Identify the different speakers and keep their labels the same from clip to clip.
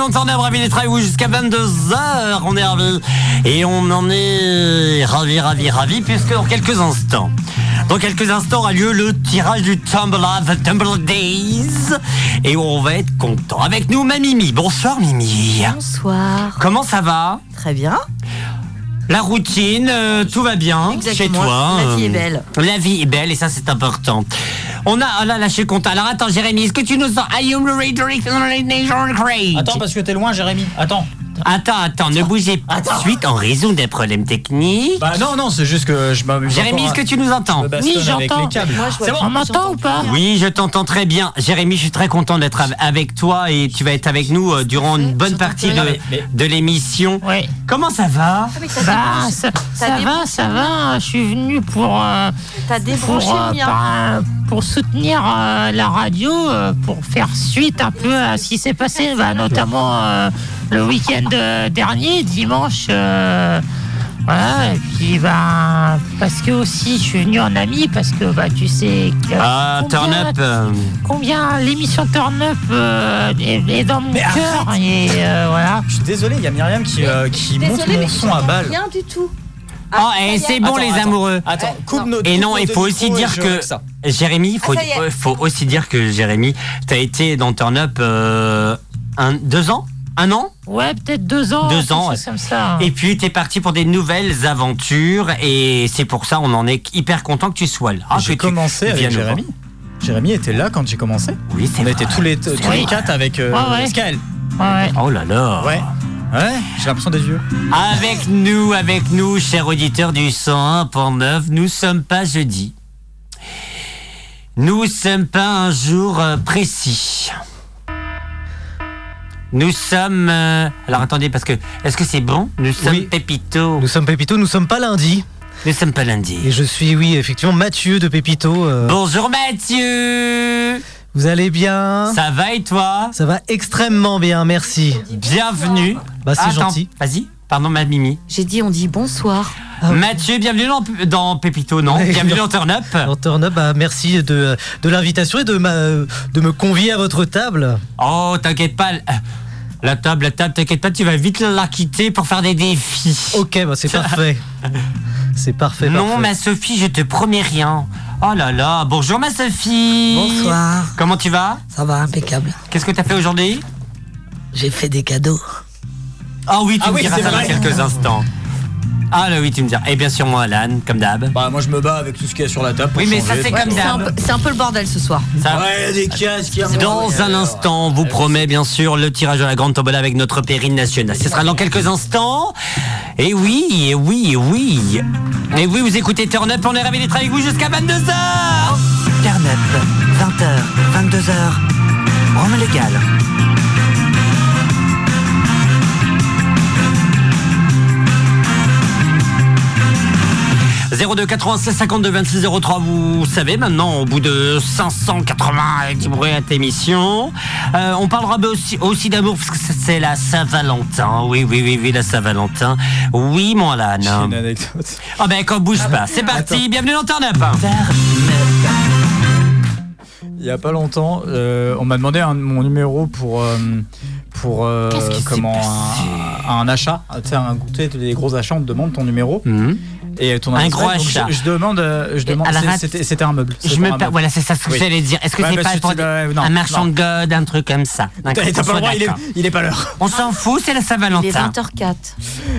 Speaker 1: en tournée à Braville et Trailwoo jusqu'à 22h. On est ravis. Et on en est ravis, ravis, ravis, puisque dans quelques instants. Dans quelques instants aura lieu le tirage du Tumblr, The Tumblr Days. Et on va être content. Avec nous, ma Mimi. Bonsoir, Mimi.
Speaker 2: Bonsoir.
Speaker 1: Comment ça va
Speaker 2: Très bien.
Speaker 1: La routine, euh, tout va bien chez
Speaker 2: Exactement.
Speaker 1: toi.
Speaker 2: La vie
Speaker 1: euh,
Speaker 2: est belle.
Speaker 1: La vie est belle et ça c'est important. On a ah là là je suis content. Alors attends Jérémy, est-ce que tu nous sens I am rhetoric nation great.
Speaker 3: Attends, parce que t'es loin, Jérémy. Ah, Attends.
Speaker 1: Attends, attends, ne bougez pas tout de suite en raison des problèmes techniques.
Speaker 3: Bah non, non, c'est juste que je m'amuse.
Speaker 1: Jérémy, est-ce que tu nous entends
Speaker 3: Oui, j'entends.
Speaker 2: C'est bon, on m'entend ou pas
Speaker 1: Oui, je t'entends très bien. Jérémy, je suis très content d'être av- avec toi et tu vas être avec nous euh, durant une bonne partie
Speaker 3: rien.
Speaker 1: de,
Speaker 3: Mais- mais-
Speaker 1: de l'émission.
Speaker 4: Oui.
Speaker 1: Comment ça
Speaker 2: Ah
Speaker 1: va
Speaker 4: Bah, ça, ça
Speaker 2: dépend.
Speaker 4: va, ça va. Je suis venu pour, euh,
Speaker 2: T'as
Speaker 4: pour,
Speaker 2: débranché
Speaker 4: euh,
Speaker 2: le mien.
Speaker 4: par- pour soutenir euh, la radio, euh, pour faire suite un peu à ce qui s'est passé, bah, notamment euh, le week-end euh, dernier, dimanche. euh, voilà, et puis bah, parce que aussi je suis venu en ami, parce que bah, tu sais que.
Speaker 1: Ah, turn
Speaker 4: combien-
Speaker 1: up. euh,
Speaker 4: Combien l'émission Turn Up euh, est, est dans mon cœur et euh, voilà.
Speaker 3: Je suis désolé, il y a Myriam qui, euh, qui monte
Speaker 2: Désolée,
Speaker 3: mon
Speaker 2: mais je
Speaker 3: son à balle.
Speaker 2: rien du tout.
Speaker 1: Ah,
Speaker 2: ça y
Speaker 1: et
Speaker 2: est.
Speaker 1: c'est bon
Speaker 3: Attends,
Speaker 1: les
Speaker 3: attends,
Speaker 1: amoureux.
Speaker 3: Attends, coupe nos
Speaker 1: Et
Speaker 3: coupe
Speaker 1: non,
Speaker 3: nos
Speaker 1: il
Speaker 3: deux
Speaker 1: faut aussi
Speaker 3: micros et
Speaker 1: dire
Speaker 3: je-
Speaker 1: que
Speaker 3: ça.
Speaker 1: Jérémy, il faut,
Speaker 2: Ah, ça y est.
Speaker 1: euh, faut aussi dire que Jérémy, t'as été dans Turn Up euh, un, deux ans, un an,
Speaker 4: Ouais, peut-être deux ans.
Speaker 1: Deux
Speaker 4: quelque
Speaker 1: ans,
Speaker 4: chose comme ça.
Speaker 1: et puis t'es parti pour des nouvelles aventures et c'est pour ça on en est hyper content que tu sois là. que
Speaker 3: J'ai
Speaker 1: tu
Speaker 3: commencé avec
Speaker 1: viennes nous
Speaker 3: Jérémy. Jérémy était là quand j'ai commencé.
Speaker 1: voir. Oui, c'est
Speaker 3: On était
Speaker 1: vrai.
Speaker 3: tous les, tous
Speaker 4: vrai.
Speaker 3: les quatre avec euh,
Speaker 4: Ouais, ouais.
Speaker 3: Pascal.
Speaker 4: Ouais.
Speaker 1: Oh là là.
Speaker 3: Ouais. Ouais, j'ai l'impression des yeux.
Speaker 1: Avec nous, avec nous, chers auditeurs du 101.9, nous sommes pas jeudi. Nous sommes pas un jour euh, précis. Nous sommes. euh, alors attendez, parce que. Est-ce que c'est bon Nous sommes
Speaker 5: Oui.
Speaker 1: Pépito.
Speaker 5: Nous sommes Pépito, nous sommes pas lundi.
Speaker 1: Nous sommes pas lundi.
Speaker 5: Et je suis, oui, effectivement, Mathieu de Pépito. euh,
Speaker 1: Bonjour Mathieu
Speaker 5: Vous allez bien
Speaker 1: Ça va et toi
Speaker 5: Ça va extrêmement bien, merci.
Speaker 1: Bienvenue.
Speaker 5: Bah, c'est
Speaker 1: Attends,
Speaker 5: gentil.
Speaker 1: Vas-y, pardon ma Mimi.
Speaker 2: J'ai dit, on dit bonsoir.
Speaker 5: Ah.
Speaker 1: Mathieu, bienvenue dans, dans Pépito, non
Speaker 5: Ouais,
Speaker 1: Bienvenue
Speaker 5: non.
Speaker 1: dans Turn Up.
Speaker 5: Alors, Turn Up, bah, merci de, de l'invitation et de, ma- de me convier à votre table.
Speaker 1: Oh, t'inquiète pas. La table, la table, t'inquiète pas, tu vas vite la quitter pour faire des défis.
Speaker 5: Ok, bah, c'est parfait. C'est parfait.
Speaker 1: non,
Speaker 5: parfait.
Speaker 1: ma Sophie, je te promets rien. Oh là là, bonjour ma Sophie.
Speaker 6: Bonsoir,
Speaker 1: Comment tu vas
Speaker 6: ça va impeccable.
Speaker 1: Qu'est-ce que t'as fait aujourd'hui
Speaker 6: J'ai fait des cadeaux.
Speaker 1: Ah oui, tu
Speaker 3: Ah
Speaker 1: me
Speaker 3: oui,
Speaker 1: diras
Speaker 3: c'est
Speaker 1: ça dans
Speaker 3: vrai.
Speaker 1: quelques instants. Ah là oui, tu me diras. Et bien sûr, moi, Alan, comme d'hab.
Speaker 3: Bah moi je me bats avec tout ce qu'il y a sur la table. pour
Speaker 1: Oui, mais
Speaker 3: changer.
Speaker 1: ça, c'est
Speaker 2: Ouais,
Speaker 1: comme
Speaker 2: c'est un,
Speaker 1: d'hab.
Speaker 2: peu- c'est un peu le bordel ce soir.
Speaker 1: Ça-
Speaker 3: Ouais, des casques.
Speaker 1: Dans un instant, on vous promet bien sûr le tirage de la grande tombola avec notre périne nationale. Ce sera dans quelques instants. Et oui, et oui, et oui. Et oui, vous écoutez Turn Up, on est ravis d'être avec vous jusqu'à 22h.
Speaker 6: Turn up, 20h, 22h, Rome légal.
Speaker 1: Zéro 02 96 52 26 03 vous savez maintenant au bout de 590 bruits à émission Euh, on parlera aussi, aussi d'amour parce que c'est- c'est la Saint-Valentin oui oui oui oui la Saint-Valentin oui mon Alan
Speaker 3: J'ai une anecdote.
Speaker 1: ah ben qu'on bouge pas c'est parti bienvenue dans Turn Up
Speaker 3: Il y a pas longtemps, euh, on m'a demandé un- mon numéro pour euh, pour euh,
Speaker 1: Qu'est-ce qui s'est
Speaker 3: comment
Speaker 1: passé
Speaker 3: un, un achat, un- tu sais un goûter des gros achats, on te demande ton numéro
Speaker 1: Mhm.
Speaker 3: et ton
Speaker 1: Un
Speaker 3: adresse
Speaker 1: gros
Speaker 3: mail. Donc, je-
Speaker 1: achat.
Speaker 3: Je, demande, euh, je demande.
Speaker 1: à la
Speaker 3: c'est-
Speaker 1: rate-
Speaker 3: C'était c'était un meuble.
Speaker 1: Je
Speaker 3: C'était
Speaker 1: me
Speaker 3: un
Speaker 1: per-
Speaker 3: meuble.
Speaker 1: Voilà, c'est ça ce que
Speaker 3: Oui.
Speaker 1: j'allais dire. Est-ce que
Speaker 3: Ouais,
Speaker 1: c'est
Speaker 3: bah,
Speaker 1: pas
Speaker 3: c'est-
Speaker 1: pour des-
Speaker 3: euh, non,
Speaker 1: un
Speaker 3: non.
Speaker 1: marchand de god, un truc comme ça D'accord,
Speaker 3: T'as- t'as
Speaker 1: qu'on
Speaker 3: pas
Speaker 1: soit
Speaker 3: le droit, il est,
Speaker 1: d'accord.
Speaker 3: il est pas l'heure.
Speaker 1: On s'en fout, c'est la
Speaker 2: Il est
Speaker 1: Saint-Valentin.
Speaker 2: 20h04.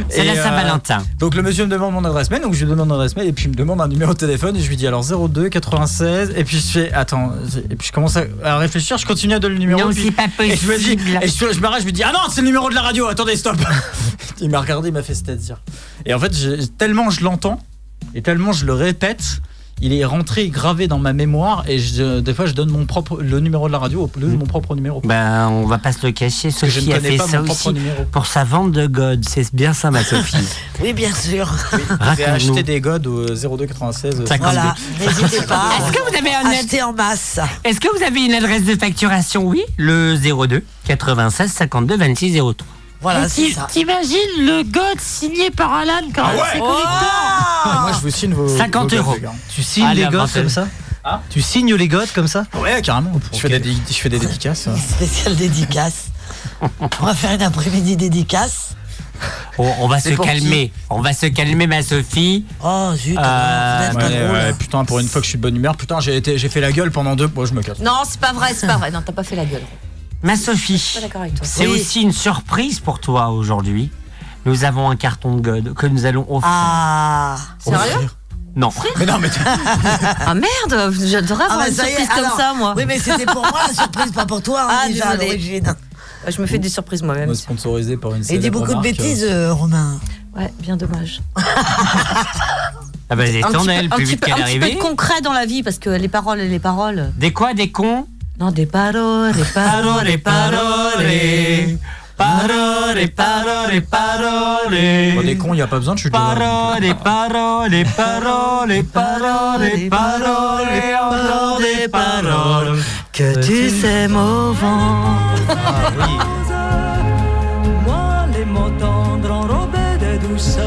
Speaker 1: C'est
Speaker 3: Et,
Speaker 1: la
Speaker 3: euh,
Speaker 1: Saint-Valentin.
Speaker 3: Donc le monsieur me demande mon adresse mail, donc je lui demande mon adresse mail et puis il me demande un numéro de téléphone et je lui dis alors 02 96 et puis je fais attends et puis je commence à, à réfléchir, je continue à donner le numéro.
Speaker 1: Non,
Speaker 3: et puis-
Speaker 1: c'est pas
Speaker 3: et je me dis
Speaker 1: possible.
Speaker 3: et je, je m'arrête, je lui dis ah non c'est le numéro de la radio, attendez stop. il m'a regardé, il m'a fait c'est-à-dire. Et en fait j'ai- tellement je l'entends et tellement je le répète. Il est rentré gravé dans ma mémoire et je- des fois je donne mon propre le numéro de la radio au lieu de
Speaker 1: Mm.
Speaker 3: mon propre numéro.
Speaker 1: Ben, on va pas se le cacher.
Speaker 3: Parce que je
Speaker 1: Sophie
Speaker 3: ne
Speaker 1: a
Speaker 3: connais
Speaker 1: fait
Speaker 3: pas
Speaker 1: ça
Speaker 3: mon propre
Speaker 1: aussi
Speaker 3: numéro.
Speaker 1: pour sa vente de god. C'est bien ça, ma Sophie.
Speaker 6: Oui, bien sûr.
Speaker 3: J'ai
Speaker 1: Raconte-nous.
Speaker 3: acheté des godes au 02 96
Speaker 1: Cinq-
Speaker 6: Voilà, n'hésitez pas.
Speaker 1: Est-ce que vous avez un
Speaker 6: Achetez en masse.
Speaker 1: Est-ce que vous avez une adresse de facturation Oui, le 02 96 52 26 03.
Speaker 6: Voilà, c'est
Speaker 4: Ti-
Speaker 6: ça.
Speaker 4: T'imagines le god signé par Alan quand même, c'est connecteur.
Speaker 3: Ah, moi je vous signe vos
Speaker 1: 50
Speaker 3: vos
Speaker 1: euros.
Speaker 3: godes, les gars.
Speaker 5: Tu signes
Speaker 1: Allez,
Speaker 5: les godes
Speaker 1: avancez.
Speaker 5: comme ça
Speaker 3: Ah
Speaker 5: Tu signes les godes comme ça
Speaker 3: Ouais, carrément. Je fais,
Speaker 5: Ok.
Speaker 7: hein.
Speaker 3: des, dé- je fais des dédicaces.
Speaker 6: Spéciale dédicace. On va faire une après-midi dédicace.
Speaker 1: On, on va
Speaker 6: C'est
Speaker 1: se
Speaker 6: pour
Speaker 1: calmer. On va se calmer, ma Sophie.
Speaker 6: Oh zut,
Speaker 1: Euh,
Speaker 6: alors, vous n'êtes pas
Speaker 3: Ouais,
Speaker 6: drôle. hein.
Speaker 3: ouais, putain, pour une fois que je suis de bonne humeur, putain, j'ai été- j'ai fait la gueule pendant deux. Moi, je me casse.
Speaker 2: Oh Non, c'est pas vrai, c'est pas vrai. Non, t'as pas fait la gueule.
Speaker 1: Ma Sophie,
Speaker 2: Pas d'accord avec toi.
Speaker 1: c'est
Speaker 6: Oui.
Speaker 1: aussi une surprise pour toi aujourd'hui. Nous avons un carton de God que nous allons offrir.
Speaker 6: Ah,
Speaker 2: Sérieux
Speaker 1: Non.
Speaker 3: Mais non, mais t'as-
Speaker 2: Ah merde, j'adorerais avoir
Speaker 6: Ah, bah,
Speaker 2: une
Speaker 6: ça y est,
Speaker 2: surprise comme
Speaker 6: alors.
Speaker 2: ça, moi.
Speaker 6: Oui, mais c'était pour moi la surprise, pas pour toi, hein,
Speaker 2: Ah,
Speaker 6: déjà à
Speaker 2: désolée.
Speaker 6: l'origine.
Speaker 2: Ouais, Ah, Je me fais des surprises
Speaker 3: on
Speaker 2: moi-même.
Speaker 3: est sponsorisé par une.
Speaker 6: Et
Speaker 3: célèbre
Speaker 6: dis beaucoup de
Speaker 3: marque,
Speaker 6: bêtises, euh, Romain.
Speaker 2: Ouais, bien dommage.
Speaker 1: Ah bah, elle Bah, est
Speaker 2: un
Speaker 1: en
Speaker 2: petit,
Speaker 1: elle,
Speaker 2: peu, un
Speaker 1: plus
Speaker 2: petit
Speaker 1: vite
Speaker 2: peu-
Speaker 1: qu'elle est
Speaker 2: un petit peu de
Speaker 1: arrivée.
Speaker 2: concret dans la vie parce que les paroles et les paroles.
Speaker 1: Des quoi, des cons
Speaker 2: Non, des paroles, des paroles, des paroles.
Speaker 1: parole, parole, parole,
Speaker 3: euh. Bon,
Speaker 1: parole.
Speaker 3: des cons, il y a pas besoin, je suis de
Speaker 1: Parole, parole, parole, parole, parole, encore des paroles.
Speaker 6: Que tu sais, mauvais.
Speaker 2: Ah.
Speaker 6: Moi, les mots tendres enrobés de douceur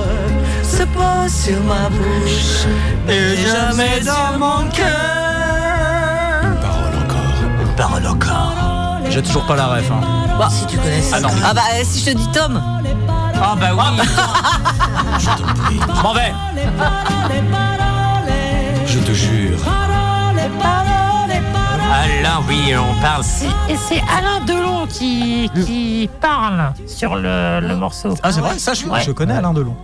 Speaker 6: se posent sur ma bouche.
Speaker 1: Et jamais dans mon cœur. Une parole encore.
Speaker 3: J'ai toujours pas la ref. Hein.
Speaker 2: Bah,
Speaker 6: Si tu connais ça.
Speaker 3: Ah non.
Speaker 2: Ah bah euh, si je te dis Tom,
Speaker 1: Ah bah oui.
Speaker 3: Je m'en vais.
Speaker 1: Ah là oui, on parle.
Speaker 4: Et c'est Alain Delon qui, qui parle sur le, le morceau.
Speaker 3: Ah, c'est vrai, ça, je,
Speaker 4: Ouais.
Speaker 3: je connais Alain Delon.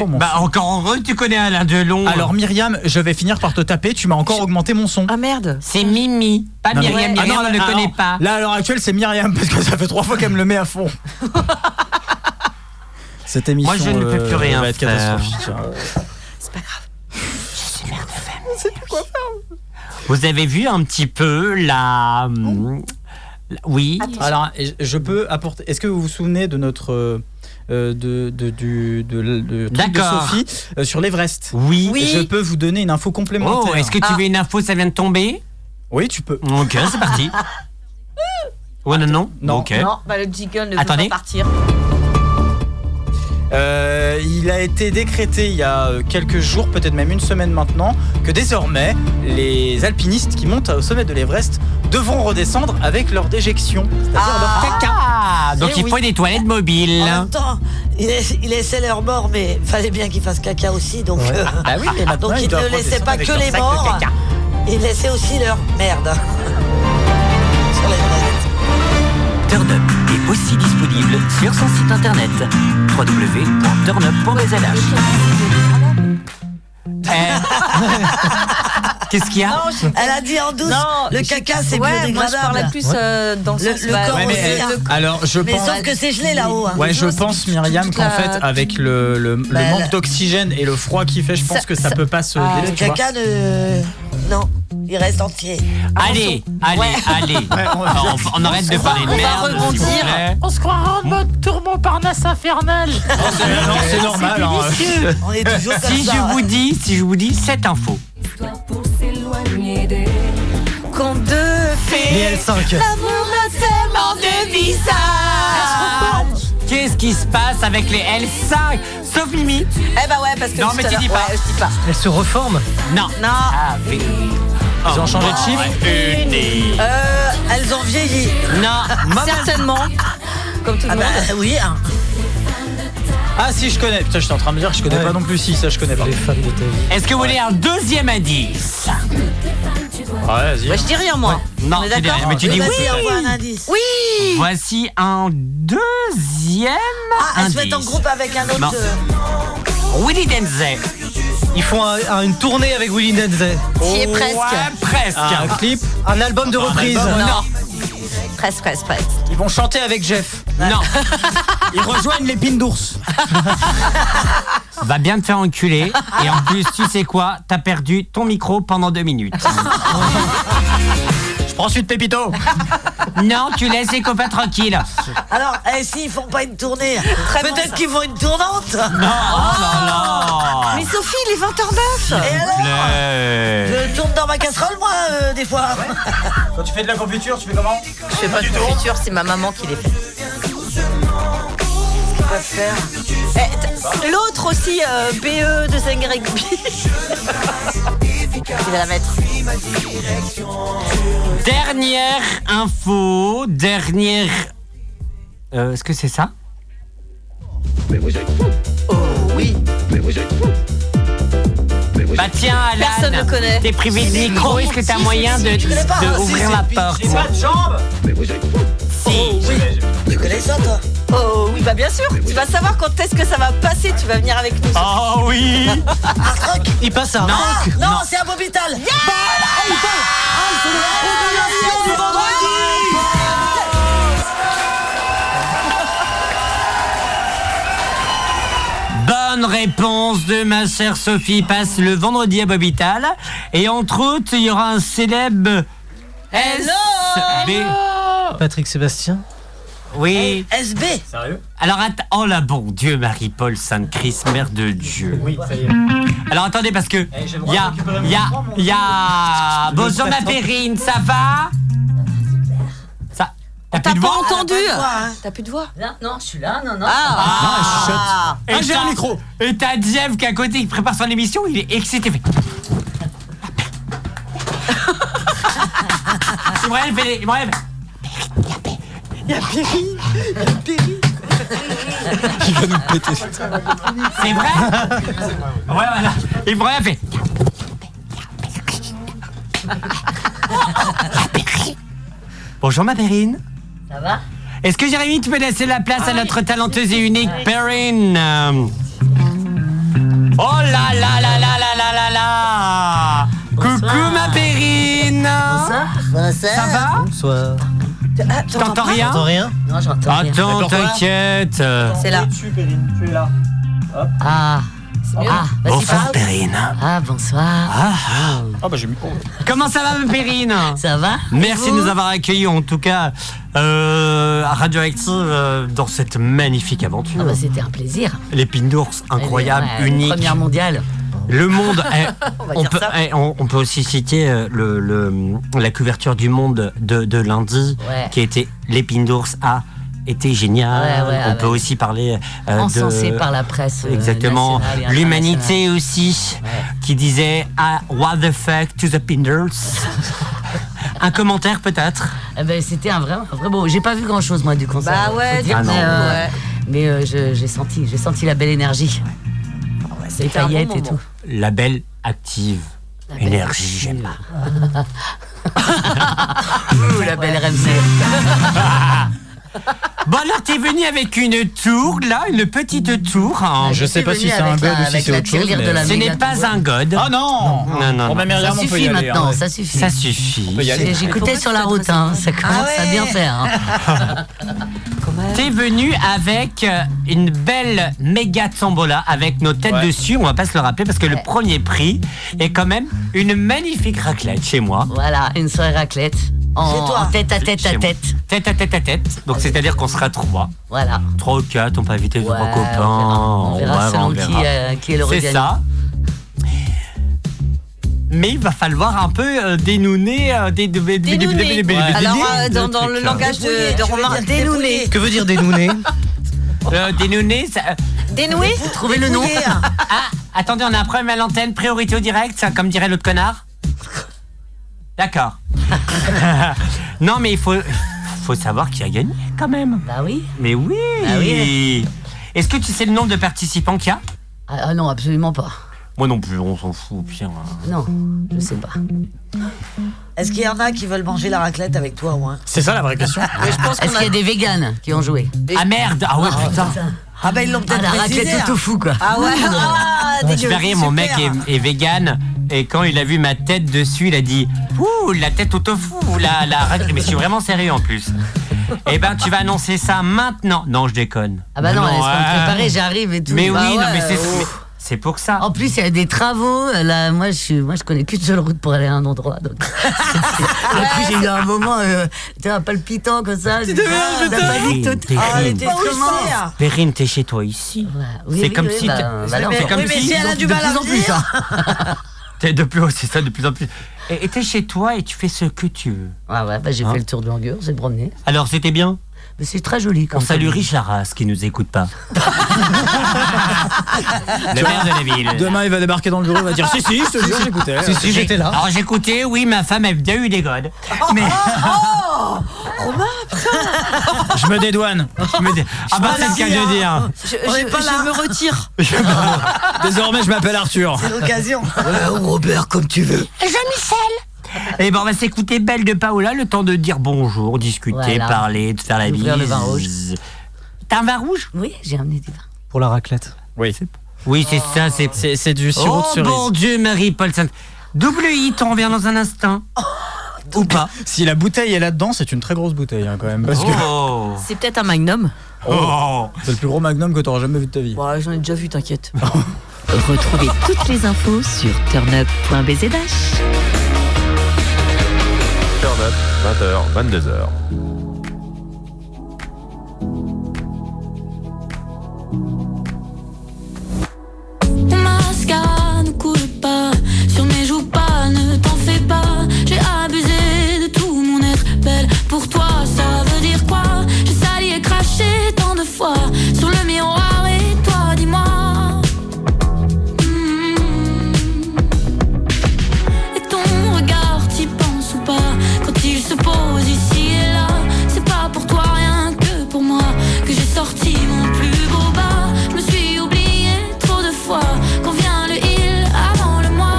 Speaker 3: Oh, mon
Speaker 1: Bah encore heureux, tu connais Alain Delon. euh.
Speaker 3: Alors Myriam, je vais finir par te taper, tu m'as encore augmenté mon son.
Speaker 2: ah merde.
Speaker 1: c'est Mimi, pas
Speaker 3: Non, mais-
Speaker 1: Myriam.
Speaker 3: Ah non,
Speaker 1: Myriam
Speaker 3: là,
Speaker 1: ne le
Speaker 3: alors,
Speaker 1: connaît pas.
Speaker 3: Là, à l'heure actuelle, c'est Myriam, parce que ça fait trois fois qu'elle me le met à fond. Cette émission
Speaker 1: Moi, je ne peux plus
Speaker 3: euh,
Speaker 1: rien
Speaker 3: va être
Speaker 1: faire.
Speaker 3: catastrophique.
Speaker 1: Vous avez vu un petit peu la. hum, la- Oui.
Speaker 3: Oh. Alors, et je- je peux apporter. Est-ce que vous vous souvenez de notre. euh, euh, de, de, du- de, l- de- truc de
Speaker 1: D'accord.
Speaker 3: Sophie euh, sur l'Everest
Speaker 1: Oui.
Speaker 3: Je peux vous donner une info complémentaire.
Speaker 1: Oh, est-ce que tu
Speaker 2: Ah.
Speaker 1: veux une info Ça vient de tomber
Speaker 3: Oui, tu peux.
Speaker 1: Ok, c'est parti. Ouais, non, non.
Speaker 3: Non.
Speaker 1: Ok.
Speaker 2: Non, bah le jingle ne
Speaker 1: Attendez.
Speaker 2: peut pas partir.
Speaker 3: Euh, il a été décrété il y a euh, quelques jours, peut-être même une semaine maintenant, que désormais, les alpinistes qui montent au sommet de l'Everest devront redescendre avec leur déjection, c'est-à-dire
Speaker 6: Ah.
Speaker 3: leur caca.
Speaker 1: Ah, donc
Speaker 6: Eh
Speaker 1: il
Speaker 6: oui.
Speaker 1: faut des toilettes mobiles.
Speaker 6: En même temps, il, laisse- il laissait leurs morts, mais fallait bien qu'ils fassent caca aussi, donc. euh,
Speaker 3: Bah oui, mais maintenant,
Speaker 6: Donc
Speaker 3: ils
Speaker 6: il
Speaker 3: doivent
Speaker 6: ne laissait
Speaker 3: redescendre
Speaker 6: pas
Speaker 3: avec
Speaker 6: que
Speaker 3: leur
Speaker 6: les
Speaker 3: sac de
Speaker 6: morts.
Speaker 3: caca.
Speaker 6: Ils laissaient aussi leur merde. Sur l'Everest.
Speaker 1: TurnUp est aussi disponible sur son site internet www.turnup.bzh.
Speaker 6: Ah.
Speaker 1: Eh.
Speaker 2: Ah,
Speaker 1: Qu'est-ce qu'il y a
Speaker 6: Elle a dit en douce,
Speaker 2: Non,
Speaker 6: le
Speaker 2: je-
Speaker 6: caca c'est
Speaker 2: ouais, moi je parlais
Speaker 6: biodégradable.
Speaker 2: plus euh, dans le,
Speaker 6: Le-
Speaker 2: sens
Speaker 6: le
Speaker 2: bah,
Speaker 6: corps
Speaker 3: Ouais,
Speaker 2: ouais,
Speaker 3: mais
Speaker 6: aussi,
Speaker 2: mais,
Speaker 6: hein.
Speaker 2: euh,
Speaker 3: elle- alors je
Speaker 6: Mais
Speaker 3: pense.
Speaker 6: sauf que c'est gelé là-haut. hein.
Speaker 3: Ouais, je
Speaker 2: Toujours, c'est
Speaker 3: pense,
Speaker 2: toute-
Speaker 3: Myriam,
Speaker 2: toute
Speaker 3: qu'en
Speaker 2: la-
Speaker 3: fait, avec le, le, le
Speaker 6: Bah,
Speaker 3: manque
Speaker 6: la-
Speaker 3: d'oxygène et le froid qui fait, je pense
Speaker 2: Ça-
Speaker 3: que ça,
Speaker 2: ça-
Speaker 3: peut pas se.
Speaker 2: Ah.
Speaker 6: Le
Speaker 3: tu vois.
Speaker 6: caca ne. Non, il reste entier.
Speaker 1: Allez, allez, allez.
Speaker 3: on-
Speaker 1: Alors, on, on arrête de parler de
Speaker 2: on va
Speaker 1: merde. s'il vous
Speaker 2: rebondir.
Speaker 1: plaît.
Speaker 4: On se croira en mode tour Montparnasse infernal.
Speaker 3: Non, c'est- non, c'est normal. hein.
Speaker 6: On est toujours comme
Speaker 1: Si
Speaker 6: ça.
Speaker 1: je vous dis, si je vous dis cette info.
Speaker 8: pour s'éloigner des
Speaker 2: Conte de fées.
Speaker 5: Les L5.
Speaker 2: L'amour a tellement de visage.
Speaker 1: Qu'est-ce qui se passe avec les L5 Sauf
Speaker 2: Eh
Speaker 1: Mimi
Speaker 2: bah ouais, parce que
Speaker 1: Non,
Speaker 2: tout
Speaker 1: mais
Speaker 2: à
Speaker 1: tu dis
Speaker 2: l'heure-
Speaker 1: pas. Oh,
Speaker 2: Ouais, je dis pas.
Speaker 5: Elle se reforme.
Speaker 1: Non. Ah,
Speaker 2: Non,
Speaker 1: Avec-
Speaker 3: Ils ont changé de chiffre
Speaker 6: Euh, elles ont vieilli.
Speaker 1: Non, mauvais-
Speaker 2: certainement. Comme tout le
Speaker 6: Ah
Speaker 2: monde.
Speaker 6: bah oui, hein.
Speaker 3: Ah, si, je connais. Putain, j'étais en train de me dire que je connais
Speaker 5: Ouais.
Speaker 3: pas non plus. Si, ça, je connais pas.
Speaker 5: Les
Speaker 3: Ouais,
Speaker 5: femmes de ta vie.
Speaker 1: Est-ce que vous voulez un deuxième indice
Speaker 3: vas-y.
Speaker 2: Bah, je dis rien moi.
Speaker 1: Non,
Speaker 2: On est
Speaker 1: tu dis
Speaker 2: d'accord
Speaker 1: rien, mais tu
Speaker 6: Oui,
Speaker 1: dis oui.
Speaker 6: vas-y, envoie un indice.
Speaker 2: Oui.
Speaker 1: Voici un deuxième
Speaker 6: Ah, elles se
Speaker 1: indice.
Speaker 6: mettent en groupe avec un autre.
Speaker 1: Non.
Speaker 6: euh,
Speaker 1: Willy Denzel.
Speaker 5: Ils font un- un- une tournée avec Willy Denzel.
Speaker 2: Qui est presque.
Speaker 1: Ouais, presque.
Speaker 3: Ah, un clip.
Speaker 5: Un album de reprise.
Speaker 1: non.
Speaker 2: Presque, presque, presque.
Speaker 3: Ils vont chanter avec Jeff.
Speaker 1: Non.
Speaker 3: Ils rejoignent l'épine d'ours.
Speaker 1: Va bien te faire enculer. Et en plus, tu sais quoi T'as perdu ton micro pendant deux minutes.
Speaker 3: Je prends celui de Pépito.
Speaker 1: Non, tu laisses les copains tranquilles.
Speaker 6: Alors, eh, s'ils font pas une tournée, peut-être qu'ils font une tournante.
Speaker 1: Non, oh
Speaker 7: Ah.
Speaker 1: là
Speaker 2: Mais Sophie, il est 20h09
Speaker 6: Et alors
Speaker 3: Ah. Eh.
Speaker 1: là.
Speaker 6: Je tourne dans ma casserole, moi, euh, des fois.
Speaker 3: Quand tu fais de la confiture, tu fais comment
Speaker 2: Je fais pas de confiture, c'est ma maman qui les fait. Eh, t- L'autre aussi, euh, BE de Zengreg. Il va la mettre.
Speaker 1: Dernière info, dernière Euh, Est-ce que c'est ça
Speaker 2: Oh,
Speaker 1: Mais vous êtes fous Oh oui Mais vous êtes fous Bah tiens, Alan
Speaker 2: Personne ne connaît.
Speaker 1: T'es privé de micro, est-ce que t'as moyen de, de ouvrir la porte
Speaker 2: Oh oui, bah bien sûr. Tu vas savoir quand est-ce que ça va passer. Tu vas venir avec nous.
Speaker 1: Oh oui
Speaker 5: Il passe à Rock.
Speaker 9: Ah, Non, c'est un bobital
Speaker 1: Bah, Bonne réponse de ma chère Sophie. Passe le vendredi à Bobital. Et entre autres, il y aura un célèbre SB.
Speaker 5: Patrick Sébastien.
Speaker 1: Oui.
Speaker 9: SB
Speaker 3: Sérieux
Speaker 1: Alors, att- oh la bon Dieu, Marie-Paul Sainte-Christ, Mère de Dieu.
Speaker 3: Oui, ça y est.
Speaker 1: Alors attendez, parce que.
Speaker 3: Eh, j'ai le
Speaker 1: Il
Speaker 3: droit
Speaker 1: y
Speaker 3: de
Speaker 1: a.
Speaker 3: récupérer mon
Speaker 1: Il y a.
Speaker 3: enfant, mon
Speaker 1: Il y a.
Speaker 5: Je vais
Speaker 1: Ah, Bonjour
Speaker 5: pas
Speaker 1: ma
Speaker 5: t'en-
Speaker 1: Périne, ça va Ça. T'as
Speaker 2: T'as
Speaker 1: plus de
Speaker 2: pas
Speaker 1: voix
Speaker 2: entendu hein.
Speaker 9: T'as plus de voix hein.
Speaker 2: Non, je suis là, non, non.
Speaker 1: Ah,
Speaker 3: Ah, j'ai
Speaker 1: t'as-
Speaker 3: un micro
Speaker 1: Et t'as Diev qui est à côté, qui prépare son émission, il est excité. Fait... Ibrahim fait des- Ibrahim. Il y a Perry, il y a Perry, il va nous péter. C'est vrai Ouais, voilà. Ibrahim fait. Bonjour ma Perrine.
Speaker 2: Ça va
Speaker 1: Est-ce que Jérémy, tu peux laisser la place à notre talenteuse et unique Perrine euh, Oh là là là là là là là là Coucou ma Perrine Ça
Speaker 9: Ah,
Speaker 1: va
Speaker 5: Bonsoir.
Speaker 1: Tu t'entends rien
Speaker 5: T'entends rien
Speaker 9: Non, j'entends rien.
Speaker 1: Attends, t'inquiète
Speaker 9: C'est là.
Speaker 3: Tu, Périne, tu es là.
Speaker 9: Ah, ah, vas-y,
Speaker 1: Bonsoir
Speaker 9: parle.
Speaker 1: Perrine
Speaker 9: Ah, bonsoir.
Speaker 1: Ah, ah.
Speaker 3: Ah bah j'ai mis.
Speaker 1: Comment ça va ma Perrine
Speaker 9: Ça va
Speaker 1: Merci de nous avoir accueillis en tout cas euh, à Radioactive euh, dans cette magnifique aventure.
Speaker 9: Ah bah, c'était un plaisir.
Speaker 1: L'épine d'ours incroyable,
Speaker 9: Eh Ouais,
Speaker 1: unique.
Speaker 9: Première mondiale.
Speaker 1: Le monde. eh, on,
Speaker 9: va dire
Speaker 1: peut,
Speaker 9: ça.
Speaker 1: eh, on- on peut aussi citer euh, le, le- la couverture du monde de, de lundi,
Speaker 9: Ouais.
Speaker 1: qui était l'épine d'ours a été géniale.
Speaker 9: Ouais, ouais,
Speaker 1: on
Speaker 9: ouais.
Speaker 1: peut aussi parler euh,
Speaker 9: Encensé
Speaker 1: de.
Speaker 9: par la presse. euh,
Speaker 1: Exactement.
Speaker 9: nationale et
Speaker 1: L'humanité aussi, qui disait ah, What the fuck to the Pinders Un commentaire peut-être
Speaker 9: internationale. Eh ben, c'était un vrai, un vrai beau. J'ai pas vu grand chose, moi, du concert.
Speaker 2: Bah
Speaker 9: faut
Speaker 2: ouais,
Speaker 9: dire,
Speaker 1: du
Speaker 9: mais,
Speaker 1: coup,
Speaker 9: euh, mais euh, je- j'ai senti, j'ai senti la belle énergie. Les
Speaker 2: un bon
Speaker 9: paillettes et
Speaker 2: moment.
Speaker 9: tout.
Speaker 1: La belle active. Énergie, j'aime pas.
Speaker 3: Ah.
Speaker 9: Ouh, la belle RMC.
Speaker 1: Bon, alors, t'es venu avec une tour, là, une petite tour. hein.
Speaker 3: Je sais pas si c'est un
Speaker 9: avec
Speaker 3: god
Speaker 9: la-
Speaker 3: ou si
Speaker 9: avec
Speaker 3: c'est
Speaker 9: la
Speaker 3: autre chose.
Speaker 9: tirelire de la
Speaker 1: Ce
Speaker 9: mais
Speaker 1: n'est
Speaker 9: la
Speaker 1: pas
Speaker 9: tour.
Speaker 1: un god.
Speaker 3: Ah non
Speaker 1: Non, non,
Speaker 3: Bon, bah,
Speaker 9: Ça
Speaker 3: Myriam, on peut y
Speaker 9: suffit
Speaker 3: aller,
Speaker 9: maintenant,
Speaker 3: hein.
Speaker 9: ça suffit.
Speaker 1: Ça suffit.
Speaker 3: On peut y aller.
Speaker 9: J'écoutais sur la route, hein, ça commence à bien faire. hein.
Speaker 1: T'es venu avec euh, une belle méga tombola avec nos têtes
Speaker 3: Ouais.
Speaker 1: dessus. On va pas se le rappeler parce que le premier prix est quand même une magnifique raclette chez moi.
Speaker 9: Voilà, une soirée raclette. En, en tête à tête
Speaker 1: Chez
Speaker 9: à
Speaker 1: moi.
Speaker 9: tête.
Speaker 1: Tête à tête à tête. Donc c'est-à-dire qu'on sera trois.
Speaker 9: Voilà.
Speaker 1: Trois ou quatre, on peut inviter
Speaker 9: Ouais,
Speaker 1: trois copains.
Speaker 9: on verra, on verra
Speaker 1: Ouais,
Speaker 9: selon
Speaker 1: on verra.
Speaker 9: Qui, euh, qui est le
Speaker 1: C'est
Speaker 9: gagnant.
Speaker 1: ça. Mais il va falloir un peu euh, dénouner. euh, dé- dé- dé- dé- dé- dé- dé- dé-
Speaker 2: Alors,
Speaker 1: dé-
Speaker 2: euh, dans, dans le
Speaker 1: truc, là.
Speaker 2: langage de, de Romain, dénouer.
Speaker 5: Que veut dire dénouer
Speaker 1: Euh, Dénouner, ça.
Speaker 2: Dénouer
Speaker 9: Trouvez le nom.
Speaker 1: Ah, attendez, on a un problème à l'antenne, priorité au direct, comme dirait l'autre connard. D'accord. non, mais il faut, faut savoir qui a gagné quand même.
Speaker 9: Bah oui.
Speaker 1: Mais oui.
Speaker 9: Ah oui.
Speaker 1: Est-ce que tu sais le nombre de participants qu'il y a
Speaker 9: Ah, ah non, absolument pas.
Speaker 1: Moi non plus, on s'en fout, hein. pire.
Speaker 9: Non, je sais pas.
Speaker 7: Est-ce qu'il y en a qui veulent manger la raclette avec toi ou hein
Speaker 3: C'est ça la vraie question.
Speaker 9: Est-ce qu'il y a des véganes qui ont joué
Speaker 1: Ah merde, ah ouais, putain.
Speaker 7: Ah ben ils l'ont
Speaker 9: Ah,
Speaker 7: peut-être
Speaker 9: la
Speaker 7: précisé,
Speaker 9: raclette
Speaker 7: hein.
Speaker 9: au tofu, quoi.
Speaker 7: Ah ouais ah,
Speaker 1: Je
Speaker 7: dégueu,
Speaker 1: vais rire, mon mec
Speaker 7: super.
Speaker 1: est, est vegan. Et quand il a vu ma tête dessus, il a dit Ouh, la tête au tofu, la, la raclette. Mais je suis vraiment sérieux en plus. Eh ben, tu vas annoncer ça maintenant. Non, je déconne.
Speaker 9: Ah bah non, laisse pas me
Speaker 1: ouais.
Speaker 9: préparer, j'arrive et tout.
Speaker 1: hein. Mais
Speaker 9: Bah
Speaker 1: oui, non,
Speaker 9: ouais,
Speaker 1: mais c'est,
Speaker 9: oh.
Speaker 1: mais c'est pour ça.
Speaker 9: En plus, il y a des travaux. euh, Là, moi, je suis, moi, je connais qu'une seule route pour aller à un endroit. Donc,
Speaker 7: Ah,
Speaker 9: du coup, j'ai eu un moment, euh, tu vois, palpitant comme ça. Tu
Speaker 1: putain.
Speaker 9: panique totale.
Speaker 1: Ah, elle était
Speaker 9: Comment
Speaker 1: Perrine, t'es chez toi ici.
Speaker 9: Ouais, oui,
Speaker 1: C'est
Speaker 9: oui,
Speaker 1: comme
Speaker 9: oui,
Speaker 1: si
Speaker 9: bah,
Speaker 1: t'as-
Speaker 9: bah non,
Speaker 1: c'est
Speaker 9: mais-
Speaker 1: comme
Speaker 7: Oui, mais
Speaker 1: si-
Speaker 7: si elle a du
Speaker 9: de
Speaker 7: mal à
Speaker 9: plus en
Speaker 7: venir.
Speaker 9: plus. hein.
Speaker 1: T'es de plus, c'est ça, de plus en plus. Et et t'es chez toi et tu fais ce que tu veux.
Speaker 9: Ouais, ouais, bah, j'ai
Speaker 1: Hein
Speaker 9: fait le tour de l'Angueur, j'ai promené.
Speaker 1: Alors, c'était bien.
Speaker 9: Mais c'est très joli.
Speaker 1: On
Speaker 9: comme ça.
Speaker 1: salue Richard Haas qui nous écoute pas. Le maire de la ville.
Speaker 3: Demain, il va débarquer dans le bureau, il va dire Si, si, je te jure, j'écoutais.
Speaker 5: Si, si, j'étais là.
Speaker 7: Oh,
Speaker 1: Alors j'écoutais, oui, ma femme a bien eu des godes. Mais...
Speaker 2: Romain,
Speaker 3: Je me dédouane.
Speaker 1: Je me dé- Ah bah c'est ce qu'elle vient de dire.
Speaker 2: je, je- je me retire.
Speaker 3: Désormais, je m'appelle Arthur.
Speaker 7: L'occasion.
Speaker 1: Euh, Robert, comme tu veux. Jean-Michel Eh ben, on va s'écouter Belle de Paola, le temps de dire bonjour, discuter,
Speaker 9: Voilà.
Speaker 1: parler, de faire la bise.
Speaker 9: D'ouvrir le vin rouge.
Speaker 1: T'as un vin rouge
Speaker 9: Oui, j'ai amené du vin.
Speaker 5: pour la raclette.
Speaker 3: Oui.
Speaker 1: Oui, c'est ça, c'est...
Speaker 3: C'est c'est du sirop
Speaker 1: Oh,
Speaker 3: de cerise.
Speaker 1: bon Dieu, Marie-Paul Sainte. Double hit, on revient dans un instant. Ou pas
Speaker 3: Si la bouteille est là-dedans, c'est une très grosse bouteille hein, quand même. Parce que
Speaker 1: Oh.
Speaker 2: C'est peut-être un magnum.
Speaker 1: Oh.
Speaker 3: c'est le plus gros magnum que t'auras jamais vu de ta vie.
Speaker 2: Bah, J'en ai déjà vu, t'inquiète.
Speaker 10: Retrouvez toutes les infos sur turnup.bzdash.
Speaker 11: 20h, 22h.
Speaker 8: Ton mascara ne coule pas sur mes joues pâles, ne t'en fais pas. J'ai abusé de tout mon être belle. Pour toi, ça veut dire quoi J'ai sali et craché tant de fois sur le miroir et toi, dis-moi. Hmm. Et ton regard, t'y penses ou pas Quand il se pose ici et là, c'est pas pour toi, rien que pour moi, que j'ai sorti mon plus beau bas. Je me suis oublié trop de fois, quand vient le il avant le moi.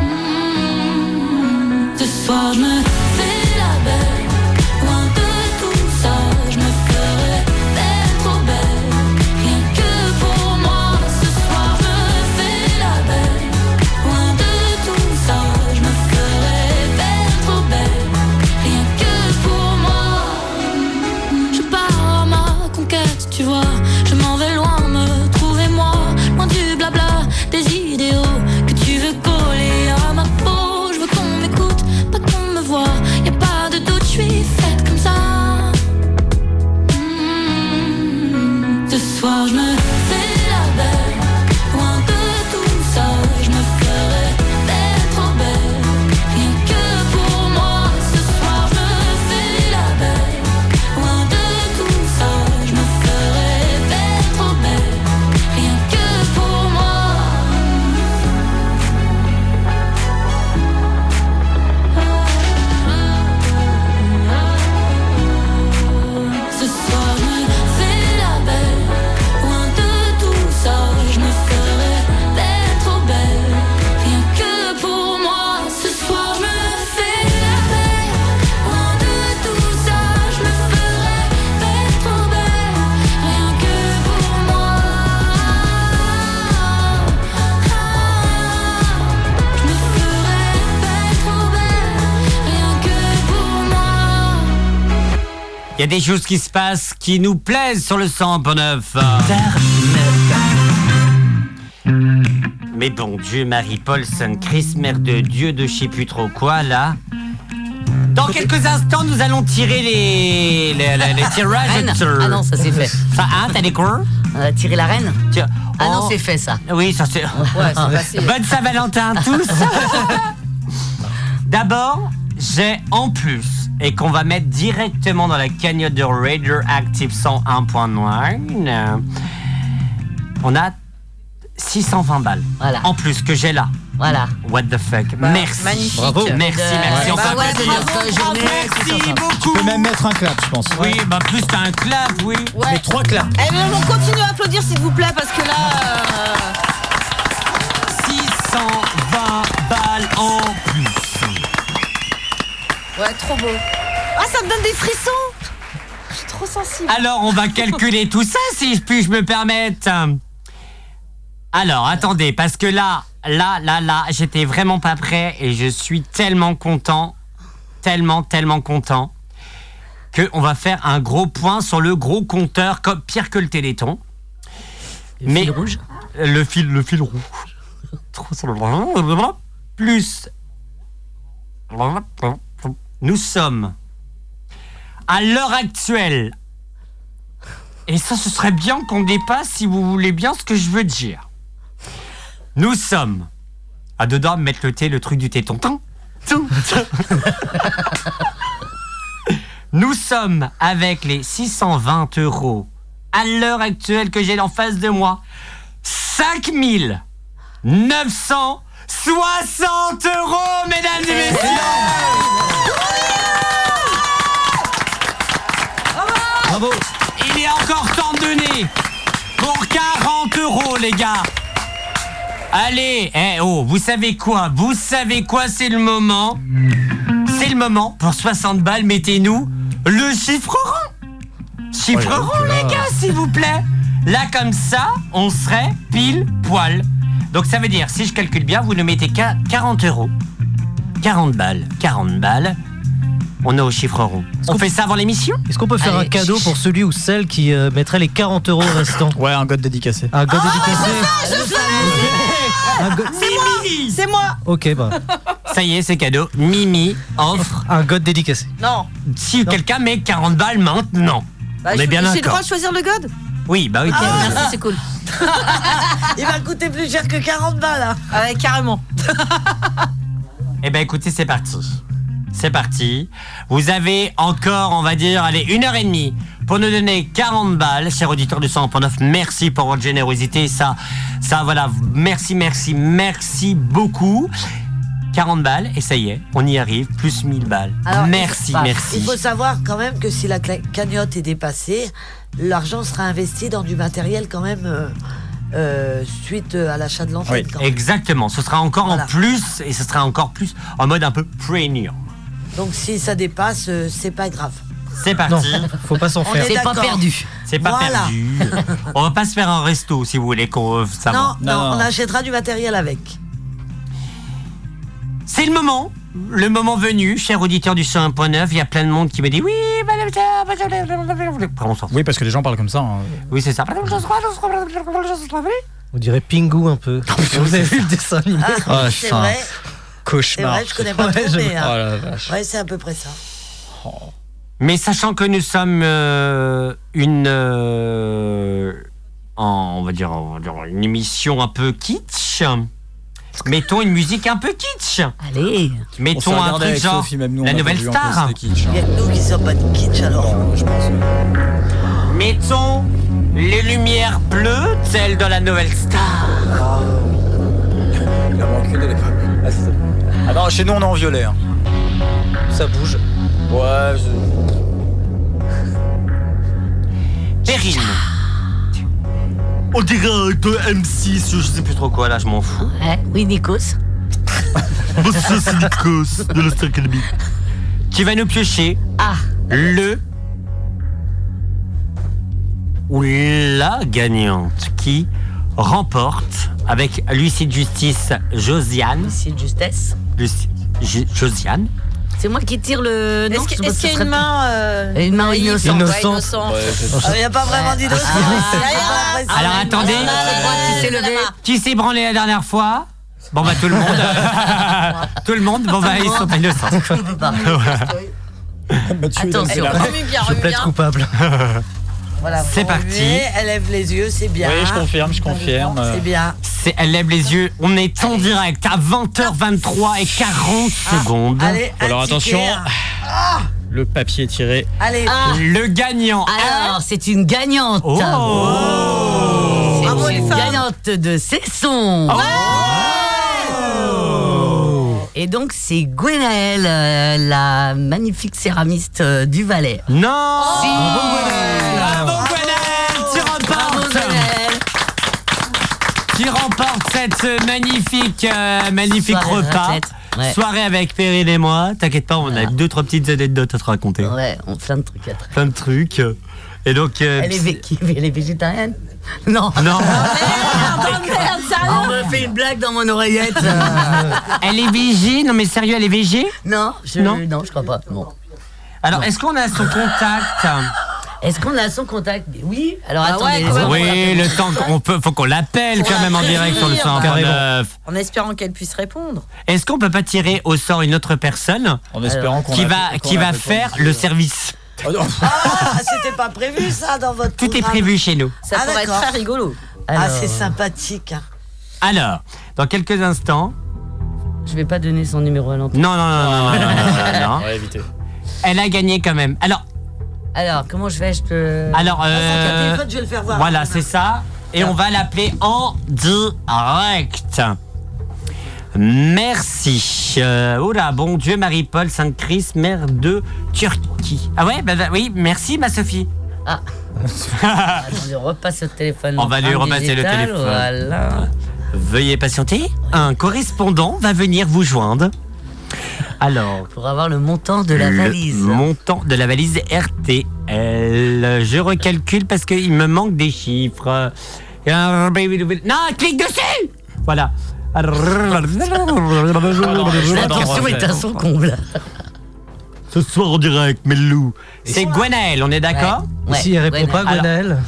Speaker 8: Hmm. Ce soir, je me fais la belle, loin de tout ça, je me ferai belle, trop belle. Rien que pour moi, ce soir, je me fais la belle. Loin de tout ça, je me ferai belle, trop belle. Rien que pour moi, je pars à ma conquête, tu vois. Je m'en vais loin, me trouver moi. Loin du blabla, des idéaux que tu veux coller à ma peau. Je veux qu'on m'écoute, pas qu'on me voit. Y a pas de doute, je suis faite comme ça. Mmh. Ce soir je me fais la belle, loin de tout ça, je me ferai belle, trop belle, rien que pour moi. Ce soir je me fais la belle, loin de tout ça, je me ferai belle, trop belle, rien que pour moi. Ce soir je me fais la belle, loin de tout ça, je me ferai belle, trop belle, rien que pour moi. Ce soir je me fais la belle, loin de tout ça, je me ferai belle, trop belle, rien que pour moi. Je me ferai belle, trop belle, rien que pour moi.
Speaker 1: Il y a des choses qui se passent qui nous plaisent sur le 100.9. Mais bon Dieu, Marie-Paul Sainte-Christ, mère de Dieu de je sais plus trop quoi, là. Dans quelques instants, nous allons tirer les, les, les- les tirages.
Speaker 9: Reine Ah non, ça c'est fait.
Speaker 1: Ça, hein, t'as des cours
Speaker 9: Euh, tirer la reine
Speaker 1: Tiens.
Speaker 9: Ah non,
Speaker 1: Oh.
Speaker 9: c'est fait ça.
Speaker 1: Oui, ça c'est...
Speaker 2: Ouais, c'est passé.
Speaker 1: Bonne Saint-Valentin à tous D'abord, j'ai en plus, et qu'on va mettre directement dans la cagnotte de Radio Active 101.9, euh, on a 620 balles.
Speaker 9: Voilà.
Speaker 1: En plus que j'ai là.
Speaker 9: Voilà.
Speaker 1: What the fuck. merci.
Speaker 2: Bah, Magnifique.
Speaker 5: Bravo.
Speaker 1: Merci, merci.
Speaker 9: Euh,
Speaker 1: on
Speaker 9: bah
Speaker 1: peut
Speaker 9: ouais,
Speaker 1: applaudir.
Speaker 9: bravo, bravo,
Speaker 1: merci
Speaker 9: merci
Speaker 1: beaucoup.
Speaker 3: Tu peux même mettre un clap, je pense.
Speaker 1: Oui, bah plus t'as un clap, oui.
Speaker 2: Ouais.
Speaker 3: Les trois claps.
Speaker 2: Eh bien, on continue à applaudir, s'il vous plaît, parce que là. euh,
Speaker 1: 620 balles en plus.
Speaker 2: Ouais, trop beau. Ah, ça me donne des frissons Je suis trop sensible.
Speaker 1: Alors, on va calculer tout ça, si je puis je me permettre. Alors, attendez, parce que là, là, là, là, j'étais vraiment pas prêt et je suis tellement content, tellement, tellement content, que on va faire un gros point sur le gros compteur, comme pire que le Téléthon. Mais
Speaker 9: Fil rouge.
Speaker 1: le fil, le fil rouge. Trop sur le- Plus. Nous sommes à l'heure actuelle. Et ça, ce serait bien qu'on dépasse, si vous voulez bien, ce que je veux dire. Nous sommes à dedans mettre le thé, le truc du téton. Tin, tin, tin. Nous sommes avec les 620 euros à l'heure actuelle que j'ai en face de moi. 5960 euros, mesdames et messieurs les gars Allez, eh oh, vous savez quoi Vous savez quoi C'est le moment. C'est le moment. Pour 60 balles, mettez-nous le chiffre rond. Chiffre
Speaker 8: Oh là
Speaker 1: rond,
Speaker 8: là.
Speaker 1: les gars, s'il vous plaît. Là, comme ça, on serait pile poil. Donc ça veut dire, si je calcule bien, vous ne mettez qu'à 40 euros. 40 balles, 40 balles. On est au chiffre rond. On fait ça avant l'émission
Speaker 5: Est-ce qu'on peut faire
Speaker 1: Allez,
Speaker 5: un cadeau
Speaker 1: chut.
Speaker 5: pour celui ou celle qui euh, mettrait les 40 euros restants
Speaker 3: Ouais, un god dédicacé.
Speaker 5: Un
Speaker 7: Ah,
Speaker 5: god dédicacé
Speaker 2: C'est moi C'est moi
Speaker 5: Ok, bah.
Speaker 1: Ça y est, c'est cadeau. Mimi offre
Speaker 5: un god dédicacé.
Speaker 2: Non
Speaker 1: Si quelqu'un met 40 balles maintenant,
Speaker 2: Bah,
Speaker 1: on
Speaker 2: je-
Speaker 1: est bien
Speaker 2: J'ai le
Speaker 1: d'accord.
Speaker 2: droit de choisir le god
Speaker 1: Oui, bah oui.
Speaker 2: Ah,
Speaker 1: bien sûr.
Speaker 2: c'est cool. Il va coûter plus cher que 40 balles. Là. Ah ouais, carrément.
Speaker 1: Eh ben écoutez, c'est parti. C'est parti. Vous avez encore, on va dire, allez, une heure et demie pour nous donner 40 balles, chers auditeurs du 100.9. Merci pour votre générosité. Ça, ça, voilà. Merci, merci, merci beaucoup. 40 balles, et ça y est, on y arrive, plus 1000 balles.
Speaker 7: Alors,
Speaker 1: merci,
Speaker 7: il faut-
Speaker 1: merci.
Speaker 7: Il faut savoir quand même que si la cla- cagnotte est dépassée, l'argent sera investi dans du matériel quand même euh, euh, suite euh, à l'achat de l'antenne. quand même.
Speaker 1: Exactement, ce sera encore en plus, et ce sera encore plus en mode un peu premium.
Speaker 7: Donc si ça dépasse, euh, c'est pas grave.
Speaker 1: C'est parti. faut pas s'en
Speaker 7: On faire. est d'accord.
Speaker 1: C'est pas
Speaker 7: Voilà.
Speaker 1: perdu. On va pas se faire un resto si vous voulez qu'on ça
Speaker 7: Non,
Speaker 1: va.
Speaker 7: non, on achètera du matériel avec.
Speaker 1: C'est le moment. Le moment venu, cher auditeur du 101.9, il y a plein de monde qui me dit oui.
Speaker 3: Oui, parce que les gens parlent comme ça. hein.
Speaker 1: Oui, c'est ça.
Speaker 5: On dirait Pingu un peu. Vous avez vu le dessin animé
Speaker 7: Ah, c'est
Speaker 5: Oh, putain.
Speaker 7: vrai.
Speaker 5: Cauchemar.
Speaker 7: C'est vrai, je connais pas
Speaker 5: Ouais,
Speaker 7: trop,
Speaker 5: je-
Speaker 7: mais, hein,
Speaker 5: Oh la vache.
Speaker 7: ouais, c'est à peu près ça.
Speaker 1: Mais sachant que nous sommes euh, une, euh, en- on va dire, on va dire une émission un peu kitsch. Mettons une musique un peu kitsch.
Speaker 9: Allez.
Speaker 1: Mettons un truc genre la nouvelle star.
Speaker 7: Il y a que nous qui sommes pas de kitsch alors.
Speaker 1: Mettons les lumières bleues, celles de la nouvelle star.
Speaker 3: Ah non, chez nous on est en violet. hein. Ça bouge. Ouais.
Speaker 1: Perrine. On dirait un de M6, je sais plus trop quoi là, je m'en fous.
Speaker 9: Ouais, oui, Nikos.
Speaker 1: Bonsoir, c'est Nikos de la Star Academy. Qui va nous piocher
Speaker 9: Ah.
Speaker 1: le ou la gagnante qui remporte avec Lucie de Justice Josiane.
Speaker 9: Lucie de Justesse.
Speaker 1: Josiane.
Speaker 9: C'est moi qui tire le.
Speaker 2: Est-ce
Speaker 9: Non,
Speaker 2: que-
Speaker 9: je pense
Speaker 2: est-ce
Speaker 9: que
Speaker 2: qu'il y a
Speaker 9: ce serait
Speaker 2: une
Speaker 9: pas-
Speaker 2: main euh,
Speaker 9: Une main
Speaker 2: naïve
Speaker 9: innocente.
Speaker 2: Ouais, innocente.
Speaker 9: Ah, y a pas vraiment d'innocence.
Speaker 1: Alors attendez,
Speaker 9: qui s'est levé
Speaker 1: qui s'est branlé la dernière fois Bon bah tout le monde. euh, tout le monde, bon bah ils sont pas innocents.
Speaker 7: Attention. Remue bien, remue bien.
Speaker 5: coupable.
Speaker 7: Voilà,
Speaker 1: C'est
Speaker 7: vous
Speaker 1: parti.
Speaker 7: remuez, Elle lève les yeux, c'est bien.
Speaker 1: Oui, je confirme, je confirme.
Speaker 7: C'est
Speaker 3: euh,
Speaker 7: bien.
Speaker 1: C'est- elle lève les yeux, on est en direct à 20h23 et 40
Speaker 9: Ah,
Speaker 1: secondes.
Speaker 7: allez,
Speaker 3: Alors attention,
Speaker 9: hein.
Speaker 3: Ah, le papier tiré.
Speaker 7: Allez.
Speaker 1: Ah,
Speaker 9: Ah.
Speaker 1: Le gagnant. Oh.
Speaker 9: Alors, Ah, c'est une gagnante. C'est une gagnante de saison.
Speaker 1: Oh.
Speaker 9: Et donc, c'est Gwenaëlle, euh, la magnifique céramiste euh, du Valais.
Speaker 1: Non
Speaker 9: Si
Speaker 1: tu remportes Tu remportes cette magnifique, euh, magnifique
Speaker 9: Soirée
Speaker 1: repas.
Speaker 9: raclette, ouais. Ah.
Speaker 1: Soirée avec Perrine et moi. T'inquiète pas, on a deux, trois petites anecdotes à te raconter.
Speaker 9: Ouais, on, plein de trucs après.
Speaker 1: Plein de trucs. Et donc. euh,
Speaker 9: Elle est, vé- elle est végétarienne Non.
Speaker 1: Non. Ah, bah,
Speaker 9: On me fait une blague dans mon oreillette.
Speaker 1: elle est végé Non, mais sérieux, elle est végé
Speaker 9: Non, je, non. je crois pas. Non.
Speaker 1: Alors, est-ce qu'on a son contact
Speaker 9: Est-ce qu'on a son contact Oui. Alors
Speaker 2: Ah ouais,
Speaker 9: attendez.
Speaker 2: quand même, on
Speaker 1: Oui,
Speaker 2: l'appelle.
Speaker 1: le temps qu'on peut, faut qu'on l'appelle
Speaker 2: On
Speaker 1: quand
Speaker 2: la
Speaker 1: même en
Speaker 2: prévient,
Speaker 1: direct sur le
Speaker 2: bah.
Speaker 1: 109.
Speaker 2: En espérant qu'elle puisse répondre.
Speaker 1: Est-ce qu'on peut pas tirer au sort une autre personne
Speaker 3: En espérant Alors. qu'on
Speaker 1: qui
Speaker 3: la-
Speaker 1: va
Speaker 3: qu'on
Speaker 1: qui
Speaker 3: la
Speaker 1: va
Speaker 3: fait
Speaker 1: faire
Speaker 3: conduire.
Speaker 1: le service
Speaker 7: Ah, c'était pas prévu ça dans votre.
Speaker 1: Tout est prévu chez nous.
Speaker 7: Ça
Speaker 2: pourrait être très
Speaker 7: rigolo. Ah,
Speaker 9: Alors.
Speaker 7: c'est sympathique. hein.
Speaker 1: Alors, dans quelques instants.
Speaker 9: Je vais pas donner son numéro à l'antenne.
Speaker 1: Non non non non non, non, non, Ah, non, non. Elle a gagné quand même. Alors
Speaker 9: Alors comment je vais Je te.
Speaker 2: Ah,
Speaker 1: alors euh,
Speaker 7: je vais le faire voir.
Speaker 1: voilà c'est ça et on va l'appeler en direct. Merci. Euh, oula, bon Dieu, Marie-Paul, Sainte-Christ, mère de Turquie. Ah ouais, bah, bah, oui, merci, ma Sophie.
Speaker 9: Ah.
Speaker 7: Ah.
Speaker 9: Attends, on repasse au téléphone.
Speaker 1: On va lui
Speaker 9: Empreinte
Speaker 1: repasser le
Speaker 9: digitale,
Speaker 1: téléphone.
Speaker 9: Voilà.
Speaker 1: Veuillez patienter, un correspondant va venir vous joindre. Alors,
Speaker 9: Pour avoir le montant de la
Speaker 1: le
Speaker 9: valise.
Speaker 1: montant de la valise RTL. Je recalcule parce qu'il me manque des chiffres. Non, clique dessus Voilà.
Speaker 9: L'attention est à son comble.
Speaker 1: Ce soir en direct, mais loup. C'est Gwenaël, on est d'accord
Speaker 5: Ouais, Si elle répond pas, Gwenaël.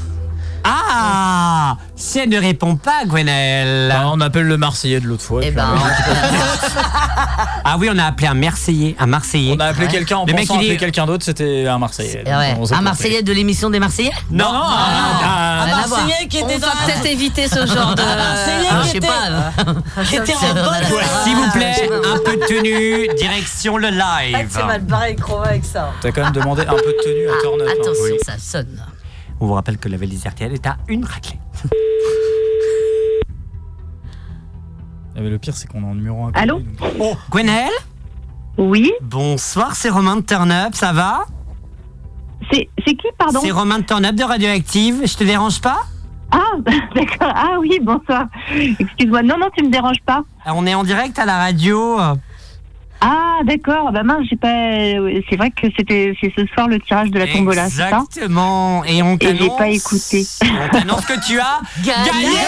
Speaker 1: Ah Si elle ne répond pas, Gwenaël. on appelle le Marseillais de l'autre fois. ah oui, on a appelé un Marseillais. Un Marseillais. On a
Speaker 3: Appeler quelqu'un en
Speaker 1: Le mec,
Speaker 3: pensant
Speaker 1: il dit-
Speaker 3: appeler quelqu'un d'autre, c'était un Marseillais.
Speaker 9: Ah ouais.
Speaker 3: On s'est
Speaker 9: Un
Speaker 3: trompé.
Speaker 9: Marseillais de l'émission des Marseillais
Speaker 3: Non, non,
Speaker 9: Ah,
Speaker 3: un-
Speaker 9: rien à
Speaker 3: un
Speaker 9: voir.
Speaker 2: Marseillais qui était
Speaker 9: On va
Speaker 2: dans-
Speaker 9: peut-être éviter ce genre de.
Speaker 2: Un Marseillais
Speaker 9: Ah,
Speaker 2: qui
Speaker 9: je sais
Speaker 2: était-
Speaker 9: pas.
Speaker 2: qui était en bonne
Speaker 1: S'il vous plaît, un peu de tenue, direction le
Speaker 2: Ah,
Speaker 7: Pat,
Speaker 1: live.
Speaker 7: c'est mal barré, Crova, avec ça.
Speaker 1: T'as quand même demandé un peu de tenue
Speaker 2: Ah,
Speaker 1: à hein. Turn
Speaker 9: Attention, ça sonne.
Speaker 1: On vous rappelle que la valise RTL est à une raclée.
Speaker 3: Ah, mais le pire, c'est qu'on est en numéro 1.
Speaker 1: Allô Oh, Gwenaël
Speaker 12: Oui
Speaker 1: Bonsoir, c'est Romain de Turn Up, ça va
Speaker 12: C'est qui, pardon
Speaker 1: C'est Romain de Turn Up de Radioactive, je te dérange pas
Speaker 12: Ah, d'accord. Ah oui, bonsoir. Excuse-moi. Non, non, tu me déranges pas.
Speaker 1: Ah, On est en direct à la radio.
Speaker 12: Ah, d'accord. Bah mince, j'ai pas. ouais, C'est vrai que c'était c'est ce soir le tirage de la tombola, c'est ça
Speaker 1: Exactement. Et on
Speaker 12: Et j'ai
Speaker 1: t'annonce
Speaker 12: pas écouté.
Speaker 1: on t'annonce que tu as gagné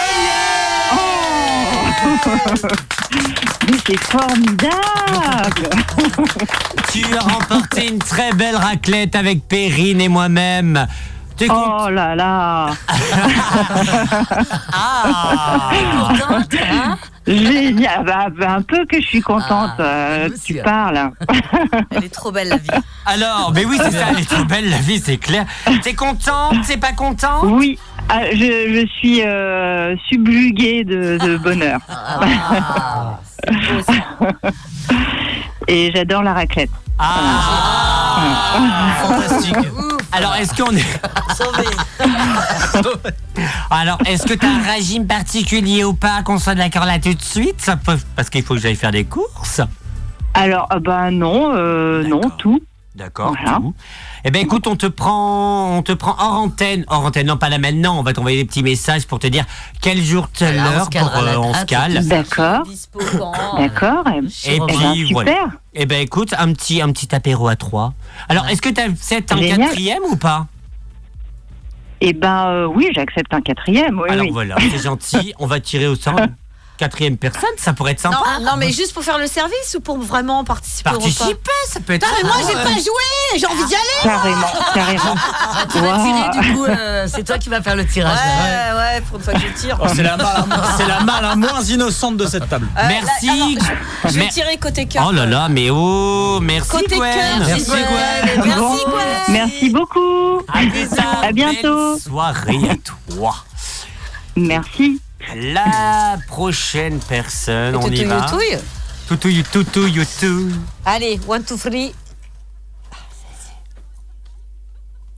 Speaker 12: Oh. Mais c'est formidable.
Speaker 1: Tu as remporté une très belle raclette avec Perrine et moi-même. T'es
Speaker 12: Oh là là
Speaker 1: contente,
Speaker 12: Génial, Ah, bah, bah, un peu que je suis contente,
Speaker 2: Ah,
Speaker 12: euh, tu parles.
Speaker 2: hein. Elle est trop belle la vie.
Speaker 1: Alors, mais oui, c'est ça, elle est trop belle, la vie, c'est clair. T'es contente T'es pas contente
Speaker 12: Oui, ah, je, je suis euh, subjuguée de,
Speaker 2: Ah.
Speaker 12: de bonheur. Et j'adore la raclette.
Speaker 1: Ah. Fantastique. Alors, est-ce qu'on est. Alors, est-ce que t'as un régime particulier ou pas Qu'on soit d'accord là tout de suite ça peut- Parce qu'il faut que j'aille faire des courses.
Speaker 12: Alors, ah bah non, euh, non, tout.
Speaker 1: D'accord. tout. Eh ben écoute, on te prend, on te prend hors antenne, hors antenne, non pas là maintenant. On va t'envoyer des petits messages pour te dire quel jour, telle
Speaker 12: Alors, on
Speaker 1: heure,
Speaker 12: se
Speaker 1: pour
Speaker 12: calera
Speaker 1: euh,
Speaker 12: la
Speaker 1: on se
Speaker 12: date,
Speaker 1: cale.
Speaker 12: tout ça. D'accord. D'accord.
Speaker 1: Et
Speaker 12: Ben, eh ben,
Speaker 1: puis
Speaker 12: super.
Speaker 1: voilà. Eh ben écoute, un petit, un petit apéro à trois. Alors, est-ce que t'as acceptes un
Speaker 12: Génial.
Speaker 1: quatrième ou pas
Speaker 12: Eh ben euh, oui, j'accepte un quatrième. Oui,
Speaker 1: Alors
Speaker 12: oui.
Speaker 1: voilà, c'est gentil. On va tirer au sort une quatrième personne. Ça pourrait être sympa.
Speaker 2: Non, non, mais juste pour faire le service ou pour vraiment participer
Speaker 1: Participer,
Speaker 2: au repas
Speaker 1: ça peut être
Speaker 2: Non, mais moi
Speaker 1: sympa,
Speaker 2: j'ai
Speaker 1: ouais.
Speaker 2: pas joué, j'ai envie d'y aller.
Speaker 12: Carrément, carrément.
Speaker 9: Ah, tu vas tirer du coup, euh, c'est toi qui vas faire le tirage. Ouais, ouais, pour une fois que je tire.
Speaker 3: Oh, c'est la malle, c'est la malle la moins innocente de cette table.
Speaker 2: Euh, là,
Speaker 1: Merci.
Speaker 2: alors, je, je vais
Speaker 1: Mer-
Speaker 2: tirer côté cœur.
Speaker 1: Oh là là, mais oh, merci
Speaker 2: Côté
Speaker 1: Gwen.
Speaker 2: cœur, c'est Merci, Gwen. Gwen. Merci, Gwen.
Speaker 12: Merci beaucoup. À bientôt.
Speaker 1: Soirée à toi.
Speaker 12: Merci.
Speaker 1: La prochaine personne,
Speaker 2: Et
Speaker 1: on
Speaker 2: toutouille,
Speaker 1: y va.
Speaker 2: toutouille.
Speaker 1: Toutouille, toutouille, toutouille.
Speaker 2: Allez, one, two, three,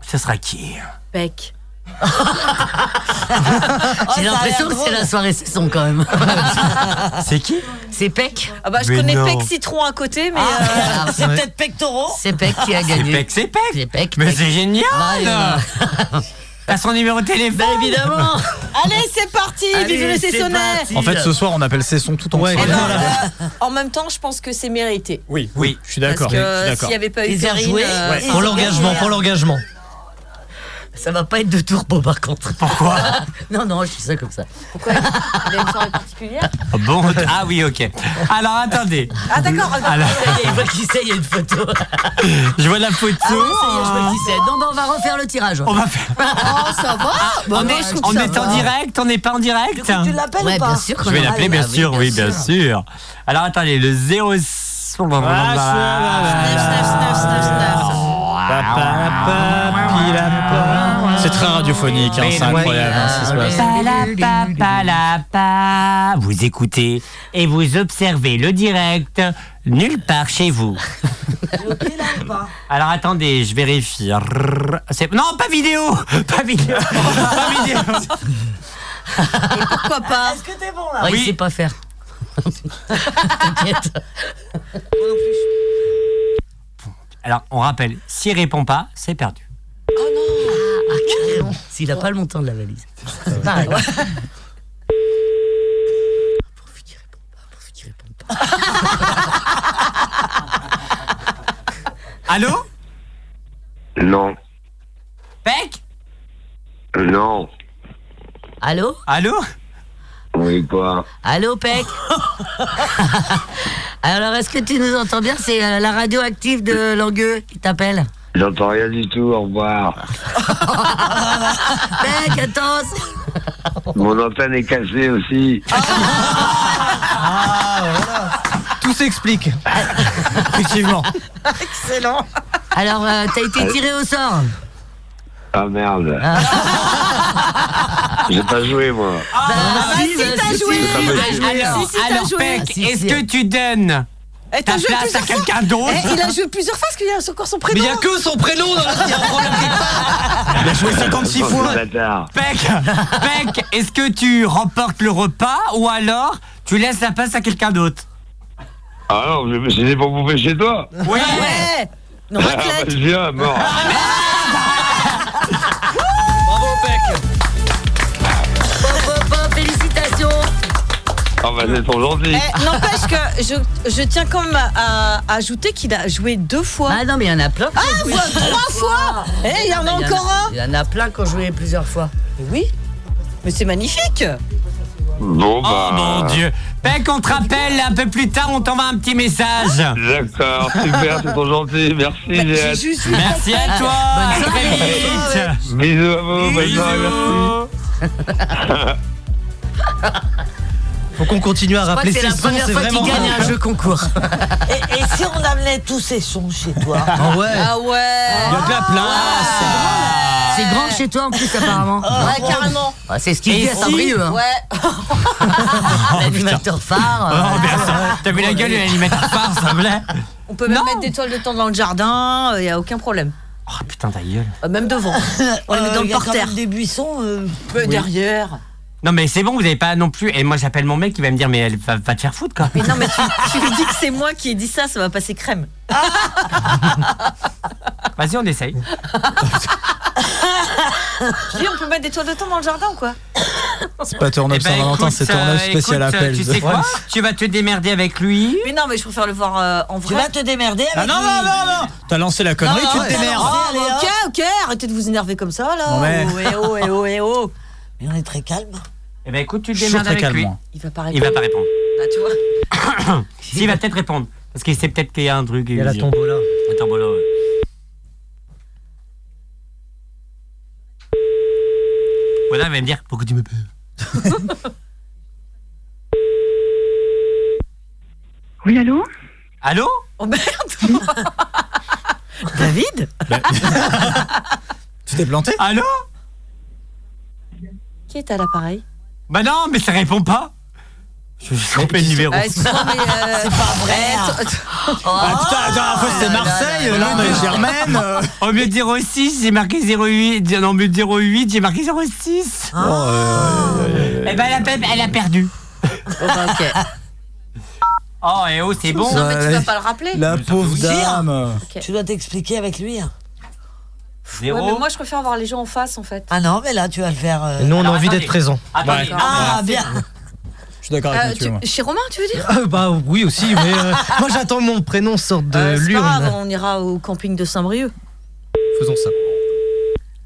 Speaker 1: Ce sera qui
Speaker 2: bec. Oh,
Speaker 9: J'ai l'impression que c'est la soirée saison quand même.
Speaker 1: c'est qui
Speaker 9: C'est Peck.
Speaker 2: Ah bah je
Speaker 9: Mais
Speaker 2: connais
Speaker 9: non.
Speaker 2: Pec Citron à côté, mais euh,
Speaker 9: c'est peut-être Pectoraux. C'est Peck qui a gagné.
Speaker 1: C'est Peck, c'est Peck. Mais c'est génial T'as son numéro de téléphone
Speaker 9: évidemment
Speaker 2: Allez, c'est parti,
Speaker 9: Allez,
Speaker 2: vive le
Speaker 9: c'est
Speaker 2: Cessonnet
Speaker 3: En fait, ce soir, on appelle Cesson tout entier.
Speaker 2: En même temps, je pense que c'est mérité.
Speaker 3: Oui, oui, je suis d'accord.
Speaker 2: Parce
Speaker 3: je suis
Speaker 2: que
Speaker 3: d'accord.
Speaker 2: s'il n'y avait pas eu
Speaker 9: Ils ont
Speaker 2: Karine...
Speaker 9: joué,
Speaker 2: euh,
Speaker 9: ils ont gagné.
Speaker 5: l'engagement.
Speaker 9: Ça va pas être de turbo par contre. Pourquoi Non, non, je dis ça comme ça.
Speaker 2: Pourquoi Il y a une soirée particulière
Speaker 1: Bon, ah oui, ok. Alors attendez.
Speaker 2: Ah d'accord,
Speaker 1: Alors-
Speaker 9: Il voit qui c'est, il y a une photo.
Speaker 1: Je vois la photo.
Speaker 9: Ah ouais, ça y est, je vois qui c'est. Non, bah, on va refaire le tirage. On
Speaker 1: va faire. Ah,
Speaker 9: Oh, ça va
Speaker 1: on est, on est en direct, on n'est pas en direct
Speaker 9: tu l'appelles Ouais, ou pas bien sûr
Speaker 1: Je
Speaker 9: qu'on
Speaker 1: vais
Speaker 9: l'appelle.
Speaker 1: l'appeler,
Speaker 9: Ah
Speaker 1: bien
Speaker 9: oui,
Speaker 1: sûr,
Speaker 9: bien
Speaker 1: oui, bien
Speaker 9: sûr.
Speaker 1: sûr. Alors attendez, le 0...
Speaker 3: C'est très radiophonique, hein, c'est incroyable. hein,
Speaker 1: Ah,
Speaker 3: ce qui se passe.
Speaker 1: Palapapalapa. Vous écoutez et vous observez le direct nulle part chez vous. Alors attendez, je vérifie. Rrr, c'est- Non, pas vidéo Pas vidéo Pas vidéo
Speaker 2: Pourquoi pas
Speaker 7: Est-ce que t'es bon là
Speaker 9: Ah, Il sait pas faire. T'inquiète.
Speaker 1: Alors on rappelle, s'il répond pas, c'est perdu.
Speaker 2: Oh non
Speaker 9: S'il n'a pas le montant de la valise.
Speaker 7: Pareil.
Speaker 1: Allô
Speaker 13: Non,
Speaker 1: Peck
Speaker 13: non.
Speaker 9: Allô
Speaker 1: Allô
Speaker 13: Oui, quoi
Speaker 9: Allô, Peck Alors, est-ce que tu nous entends bien C'est euh, la radio active de Langueux qui t'appelle.
Speaker 13: J'entends rien du tout, au revoir.
Speaker 1: Ah.
Speaker 9: Peck, attends
Speaker 13: Mon antenne est cassée aussi.
Speaker 5: Tout s'explique.
Speaker 7: Ah,
Speaker 5: Effectivement.
Speaker 9: Excellent Alors, euh, t'as été tiré au sort
Speaker 13: Ah merde. J'ai pas joué, moi.
Speaker 1: si,
Speaker 2: t'as
Speaker 1: si,
Speaker 2: joué.
Speaker 1: si,
Speaker 2: Ah,
Speaker 1: t'as
Speaker 2: si,
Speaker 1: joué.
Speaker 2: si,
Speaker 1: Alors,
Speaker 2: si, t'as
Speaker 1: alors,
Speaker 2: joué.
Speaker 1: Peck,
Speaker 2: Ah, si,
Speaker 1: est-ce
Speaker 2: si.
Speaker 1: que tu donnes
Speaker 2: Eh,
Speaker 1: ta
Speaker 2: t'as joué
Speaker 1: place à
Speaker 2: plusieurs fois.
Speaker 1: quelqu'un d'autre
Speaker 2: Eh, Il a joué plusieurs fois parce qu'il y a encore son prénom.
Speaker 1: Mais il y a que son prénom dans la- il y
Speaker 2: hein,
Speaker 1: a un problème Il a joué 56 fois. Peck, Peck, est-ce que tu remportes le repas ou alors tu laisses la place à quelqu'un d'autre
Speaker 13: Ah non, mais c'était pour bouffer chez toi.
Speaker 1: Oui.
Speaker 2: Ouais.
Speaker 13: Non, ah, bah, je viens, mort.
Speaker 3: Bravo, Peck
Speaker 9: Pop, pop, félicitations
Speaker 13: Ah bah, c'est trop gentil.
Speaker 2: Eh, N'empêche que je, je tiens quand même à, à ajouter qu'il a joué deux fois. Ah
Speaker 9: non, mais il y en a plein.
Speaker 2: Ah, vo- trois fois Eh, il y en a
Speaker 9: Il y en a-
Speaker 2: encore un
Speaker 9: Il y en a plein qui ont joué plusieurs fois.
Speaker 2: Oui, mais c'est magnifique
Speaker 13: Bon, bah.
Speaker 1: Oh mon dieu. Peck, on te rappelle un peu plus tard, on t'envoie un petit message.
Speaker 13: D'accord, super, c'est trop gentil. Merci,
Speaker 1: Bah,
Speaker 13: Juliette.
Speaker 1: Merci à toi. à très vite.
Speaker 13: Bisous à
Speaker 3: Oh,
Speaker 13: vous,
Speaker 3: bah,
Speaker 13: bonne soirée, merci.
Speaker 5: Faut qu'on continue à
Speaker 7: Je crois
Speaker 5: rappeler
Speaker 7: que c'est
Speaker 5: ces
Speaker 7: la
Speaker 5: sons,
Speaker 7: première
Speaker 5: c'est
Speaker 7: fois qu'il
Speaker 5: vraiment.
Speaker 7: gagne un jeu
Speaker 9: concours.
Speaker 7: Et, et si on amenait tous ces sons chez toi
Speaker 5: Ah ouais.
Speaker 7: Ah ouais
Speaker 2: Euh,
Speaker 1: Il y a de la place.
Speaker 9: C'est grand chez toi en plus, apparemment.
Speaker 7: Oh,
Speaker 2: Ouais, carrément
Speaker 9: Ah, c'est ce qu'il
Speaker 2: Et
Speaker 9: dit à
Speaker 2: si-
Speaker 9: Saint-Brieuc. hein.
Speaker 2: Ouais
Speaker 9: L'animateur phare.
Speaker 1: Ah,
Speaker 9: euh.
Speaker 1: Oh, bien ça. T'as vu la gueule de l'animateur phare, ça me plaît
Speaker 2: On peut même mettre des toiles de temps dans le jardin, euh, il n'y a aucun problème.
Speaker 1: Putain, ta gueule.
Speaker 2: Euh, Même devant. On les met dans
Speaker 7: Euh,
Speaker 2: le
Speaker 7: y a quand
Speaker 2: parterre.
Speaker 7: même des buissons euh,
Speaker 2: peu derrière.
Speaker 1: Non mais c'est bon, vous n'avez pas non plus. Et moi j'appelle mon mec qui va me dire mais elle va, va te faire foutre quoi.
Speaker 2: Mais non, mais tu, tu lui dis que c'est moi qui ai dit ça, ça va passer crème.
Speaker 1: Vas-y on essaye.
Speaker 2: Je dis, on peut mettre des toiles de temps dans le jardin ou quoi
Speaker 3: C'est pas
Speaker 2: Eh
Speaker 1: Eh
Speaker 3: tournage
Speaker 2: ben,
Speaker 1: ben,
Speaker 3: Saint-Valentin, c'est tournage spécial appel.
Speaker 1: euh, Tu
Speaker 3: de
Speaker 1: sais quoi
Speaker 3: France.
Speaker 1: Tu vas te démerder avec lui.
Speaker 2: Mais non, mais je préfère le voir euh, en vrai. Tu vas te démerder
Speaker 3: Ah non, non, non, non T'as lancé la connerie, tu te démerdes.
Speaker 2: Ah, ok, ok, arrêtez de vous énerver comme ça là.
Speaker 3: Non, mais-
Speaker 2: Oh, eh oh, eh oh, eh oh. Mais on est très calme.
Speaker 1: Eh ben écoute, tu te
Speaker 2: Je suis
Speaker 1: démerdes
Speaker 2: très
Speaker 1: avec
Speaker 2: calme,
Speaker 1: lui.
Speaker 2: moi. Il va pas
Speaker 1: Il va
Speaker 2: répondre.
Speaker 1: pas répondre.
Speaker 2: Bah, tu vois.
Speaker 1: S'il va peut-être répondre. Parce qu'il sait peut-être qu'il y a un truc. Il y a la
Speaker 5: tombola.
Speaker 1: La tombola, ouais. Voilà, il va me dire pourquoi tu me peux.
Speaker 12: Oui, allô
Speaker 1: Allô
Speaker 2: Oh merde David
Speaker 3: Bah. Tu t'es planté
Speaker 1: Allô
Speaker 2: Qui est à l'appareil
Speaker 1: Bah non, mais ça répond pas. Je suis trompé de numéro.
Speaker 2: Ah, excuse-moi, mais, euh,
Speaker 7: C'est pas vrai.
Speaker 2: eh, t- t-
Speaker 3: Ah putain, attends, la fois c'était Marseille, là on est Germaine. euh.
Speaker 1: Au lieu de 06, j'ai marqué 08. Non, au lieu de 08, j'ai marqué 06. Eh ben, elle a, pe- elle a perdu. Oh, et oh, c'est bon.
Speaker 2: Non, mais tu vas pas le rappeler.
Speaker 3: La pauvre
Speaker 1: hein.
Speaker 3: dame.
Speaker 7: Tu dois t'expliquer avec lui. hein.
Speaker 2: Ouais,
Speaker 1: Zéro.
Speaker 2: mais moi, je préfère voir les gens en face en fait.
Speaker 7: Ah non, mais là, tu vas le faire. euh,
Speaker 5: Nous, on a
Speaker 1: Alors,
Speaker 5: envie
Speaker 1: attendez.
Speaker 5: d'être présent.
Speaker 1: Attendez.
Speaker 3: Ouais.
Speaker 7: Ah, bien.
Speaker 1: Euh,
Speaker 3: Je suis d'accord
Speaker 2: Euh,
Speaker 3: avec
Speaker 2: tu-
Speaker 3: Mathieu, moi.
Speaker 2: chez Romain, tu veux dire
Speaker 5: bah oui aussi, mais euh, moi j'attends mon prénom sorte de
Speaker 2: Euh, C'est pas grave,
Speaker 5: l'urne.
Speaker 2: on ira au camping de Saint-Brieuc.
Speaker 5: Faisons ça.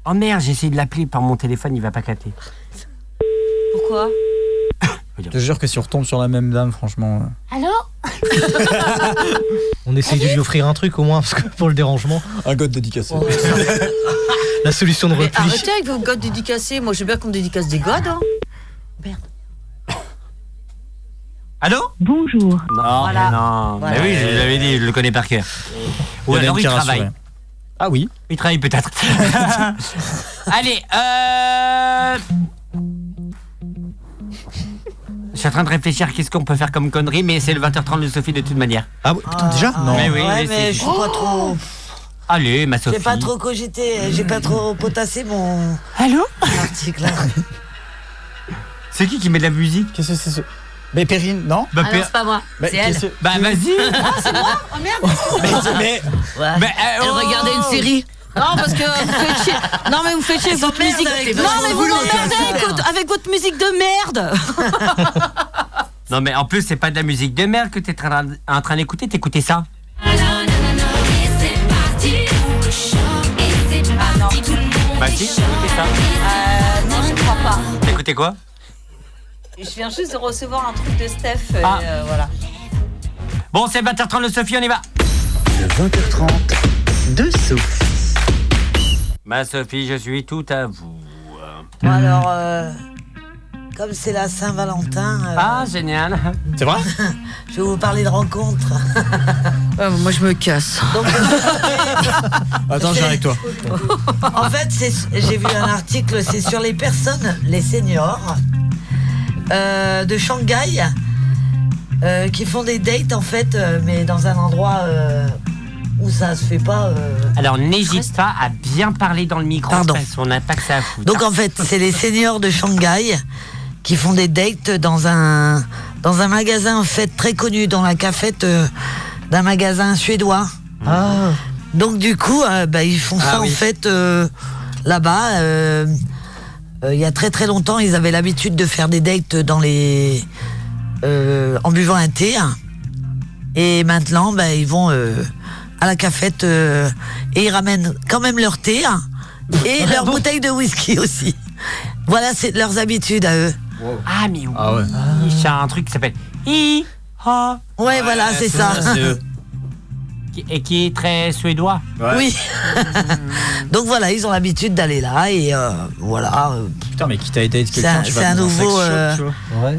Speaker 1: Oh merde, j'ai essayé de l'appeler par mon téléphone, il va pas capter.
Speaker 2: Pourquoi
Speaker 3: Je te jure que si on retombe sur la même dame, franchement. euh.
Speaker 2: Allô
Speaker 5: On essaye
Speaker 3: Ah,
Speaker 5: de lui offrir un truc au moins, parce que pour le dérangement.
Speaker 3: Un god dédicacé.
Speaker 5: La solution de
Speaker 2: Mais
Speaker 5: repli.
Speaker 2: arrêtez avec vos godes dédicacés. Moi, je veux bien qu'on me dédicace des godes. Hein.
Speaker 1: Allô
Speaker 12: Bonjour.
Speaker 1: Non,
Speaker 2: Voilà.
Speaker 1: mais non.
Speaker 2: Voilà.
Speaker 1: Mais oui, je l'avais dit, je le connais par cœur.
Speaker 3: Il y
Speaker 1: Ou
Speaker 3: en a
Speaker 1: alors
Speaker 3: une qui
Speaker 1: il
Speaker 3: a
Speaker 1: travaille.
Speaker 3: rassuré. Ah oui.
Speaker 1: Il travaille peut-être. Allez, euh... Je suis en train de réfléchir qu'est-ce qu'on peut faire comme connerie, mais c'est le 20h30 de Sophie de toute manière.
Speaker 3: Ah oui, putain, déjà Non.
Speaker 1: Mais oui,
Speaker 7: Ouais, mais
Speaker 1: oui, c'est-
Speaker 7: je suis pas trop.
Speaker 1: Allez, ma Sophie.
Speaker 7: J'ai pas trop cogité, j'ai pas trop potassé mon.
Speaker 1: Allô
Speaker 7: Article.
Speaker 1: C'est qui qui met de la musique
Speaker 3: Qu'est-ce que c'est ce. Mais Perrine, non
Speaker 1: Bah,
Speaker 9: Ah non, c'est pas moi,
Speaker 3: Bah,
Speaker 9: c'est elle.
Speaker 3: qu'est-ce-
Speaker 1: Bah vas-y
Speaker 2: Ah, c'est moi Oh merde
Speaker 3: Mais, eh. mais-
Speaker 9: Ouais.
Speaker 1: Mais, euh,
Speaker 9: Elle
Speaker 1: oh
Speaker 9: regardait une série.
Speaker 2: Non, parce que vous faites chier. Non, mais vous faites chier avec votre
Speaker 7: s'emmerde
Speaker 2: musique.
Speaker 7: avec les
Speaker 2: non,
Speaker 7: balances
Speaker 2: mais vous
Speaker 7: roulées.
Speaker 2: m'emmerdez avec, votre- avec votre musique de merde.
Speaker 1: Non, mais en plus, c'est pas de la musique de merde que t'es tra- en train d'écouter, t'écoutais ça.
Speaker 8: Et c'est parti, on chante. Et c'est parti, tout le monde
Speaker 1: Bah si, t'écoutais ça.
Speaker 2: Euh, non, je crois pas.
Speaker 1: T'écoutais quoi
Speaker 2: Je viens juste de recevoir un truc de Steph. euh,
Speaker 9: Ah.
Speaker 2: euh, voilà.
Speaker 1: Bon, c'est 20h30 le Sophie, on y va.
Speaker 10: Le 20h30 de Sophie.
Speaker 1: Ma Sophie, je suis tout à vous.
Speaker 7: Bon, alors, euh, comme c'est la Saint-Valentin. euh,
Speaker 1: ah, génial.
Speaker 3: C'est vrai
Speaker 7: Je vais vous parler de rencontres.
Speaker 2: moi, je me casse.
Speaker 3: Attends, je viens avec toi.
Speaker 7: en fait, c'est- j'ai vu un article, c'est sur les personnes, les seniors euh, de Shanghai euh, qui font des dates en fait, euh, mais dans un endroit euh, où ça se fait pas. euh.
Speaker 1: Alors, n'hésite pas à bien parler dans le micro. Pardon. Parce qu'on n'a pas que ça à foutre.
Speaker 7: Donc en fait, c'est les seniors de Shanghai qui font des dates dans un dans un magasin en fait très connu, dans la cafette euh, d'un magasin suédois. Donc du coup, euh, bah, ils font
Speaker 9: Ah
Speaker 7: ça
Speaker 9: oui.
Speaker 7: en fait euh, là-bas. euh, euh, il y a très très longtemps, ils avaient l'habitude de faire des dates dans les euh, en buvant un thé. Et maintenant, bah, ils vont euh, à la cafette euh, et ils ramènent quand même leur thé hein, et
Speaker 5: Ah
Speaker 7: leur bouteille de whisky aussi. Voilà, c'est leurs habitudes à eux.
Speaker 1: Ah, mais oui.
Speaker 3: Ah ouais.
Speaker 1: Il y a un truc qui s'appelle Hi ha.
Speaker 7: Ouais, voilà, c'est ça.
Speaker 1: Qui- Et qui est très suédois.
Speaker 7: Oui. Donc voilà, ils ont l'habitude d'aller là et euh, voilà. euh,
Speaker 3: Putain, mais quitte à aider
Speaker 7: C'est un-
Speaker 3: quelqu'un, tu vas
Speaker 7: c'est un
Speaker 3: dans sex
Speaker 7: nouveau,
Speaker 3: shop,
Speaker 7: euh,
Speaker 3: tu vois. Ouais.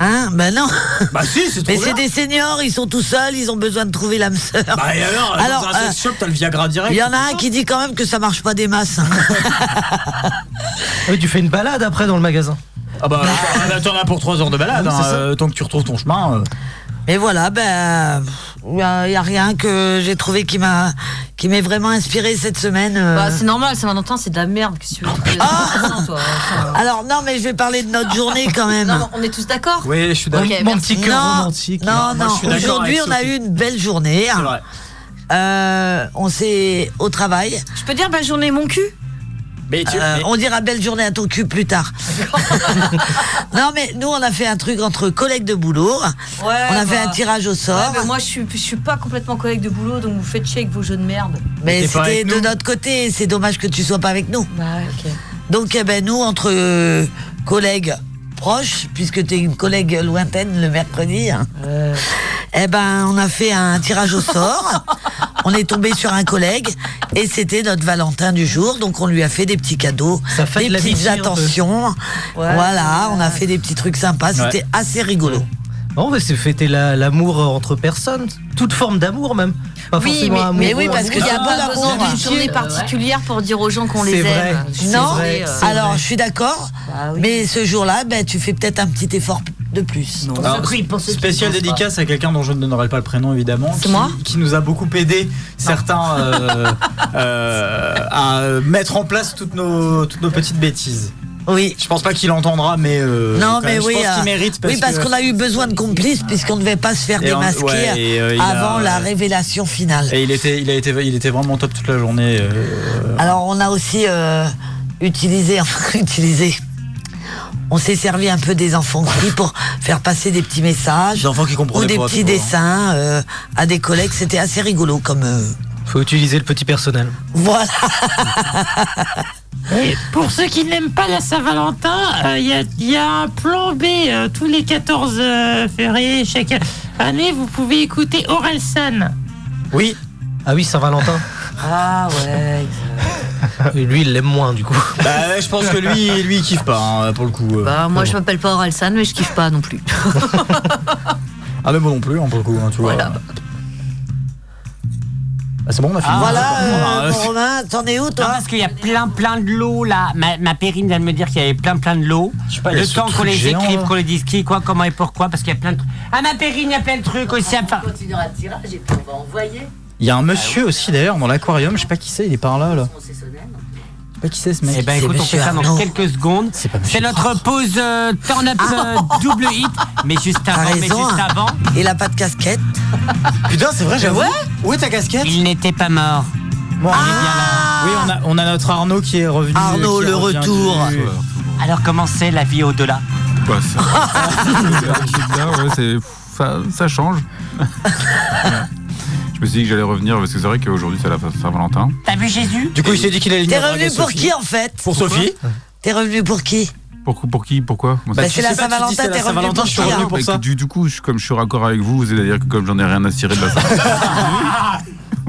Speaker 7: Hein Ben non
Speaker 3: Bah si, c'est
Speaker 7: Mais
Speaker 3: trop
Speaker 7: c'est
Speaker 3: bien.
Speaker 7: des seniors, ils sont tout seuls, ils ont besoin de trouver l'âme sœur.
Speaker 3: Bah et alors, dans un
Speaker 7: euh,
Speaker 3: sex shop, t'as le Viagra direct.
Speaker 7: il y en a un qui dit quand même que ça marche pas des masses. hein.
Speaker 5: Ah oui, tu fais une balade après dans le magasin.
Speaker 3: Ah bah, ah bah, t'en as pour 3 heures de balade,
Speaker 5: Oui,
Speaker 3: hein,
Speaker 5: c'est ça.
Speaker 3: euh, tant que tu retrouves ton chemin. euh.
Speaker 7: Mais voilà, ben il n'y a, y a rien que j'ai trouvé qui m'a qui m'est vraiment inspiré cette semaine. euh. Ah
Speaker 2: Bah, c'est normal, Saint-Valentin, c'est de la merde. Qu'est-ce que tu veux que- Saint-Valentin, toi, enfin, euh.
Speaker 7: Alors non, mais je vais parler de notre journée quand même.
Speaker 2: Non, on est tous d'accord
Speaker 3: Oui, je suis d'accord.
Speaker 2: Ok,
Speaker 7: Mon
Speaker 2: merci.
Speaker 7: petit cœur Non, romantique. Non,
Speaker 3: Moi, je
Speaker 7: non,
Speaker 3: suis d'accord
Speaker 7: aujourd'hui
Speaker 3: avec
Speaker 7: on a
Speaker 3: Sophie.
Speaker 7: eu une belle journée.
Speaker 3: C'est vrai.
Speaker 7: Euh, on s'est au travail.
Speaker 2: Je peux dire belle journée mon cul
Speaker 3: Mais tu-
Speaker 7: Euh,
Speaker 3: mais-
Speaker 7: On dira belle journée à ton cul plus tard. non mais nous on a fait un truc entre collègues de boulot. on a
Speaker 2: bah.
Speaker 7: fait un tirage au sort.
Speaker 2: Ouais, mais moi, je suis, je suis pas complètement collègue de boulot, donc vous faites chier avec vos jeux de merde.
Speaker 7: Mais c'était de notre côté, c'est dommage que tu sois pas avec nous.
Speaker 2: Bah,
Speaker 7: Donc eh ben, nous, entre euh, collègues proches, puisque tu es une collègue lointaine le mercredi, hein, eh ben, on a fait un tirage au sort. on est tombé sur un collègue et c'était notre Valentin du jour. Donc on lui a fait des petits cadeaux,
Speaker 5: Ça fait
Speaker 7: des
Speaker 5: de l'amitié,
Speaker 7: petites
Speaker 5: un peu.
Speaker 7: attentions. voilà, on a fait des petits trucs
Speaker 2: Ah,
Speaker 7: sympas. C'était
Speaker 5: Ouais.
Speaker 7: assez rigolo.
Speaker 5: Non, mais bah, c'est fêter la- l'amour euh, entre personnes, toute forme d'amour même. Pas
Speaker 2: Oui,
Speaker 5: forcément hein.
Speaker 2: mais,
Speaker 5: amour.
Speaker 2: mais oui, parce qu'il n'y a pas besoin d'une journée
Speaker 5: particulière.
Speaker 2: particulière pour dire aux gens qu'on les
Speaker 5: C'est
Speaker 2: aime. euh, Bah
Speaker 5: vrai, c'est
Speaker 2: Non,
Speaker 7: Non,
Speaker 5: vrai, c'est
Speaker 7: alors je suis d'accord, mais ce jour-là, ben, tu fais peut-être un petit effort de plus.
Speaker 3: Alors, spéciale dédicace à quelqu'un dont je ne donnerai pas le prénom évidemment qui,
Speaker 7: moi
Speaker 3: qui nous a beaucoup aidé certains euh, euh, à mettre en place toutes nos, toutes nos petites bêtises
Speaker 7: oui
Speaker 3: je pense pas qu'il entendra mais euh,
Speaker 7: Non,
Speaker 3: quand
Speaker 7: mais
Speaker 3: même, je
Speaker 7: oui,
Speaker 3: pense
Speaker 7: euh,
Speaker 3: qu'il mérite parce,
Speaker 7: oui, parce qu'on a eu besoin de complices, puisqu'on ne devait pas se faire
Speaker 3: Et en-
Speaker 7: démasquer
Speaker 3: ouais, et, euh, il a-
Speaker 7: avant la révélation finale.
Speaker 3: et il était il a été il était vraiment top toute la journée euh,
Speaker 7: Alors, on a aussi euh, utilisé, enfin, utilisé. On s'est servi un peu des enfants aussi pour faire passer des petits messages.
Speaker 3: Des enfants qui comprenaient
Speaker 7: Ou des
Speaker 3: pas, hein.
Speaker 7: petits
Speaker 3: quoi.
Speaker 7: dessins euh, à des collègues. C'était assez rigolo comme. euh,
Speaker 5: Faut utiliser le petit personnel.
Speaker 7: voilà. Hein
Speaker 4: Et pour ceux qui n'aiment pas la Saint-Valentin, euh, il y, a- il y a un plan B euh, tous les 14 euh, février chaque année. Vous pouvez écouter Orelsan.
Speaker 5: Oui. Ah oui, Saint-Valentin.
Speaker 7: Ah ouais.
Speaker 5: Et lui, il l'aime moins du coup.
Speaker 3: bah, ouais, je pense que lui lui il kiffe pas hein, pour le coup euh.
Speaker 2: Bah, moi, je m'appelle pas Orelsan, mais je kiffe pas non plus.
Speaker 3: ah mais moi non plus hein, pour le coup hein, tu vois Ah, c'est bon on a fini
Speaker 7: voilà,
Speaker 3: Ah,
Speaker 7: euh,
Speaker 3: c'est-
Speaker 7: mon Romain, t'en es où
Speaker 1: Non,
Speaker 7: toi
Speaker 1: parce qu'il y a plein plein de l'eau là. Ma, ma périne vient de me dire qu'il y avait plein plein de l'eau.
Speaker 3: pas, il y a
Speaker 1: Le
Speaker 3: ce
Speaker 1: temps qu'on
Speaker 3: truc
Speaker 1: les
Speaker 3: géant, hein.
Speaker 1: écrive,
Speaker 3: là.
Speaker 1: qu'on les dise qui, quoi, comment et pourquoi, parce qu'il y a plein de trucs. Ah, ma périne, il y a plein de trucs aussi à faire.
Speaker 9: On continuera le tirage et puis on va envoyer.
Speaker 3: Il y a un monsieur aussi d'ailleurs dans l'aquarium, je sais pas qui c'est, il est par là là. Je sais pas qui c'est ce mec.
Speaker 1: Eh ben écoute, on fait ça dans quelques secondes. C'est notre pause euh, turn-up euh, double hit. Mais juste
Speaker 7: Ah. T'as
Speaker 1: avant, mais
Speaker 7: raison.
Speaker 1: juste
Speaker 7: hein.
Speaker 1: avant.
Speaker 7: Il a pas de casquette.
Speaker 3: Putain, c'est vrai, j'avoue. Où est ta casquette
Speaker 1: Il n'était pas mort.
Speaker 3: Bon, Ah.
Speaker 1: il est bien
Speaker 3: Oui,
Speaker 1: là.
Speaker 3: on a, on a notre Arnaud qui est revenu.
Speaker 7: Arnaud,
Speaker 3: qui
Speaker 7: le
Speaker 3: revient du-
Speaker 7: retour.
Speaker 1: Alors, comment c'est la vie au-delà
Speaker 11: Bah, ça, là,
Speaker 3: Ah,
Speaker 11: ouais, c'est- ça, ça change. Ouais. Je me suis dit que j'allais revenir parce que c'est vrai qu'aujourd'hui c'est la Saint-Valentin.
Speaker 1: T'as vu Jésus
Speaker 3: Du coup, il s'est dit qu'il allait
Speaker 7: T'es revenu pour qui en fait
Speaker 3: Pour Sophie.
Speaker 7: T'es revenu pour qui
Speaker 11: Pour, pour qui Pourquoi
Speaker 7: Bah, c'est la Saint-Valentin, t'es revenu pour qui, là
Speaker 11: Bah, écoute, Du, du coup, je- comme je suis raccord avec vous, c'est-à-dire que comme j'en ai rien à cirer de la Saint-Valentin.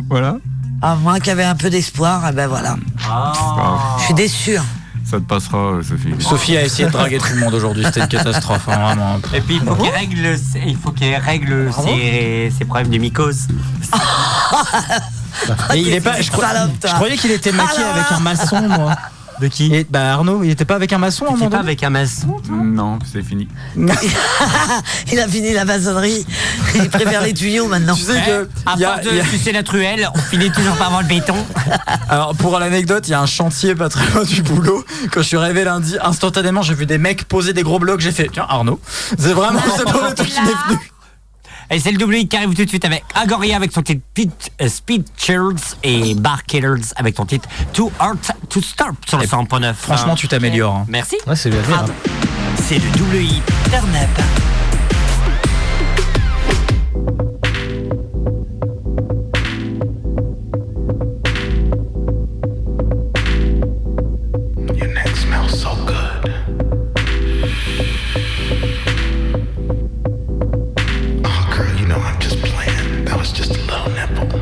Speaker 11: voilà.
Speaker 7: Ah, moi qui avais un peu d'espoir, eh ben voilà. Je suis déçue.
Speaker 11: Ça te passera, euh, Sophie.
Speaker 3: Ah. Sophie a essayé de draguer tout le monde aujourd'hui, c'était une catastrophe, hein, vraiment.
Speaker 1: Et puis, il
Speaker 11: Ah
Speaker 1: faut qu'il règle, il faut qu'il règle ses, ses problèmes de mycose.
Speaker 3: Et il est pas. Je, crois- je croyais qu'il était maquillé avec un maçon, moi.
Speaker 1: De qui
Speaker 3: Bah Arnaud, il était pas avec un maçon. Il
Speaker 1: était pas avec un maçon.
Speaker 11: Non, c'est fini.
Speaker 7: Il a fini la maçonnerie. Il préfère les tuyaux maintenant.
Speaker 3: sais que
Speaker 1: Eh, À
Speaker 3: y a-
Speaker 1: force de
Speaker 3: y a-
Speaker 1: sucer la truelle, on finit toujours par avoir le béton.
Speaker 3: Alors pour l'anecdote, il y a un chantier pas très loin du boulot. Quand je suis rêvé lundi, instantanément j'ai vu des mecs poser des gros blocs. J'ai fait tiens Arnaud, c'est vraiment le seul premier truc qui m'est venu.
Speaker 1: Et c'est le W qui arrive tout de suite avec Agoria avec son titre Pit- euh, Speed Chills et Bar Killers avec ton titre Too Hard to Stop sur le 100.9.
Speaker 3: franchement, tu t'améliores, hein.
Speaker 1: Merci.
Speaker 5: Ouais, c'est bien.
Speaker 1: Grave. C'est le WI Turn Up.
Speaker 13: Your neck smells so good. Oh, girl, you know I'm just playing. That was just a little nipple.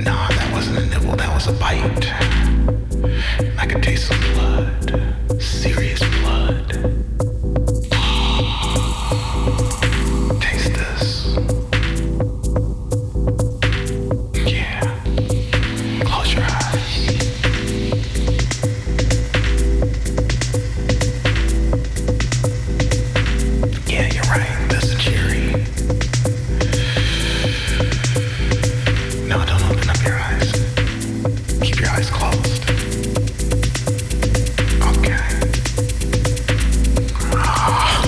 Speaker 13: No, that wasn't a nipple, that was a bite. I could taste some blood. Serious blood. Taste this. Yeah. Close your eyes. Yeah, you're right. That's a cherry. No, don't open up your eyes. Keep your eyes closed. Okay. Ah.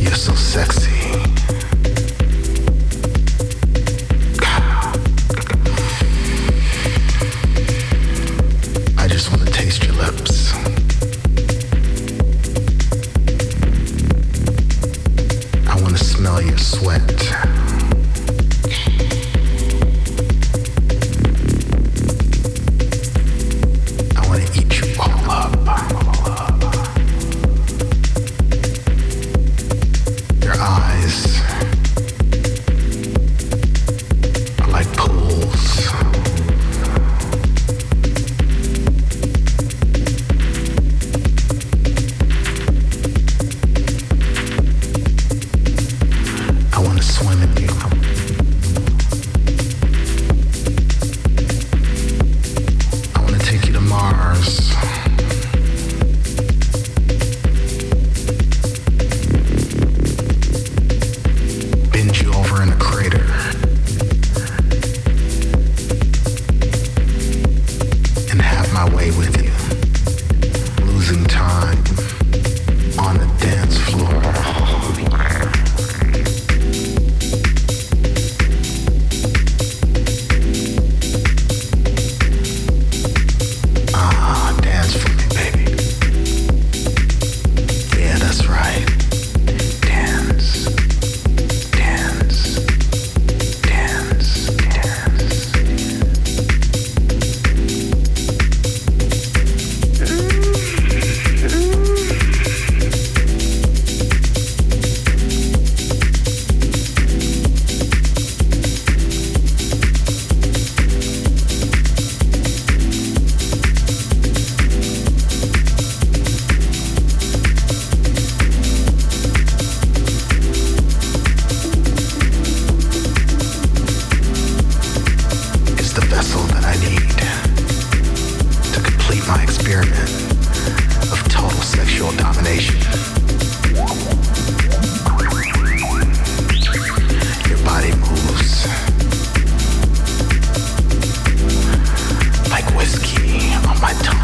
Speaker 13: You're so sexy. I just want to taste your lips. I want to smell your sweat. I want to eat you all up. your eyes are like pools. I want to swim in you. I want to take you to Mars. bend you over in a crater. And have my way with you. Losing time on the dance floor. Ah, dance for me, baby. Yeah, that's right. Dance. Dance, dance, dance. It's the vessel that I need to complete my experiment of total sexual domination. Your body moves like whiskey on my tongue.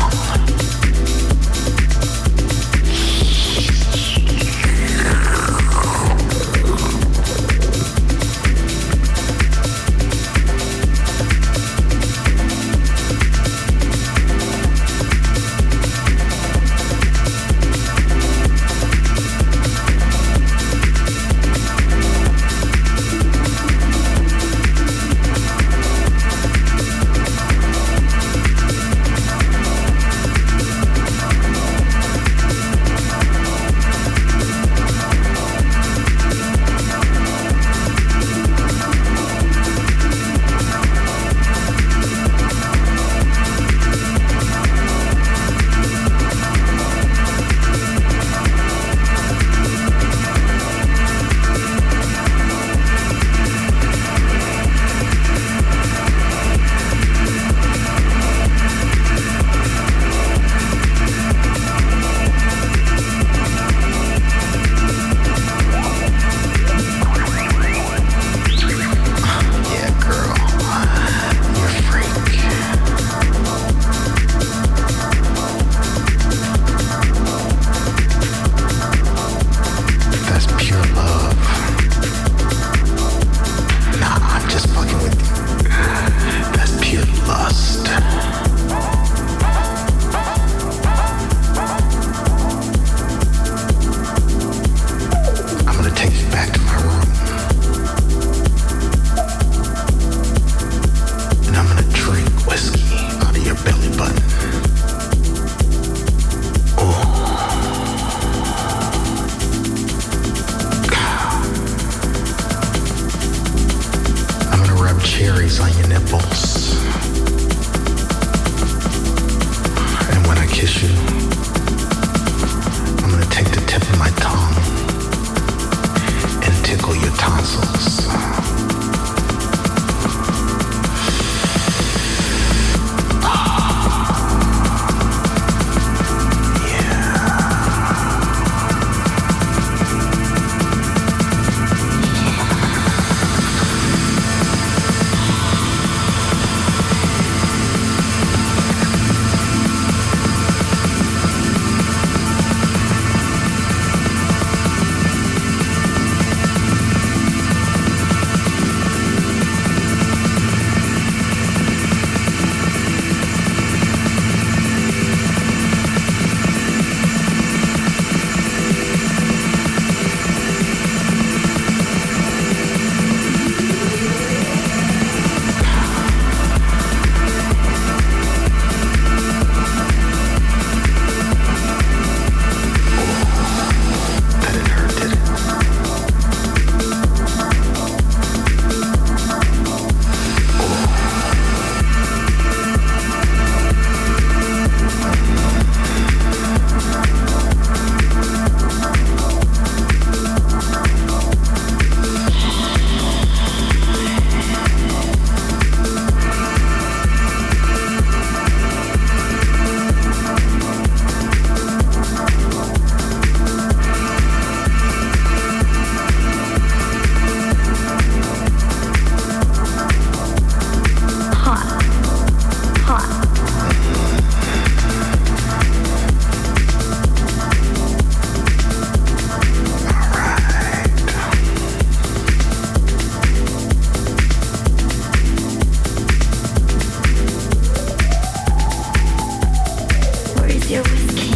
Speaker 14: your whiskey.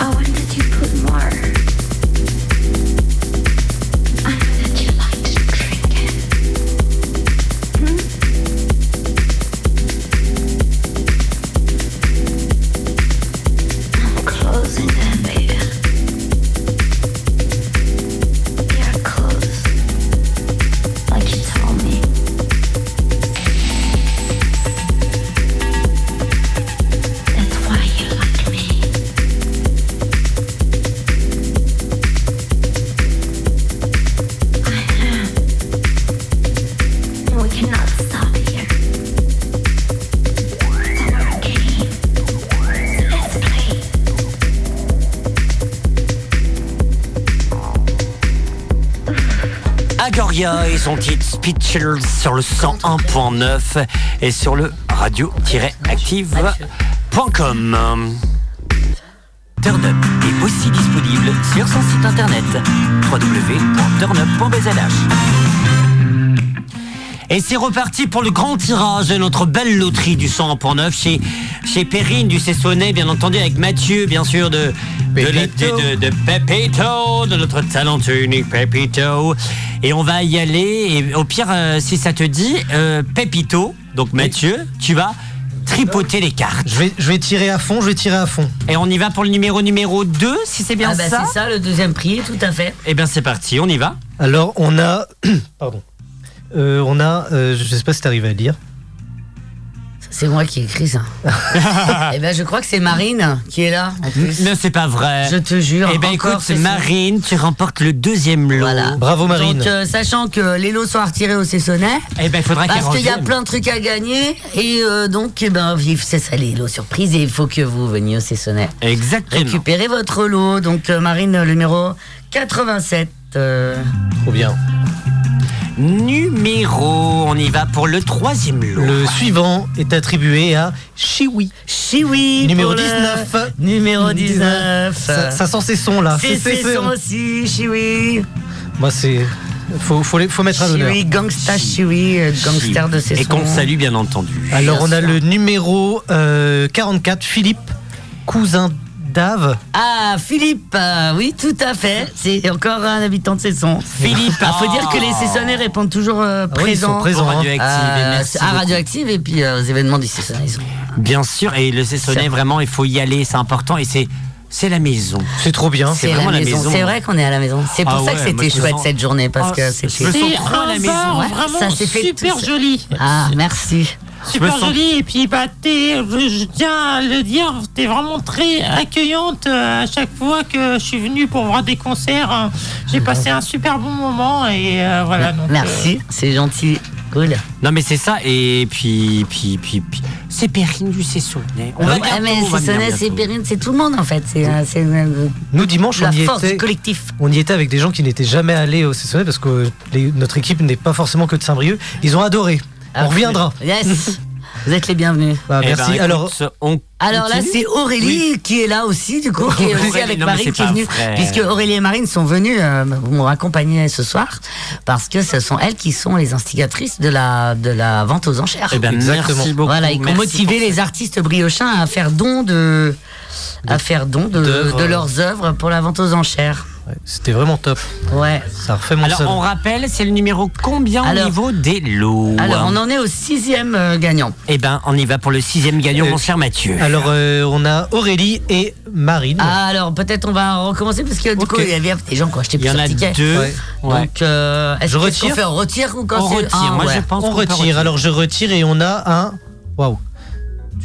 Speaker 14: I want that you put more. I know that you like to drink it. Hmm? I'm closing them, baby. They are closed, like you told me. That's why you like me. I am. Hmm. We cannot stop here. It's our game. So let's play.
Speaker 1: Agoria et son titre Speechers sur le 101.9 et sur le radio-active.com. Turn Up est aussi disponible sur son site internet www.turnup.bzh. Et c'est reparti pour le grand tirage de notre belle loterie du 101.9 chez, chez Perrine du Cessonnet, bien entendu, avec Mathieu, bien sûr, de, de, la- de- de- de Pepito, de notre talentueux unique Pepito. Et on va y aller. Et au pire, euh, si ça te dit, euh, Pepito, donc Mathieu, tu vas tripoter les cartes.
Speaker 5: Je vais, je vais tirer à fond, je vais tirer à fond.
Speaker 1: Et on y va pour le numéro numéro 2, si c'est bien
Speaker 9: Ah bah,
Speaker 1: ça
Speaker 9: c'est ça, le deuxième prix, tout à fait.
Speaker 1: Eh bien, c'est parti, on y va.
Speaker 5: Alors, on a. Pardon. Euh, on a. euh, je sais pas si t'arrives à le dire.
Speaker 9: C'est moi qui ai écrit ça. Eh ben, je crois que c'est Marine qui est là, en plus.
Speaker 1: Non, c'est pas vrai.
Speaker 9: Je te jure.
Speaker 1: Eh bien,
Speaker 9: encore,
Speaker 1: écoute,
Speaker 9: c'est ça.
Speaker 1: Marine, tu remportes le deuxième lot. Bravo,
Speaker 9: Donc, euh, sachant que les lots sont à retirer au Cessonnet.
Speaker 1: eh ben, il faudra qu'elle
Speaker 9: Parce qu'il y a
Speaker 1: revienne.
Speaker 9: plein de trucs à gagner. Et euh, donc, eh ben, vive, c'est ça les lots surprises. Et il faut que vous veniez au Cessonnet.
Speaker 1: Exactement.
Speaker 9: Récupérez votre lot. Donc, euh, Marine, le numéro 87. euh,
Speaker 5: Trop bien.
Speaker 1: Numéro, on y va pour le troisième lot.
Speaker 5: Le suivant est attribué à Chiwi.
Speaker 9: Chiwi.
Speaker 5: Numéro
Speaker 9: pour le
Speaker 5: 19.
Speaker 9: Numéro 19.
Speaker 5: Ça, ça sent ses sons là.
Speaker 9: C'est ses sons aussi, Chiwi.
Speaker 5: Moi, Bah, c'est. Faut, faut, les- faut mettre à l'honneur.
Speaker 9: Chiwi, gangsta Chiwi, euh, gangster de ses
Speaker 1: Et qu'on
Speaker 9: sons.
Speaker 1: salue, bien entendu.
Speaker 5: Alors, on a le numéro euh, 44, Philippe, cousin d'Ave.
Speaker 9: Ah, Philippe, euh, oui, tout à fait. C'est encore un habitant de Cesson.
Speaker 1: Philippe.
Speaker 9: Il faut dire que les Cessonnais répondent toujours euh,
Speaker 1: Ah oui, ils sont
Speaker 9: présents. Euh,
Speaker 1: présents, Au Radioactive, hein. et merci
Speaker 9: à
Speaker 1: beaucoup.
Speaker 9: Radioactive et puis euh, aux événements du Cessonnais. ils sont-
Speaker 1: Bien sûr, et le Cessonnet, vraiment, il faut y aller, c'est important, et c'est, c'est la maison.
Speaker 5: C'est trop bien.
Speaker 1: C'est vraiment la maison.
Speaker 9: C'est vrai qu'on est à la maison. C'est pour
Speaker 1: Ah
Speaker 9: ça
Speaker 1: ouais,
Speaker 9: que
Speaker 1: moi,
Speaker 9: c'était
Speaker 1: je me
Speaker 9: chouette
Speaker 1: sens-
Speaker 9: cette journée parce
Speaker 1: Ah,
Speaker 9: que
Speaker 1: je me
Speaker 9: c'était. bah,
Speaker 1: sens C'est
Speaker 4: un bar
Speaker 9: Ouais,
Speaker 4: vraiment
Speaker 9: ça s'est fait
Speaker 4: super
Speaker 9: tout seul.
Speaker 4: joli.
Speaker 9: Ah, merci.
Speaker 4: Super joli, et puis bah, t'es, je je tiens à le dire, t'es vraiment très accueillante euh, à chaque fois que je suis venue pour voir des concerts. hein. J'ai passé un super bon moment et euh, voilà. donc, euh,
Speaker 9: Ah. Merci, c'est gentil. Cool.
Speaker 1: Non, mais c'est ça, et puis, puis, puis, puis- c'est Perrine du Cessonnet. On va
Speaker 9: Ouais,
Speaker 1: bientôt,
Speaker 9: mais
Speaker 1: on va
Speaker 9: Cessonnais,
Speaker 1: bien
Speaker 9: c'est
Speaker 1: bientôt.
Speaker 9: Périne, c'est tout le monde en fait. C'est, euh, c'est, euh,
Speaker 5: Nous, dimanche,
Speaker 9: La
Speaker 5: on y
Speaker 9: force
Speaker 5: était.
Speaker 9: du collectif.
Speaker 5: On y était avec des gens qui n'étaient jamais allés au Cessonnet parce que euh, les- notre équipe n'est pas forcément que de Saint-Brieuc. Ils ont adoré. on reviendra.
Speaker 9: Yes. Vous êtes les bienvenus.
Speaker 5: Bah,
Speaker 1: Eh ben,
Speaker 5: merci.
Speaker 1: écoute,
Speaker 5: Alors,
Speaker 1: on
Speaker 9: Alors là, c'est Aurélie qui est là aussi, du coup, qui est
Speaker 1: Aurélie,
Speaker 9: aussi avec
Speaker 1: non, mais c'est
Speaker 9: Marine qui est
Speaker 1: pas
Speaker 9: venue.
Speaker 1: vrai.
Speaker 9: Puisque Aurélie et Marine sont venues euh, m'ont accompagné ce soir, parce que ce sont elles qui sont les instigatrices de la, de la vente aux enchères.
Speaker 1: Eh ben, Exactement. merci beaucoup.
Speaker 9: Voilà, et qui ont
Speaker 1: Merci
Speaker 9: motivé les artistes briochins à faire don de, à faire don de,
Speaker 5: D'œuvres.
Speaker 9: de leurs œuvres pour la vente aux enchères.
Speaker 5: c'était vraiment top.
Speaker 9: Ouais.
Speaker 5: Ça refait mon
Speaker 1: Alors,
Speaker 5: salon.
Speaker 1: on rappelle, c'est le numéro combien
Speaker 9: Alors-
Speaker 1: au niveau des lots
Speaker 9: Alors, on en est au sixième euh, gagnant.
Speaker 1: Eh ben, on y va pour le sixième gagnant,
Speaker 5: Euh,
Speaker 1: mon cher Mathieu.
Speaker 5: Alors, euh, on a Aurélie et Marine.
Speaker 9: Ah, alors peut-être on va recommencer parce que du coup il y avait des gens qui ont acheté
Speaker 5: Il y
Speaker 9: plusieurs
Speaker 5: en a
Speaker 9: tickets.
Speaker 5: deux. Ouais.
Speaker 9: Donc euh, est-ce
Speaker 5: Je
Speaker 9: qu'est-ce qu'on
Speaker 5: retire.
Speaker 9: fait on retire ou quand
Speaker 5: On
Speaker 9: c'est-
Speaker 5: retire,
Speaker 9: Ah,
Speaker 5: moi,
Speaker 9: ouais.
Speaker 5: je pense On qu'on peut retire. retirer. Alors, je retire et on a un. Waouh.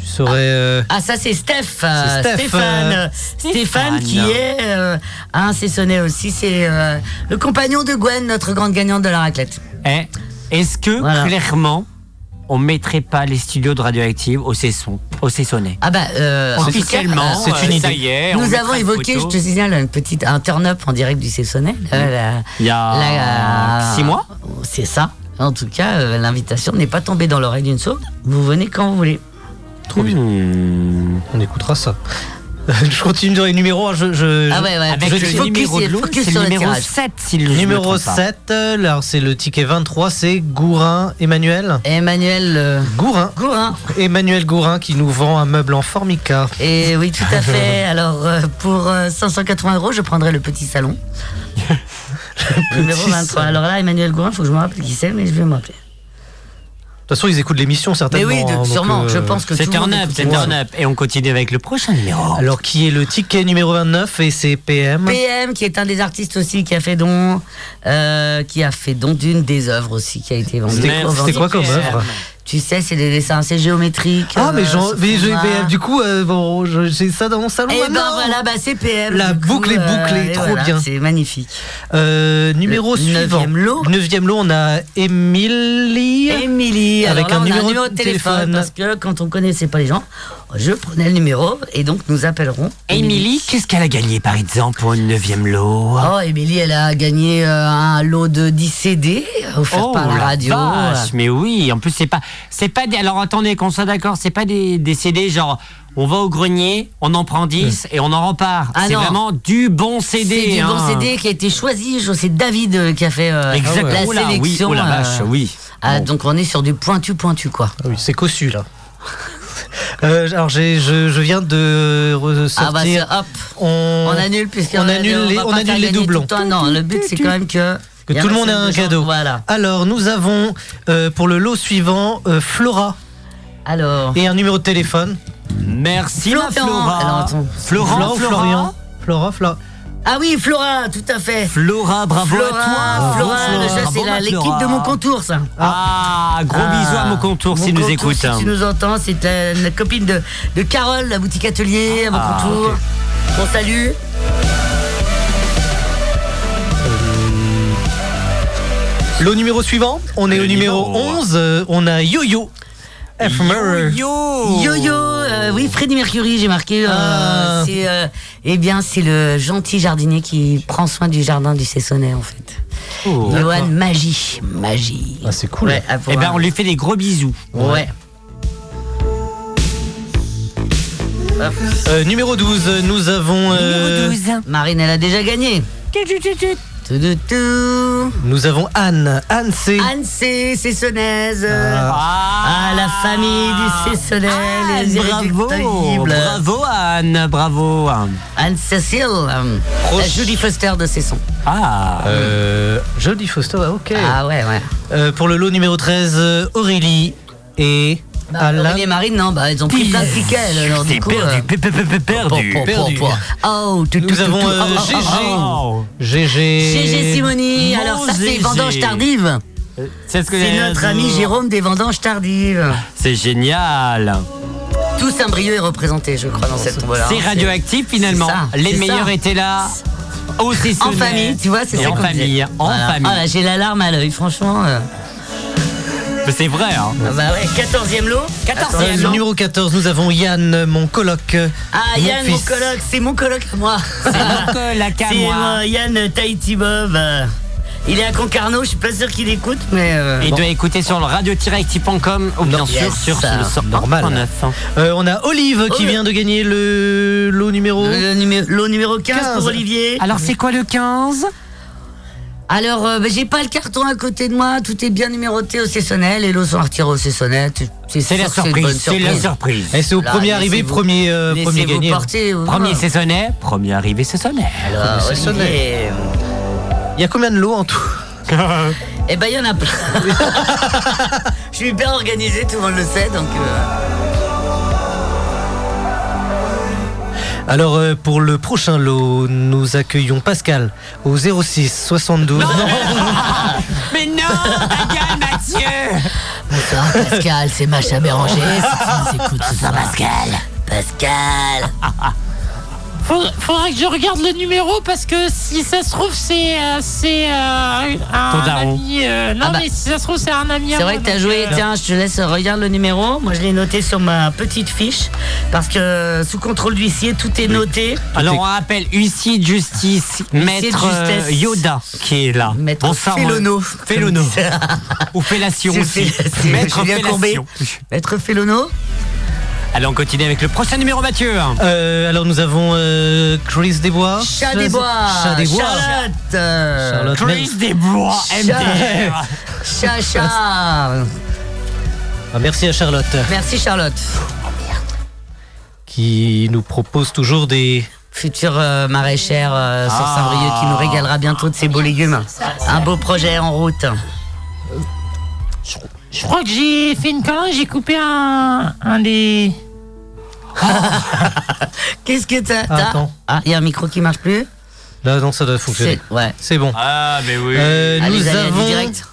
Speaker 5: Tu saurais. euh,
Speaker 9: Ah ça c'est Steph, euh,
Speaker 5: Steph,
Speaker 9: Stéphane,
Speaker 5: euh,
Speaker 9: Stéphane qui
Speaker 5: Stéphane.
Speaker 9: est euh, un sonné aussi, c'est euh, le compagnon de Gwen, notre grande gagnante de la raclette.
Speaker 1: Eh, Est-ce que, clairement, on mettrait pas les studios de Radioactive au Cesson, au Cessonnet
Speaker 9: Ah bah euh, en tout cas,
Speaker 1: Officiellement,
Speaker 9: euh,
Speaker 1: c'est une idée. on
Speaker 9: Nous
Speaker 1: mettra
Speaker 9: avons
Speaker 1: une
Speaker 9: évoqué,
Speaker 1: photo. Mm.
Speaker 9: je te signale, une petite, un turn-up en direct du Cessonnet. euh, la-
Speaker 1: Il y a
Speaker 9: la- euh,
Speaker 1: six mois
Speaker 9: C'est ça. En tout cas, euh, l'invitation n'est pas tombée dans l'oreille d'une sourde. Vous venez quand vous voulez.
Speaker 5: Trop bien. On Hmm. écoutera ça. je continue dans les numéros. hein, Je, je-
Speaker 9: Ah ouais, ouais. Avec
Speaker 5: je-
Speaker 9: le
Speaker 5: focus-
Speaker 9: numéro de l'autre, focus c'est le sur le numéro tirage.
Speaker 1: 7, si je me
Speaker 5: Numéro
Speaker 1: trompe pas.
Speaker 5: 7, euh, alors c'est le ticket 23, c'est Gourin Emmanuel.
Speaker 9: Emmanuel euh,
Speaker 5: Gourin.
Speaker 9: Gourin.
Speaker 5: Emmanuel Gourin qui nous vend un meuble en formica.
Speaker 9: Et Eh oui, tout à fait. Alors, euh, pour euh, 580 euros, je prendrai le petit salon. numéro
Speaker 5: petit
Speaker 9: 23. Alors là, Emmanuel Gourin, il faut que je me rappelle qui c'est, mais je vais me rappeler.
Speaker 5: De toute façon, ils écoutent l'émission certainement.
Speaker 9: Mais oui, de-
Speaker 5: hein, donc,
Speaker 9: sûrement,
Speaker 5: euh,
Speaker 9: je pense que
Speaker 1: C'est
Speaker 9: tout le monde
Speaker 1: turn up,
Speaker 9: écoute
Speaker 1: c'est
Speaker 9: ça.
Speaker 1: turn up. Et on continue avec le prochain numéro.
Speaker 5: Alors qui est le ticket numéro 29 et c'est PM.
Speaker 9: PM, qui est un des artistes aussi qui a fait don, euh, qui a fait don d'une des œuvres aussi qui a été vendue.
Speaker 5: C'était quoi- c'était quoi comme œuvre
Speaker 9: Tu sais, c'est des dessins assez géométriques.
Speaker 5: Ah mais,
Speaker 9: euh,
Speaker 5: j'en-
Speaker 9: sous
Speaker 5: mais je-
Speaker 9: format.
Speaker 5: mais, du coup euh, bon, je- j'ai ça dans mon salon.
Speaker 9: Et ben
Speaker 5: maintenant.
Speaker 9: voilà, bah c'est PM.
Speaker 5: La
Speaker 9: du coup,
Speaker 5: boucle est
Speaker 9: euh,
Speaker 5: bouclée,
Speaker 9: et
Speaker 5: trop
Speaker 9: voilà,
Speaker 5: bien.
Speaker 9: C'est magnifique.
Speaker 5: Euh, numéro
Speaker 9: Le
Speaker 5: suivant.
Speaker 9: neuvième lot.
Speaker 5: Neuvième lot, on a Émilie.
Speaker 9: Émilie,
Speaker 5: avec
Speaker 9: alors là,
Speaker 5: un,
Speaker 9: on a
Speaker 5: numéro
Speaker 9: de téléphone, Parce que quand on connaissait pas les gens, je prenais le numéro et donc nous appellerons.
Speaker 1: Émilie, qu'est-ce qu'elle a gagné par exemple pour une neuvième lot
Speaker 9: Oh, Émilie, elle a gagné euh, un lot de 10 CD offert
Speaker 5: Oh
Speaker 9: par la radio.
Speaker 1: Oh, vache, mais oui, en plus c'est pas c'est pas des alors attendez qu'on soit d'accord, c'est pas des, des CD genre on va au grenier, on en prend 10 et on en repart.
Speaker 9: Ah
Speaker 1: c'est
Speaker 9: non.
Speaker 1: vraiment du bon CD.
Speaker 9: C'est du bon
Speaker 1: hein.
Speaker 9: CD qui a été choisi. Je- C'est David euh, qui a fait euh,
Speaker 1: Exact.
Speaker 9: la
Speaker 1: Oula, oui,
Speaker 9: sélection.
Speaker 1: oh la vache, oui.
Speaker 9: ah, Donc on est sur du pointu pointu quoi.
Speaker 5: Ah Oui, c'est cossu là. Euh, alors j'ai- je, je viens de re-
Speaker 9: Ah bah
Speaker 5: sortir.
Speaker 9: c'est- hop,
Speaker 5: on,
Speaker 9: annule puisque
Speaker 5: on annule les, on annule les doublons.
Speaker 9: Non, le but c'est quand même que
Speaker 5: Que
Speaker 9: il y
Speaker 5: tout le
Speaker 9: un
Speaker 5: monde
Speaker 9: maximum
Speaker 5: a un
Speaker 9: de gens.
Speaker 5: cadeau.
Speaker 9: Voilà.
Speaker 5: Alors nous avons euh, pour le lot suivant euh, Flora.
Speaker 9: Alors.
Speaker 5: Et un numéro de téléphone.
Speaker 1: Merci
Speaker 9: ma Florent. Flora. Alors, attends.
Speaker 5: Florent,
Speaker 9: Florent,
Speaker 5: Flora.
Speaker 9: Florian.
Speaker 5: Florian. Flora, Flora.
Speaker 9: Ah oui, Flora, tout à fait.
Speaker 1: Flora, bravo à
Speaker 9: Flora,
Speaker 1: toi.
Speaker 9: Flora,
Speaker 1: Bravo, Flora.
Speaker 9: le jeu, c'est
Speaker 1: Bravo,
Speaker 9: la-
Speaker 1: ma
Speaker 9: l'équipe
Speaker 1: Flora.
Speaker 9: de mon contour, ça.
Speaker 1: Ah, gros bisous à mon contour
Speaker 9: Mon
Speaker 1: s'il nous
Speaker 9: Contour,
Speaker 1: écoute.
Speaker 9: Si tu nous entends, c'est la, la copine de, de Carole, la boutique atelier, à mon
Speaker 1: Ah,
Speaker 9: contour.
Speaker 1: ok.
Speaker 9: On salue.
Speaker 5: Lot numéro suivant, on est au numéro 11, euh, on a Yo-Yo. F. Murray.
Speaker 9: Yo-yo, euh, oui, Freddie Mercury, j'ai marqué. euh,
Speaker 5: Ah.
Speaker 9: c'est, euh, eh bien, c'est le gentil jardinier qui prend soin du jardin du Cessonnet, en fait.
Speaker 1: Oh.
Speaker 9: Johan, magie, magie.
Speaker 5: Ah, c'est cool.
Speaker 9: Ouais, à
Speaker 1: Eh
Speaker 9: pouvoir-
Speaker 1: ben on lui fait des gros bisous.
Speaker 9: Ouais.
Speaker 5: Euh, numéro 12, nous avons. euh,
Speaker 9: Marine, elle a déjà gagné. Tout, tout, tout.
Speaker 5: Nous avons Anne. Anne, c'est.
Speaker 9: Anne C, Cessonnaise.
Speaker 1: Ah.
Speaker 9: Ah, la famille du Cessonnais, les
Speaker 1: Bravo,
Speaker 9: irréductibles.
Speaker 1: bravo Anne, bravo.
Speaker 9: Anne-Cécile, la Julie Foster de Cesson.
Speaker 1: Ah.
Speaker 5: Euh, Jodie Foster, ah, ok.
Speaker 9: Ah ouais, ouais.
Speaker 5: Euh, pour le lot numéro 13, euh, Aurélie et
Speaker 9: Bah,
Speaker 5: Alain.
Speaker 9: Aurélie et Marine, non, bah, elles ont pris plein de tickets. elles, alors, du
Speaker 5: C'est
Speaker 9: coup,
Speaker 5: perdu,
Speaker 9: euh,
Speaker 5: perdu,
Speaker 9: pour, pour,
Speaker 5: perdu.
Speaker 9: pour, pour. Oh, tout, tout,
Speaker 5: Nous
Speaker 9: tout,
Speaker 5: avons
Speaker 9: tout.
Speaker 5: euh,
Speaker 9: Oh, oh,
Speaker 5: GG.
Speaker 9: oh, oh.
Speaker 5: GG.
Speaker 9: GG Simoni,
Speaker 1: Mon
Speaker 9: alors ça c'est
Speaker 1: GG.
Speaker 9: Vendange Tardive.
Speaker 1: Euh, C'est ce que
Speaker 9: C'est notre ami Jérôme des Vendanges Tardives.
Speaker 1: C'est génial.
Speaker 9: Tout Saint-Brieuc est représenté, je crois, dans cette tombola.
Speaker 1: C'est radioactif finalement.
Speaker 9: c'est ça,
Speaker 1: Les
Speaker 9: c'est
Speaker 1: meilleurs
Speaker 9: ça.
Speaker 1: étaient là. Au
Speaker 9: En
Speaker 1: Cessonnet.
Speaker 9: famille, tu vois, c'est
Speaker 1: Et
Speaker 9: ça
Speaker 1: En
Speaker 9: qu'on
Speaker 1: famille,
Speaker 9: disait.
Speaker 1: en
Speaker 9: Voilà.
Speaker 1: famille.
Speaker 9: Ah là, j'ai l'alarme à l'œil, franchement. euh.
Speaker 1: Mais C'est vrai. Hein.
Speaker 9: Ah bah ouais, 14e lot.
Speaker 5: Euh, le
Speaker 9: 14e lot.
Speaker 5: numéro 14, nous avons Yann, mon coloc.
Speaker 9: Ah, Yann, mon
Speaker 5: fils.
Speaker 9: coloc, c'est mon coloc à moi. C'est euh,
Speaker 1: mon coloc à moi.
Speaker 9: Yann Tahiti Bob. euh, Il est à Concarneau, je suis pas sûr qu'il écoute, mais. euh,
Speaker 1: Il
Speaker 9: bon.
Speaker 1: doit écouter sur le radio-actif.com ou bien sûr
Speaker 9: Yes,
Speaker 1: sur
Speaker 9: ça.
Speaker 1: le sort
Speaker 5: Normal. Euh, on a Olive qui
Speaker 9: Olive.
Speaker 5: vient de gagner le lot numéro.
Speaker 9: Le numé- lot numéro 15, pour Olivier.
Speaker 1: Alors, c'est quoi le 15
Speaker 9: Alors, euh, bah, j'ai pas le carton à côté de moi, tout est bien numéroté au Cessonnel, les lots sont retirés au Cessonnel. tu-
Speaker 1: C'est la
Speaker 9: sûr que une
Speaker 1: surprise,
Speaker 9: bonne
Speaker 1: c'est la surprise.
Speaker 5: Et c'est au
Speaker 9: Là,
Speaker 5: premier arrivé,
Speaker 9: laissez-vous-
Speaker 5: premier, euh, premier
Speaker 9: laissez-vous
Speaker 5: gagné.
Speaker 9: porter, voilà.
Speaker 1: Premier Cessonnet, premier arrivé Cessonnet.
Speaker 9: Alors,
Speaker 5: Premier Cessonnet.
Speaker 9: Olivier,
Speaker 5: Il y a combien de lots en tout
Speaker 9: Eh ben, il y en a plein. Je suis hyper organisé, tout le monde le sait, donc. euh,
Speaker 5: Alors euh, pour le prochain lot, nous accueillons Pascal au 06 72.
Speaker 1: Mais non, ta gueule, Mathieu
Speaker 9: Bonsoir, Pascal, c'est Macha Béranger. Si tu nous écoutes, bonsoir, Pascal. Pascal.
Speaker 4: Faut- Faudra que je regarde le numéro parce que si ça se trouve c'est euh, c'est euh, un
Speaker 9: Ton daron.
Speaker 4: ami. euh, non
Speaker 9: Ah bah.
Speaker 4: mais si ça se trouve c'est un ami. à
Speaker 9: C'est
Speaker 4: moi,
Speaker 9: vrai que t'as
Speaker 4: donc,
Speaker 9: joué.
Speaker 4: euh,
Speaker 9: Tiens, je te laisse regarde le numéro. Moi, je l'ai noté sur ma petite fiche parce que euh, sous contrôle d'huissier, tout est noté.
Speaker 1: Alors on rappelle huissier de justice,
Speaker 9: Huissier de
Speaker 1: maître euh,
Speaker 9: justesse.
Speaker 1: Yoda qui est là.
Speaker 9: Maître
Speaker 1: Bonsoir, moi.
Speaker 9: Félono.
Speaker 1: Félono. Ou Fellation
Speaker 9: C'est-
Speaker 1: aussi.
Speaker 9: c'est- c'est
Speaker 1: Maître
Speaker 9: Julien Courbet.
Speaker 1: Fellation.
Speaker 9: Maître Félono.
Speaker 1: Allez, on continue avec le prochain numéro, Mathieu.
Speaker 5: Euh, alors nous avons euh, Chris Desbois.
Speaker 1: Chat des bois.
Speaker 5: Chat des bois.
Speaker 1: Charlotte.
Speaker 5: Charlotte.
Speaker 1: Chris
Speaker 5: Mer-
Speaker 1: Desbois,
Speaker 5: Chat-
Speaker 1: MDR.
Speaker 9: Chacha.
Speaker 5: Ah, merci à Charlotte
Speaker 9: Merci Charlotte.
Speaker 5: qui nous propose toujours des
Speaker 9: Future euh, maraîchère euh, sur
Speaker 5: Ah.
Speaker 9: Saint-Brieuc qui nous régalera bientôt de ses beaux légumes. Un beau projet en route.
Speaker 4: Je crois que j'ai fait une connerie, j'ai coupé un, un des.
Speaker 9: Ah. Qu'est-ce que t'as
Speaker 5: Ah, attends.
Speaker 9: Ah, il y a un micro qui marche plus.
Speaker 5: Là, non, ça doit fonctionner.
Speaker 9: C'est- ouais.
Speaker 5: C'est bon.
Speaker 1: Ah, mais oui.
Speaker 5: Euh,
Speaker 9: Allez,
Speaker 5: nous
Speaker 9: allez, allez,
Speaker 5: avons
Speaker 9: direct.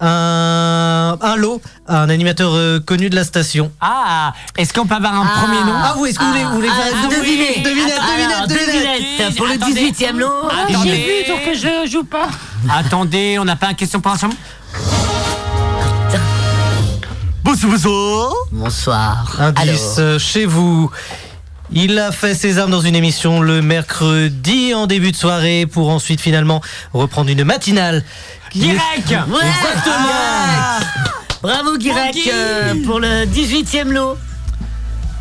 Speaker 5: un, un lot, un animateur euh, connu de la station.
Speaker 1: Ah, est-ce qu'on peut avoir un premier nom
Speaker 5: Ah oui, est-ce que vous voulez, vous voulez faire-
Speaker 9: ah, devinez.
Speaker 5: devinette,
Speaker 9: Alors,
Speaker 5: devinette, devinette.
Speaker 9: devinette, Pour le
Speaker 1: Attendez.
Speaker 9: 18e lot.
Speaker 1: Ah, Attendez. j'ai vu, donc
Speaker 4: je joue pas.
Speaker 1: Attendez, on n'a pas une question pour ensemble Bonsoir, bonsoir.
Speaker 9: Bonsoir.
Speaker 5: Indice euh, chez vous. Il a fait ses armes dans une émission le mercredi en début de soirée pour ensuite finalement reprendre une matinale.
Speaker 1: Guirec
Speaker 9: Ouais,
Speaker 5: Exactement
Speaker 9: Bravo Guirec
Speaker 1: Guy.
Speaker 9: euh, pour le 18e lot.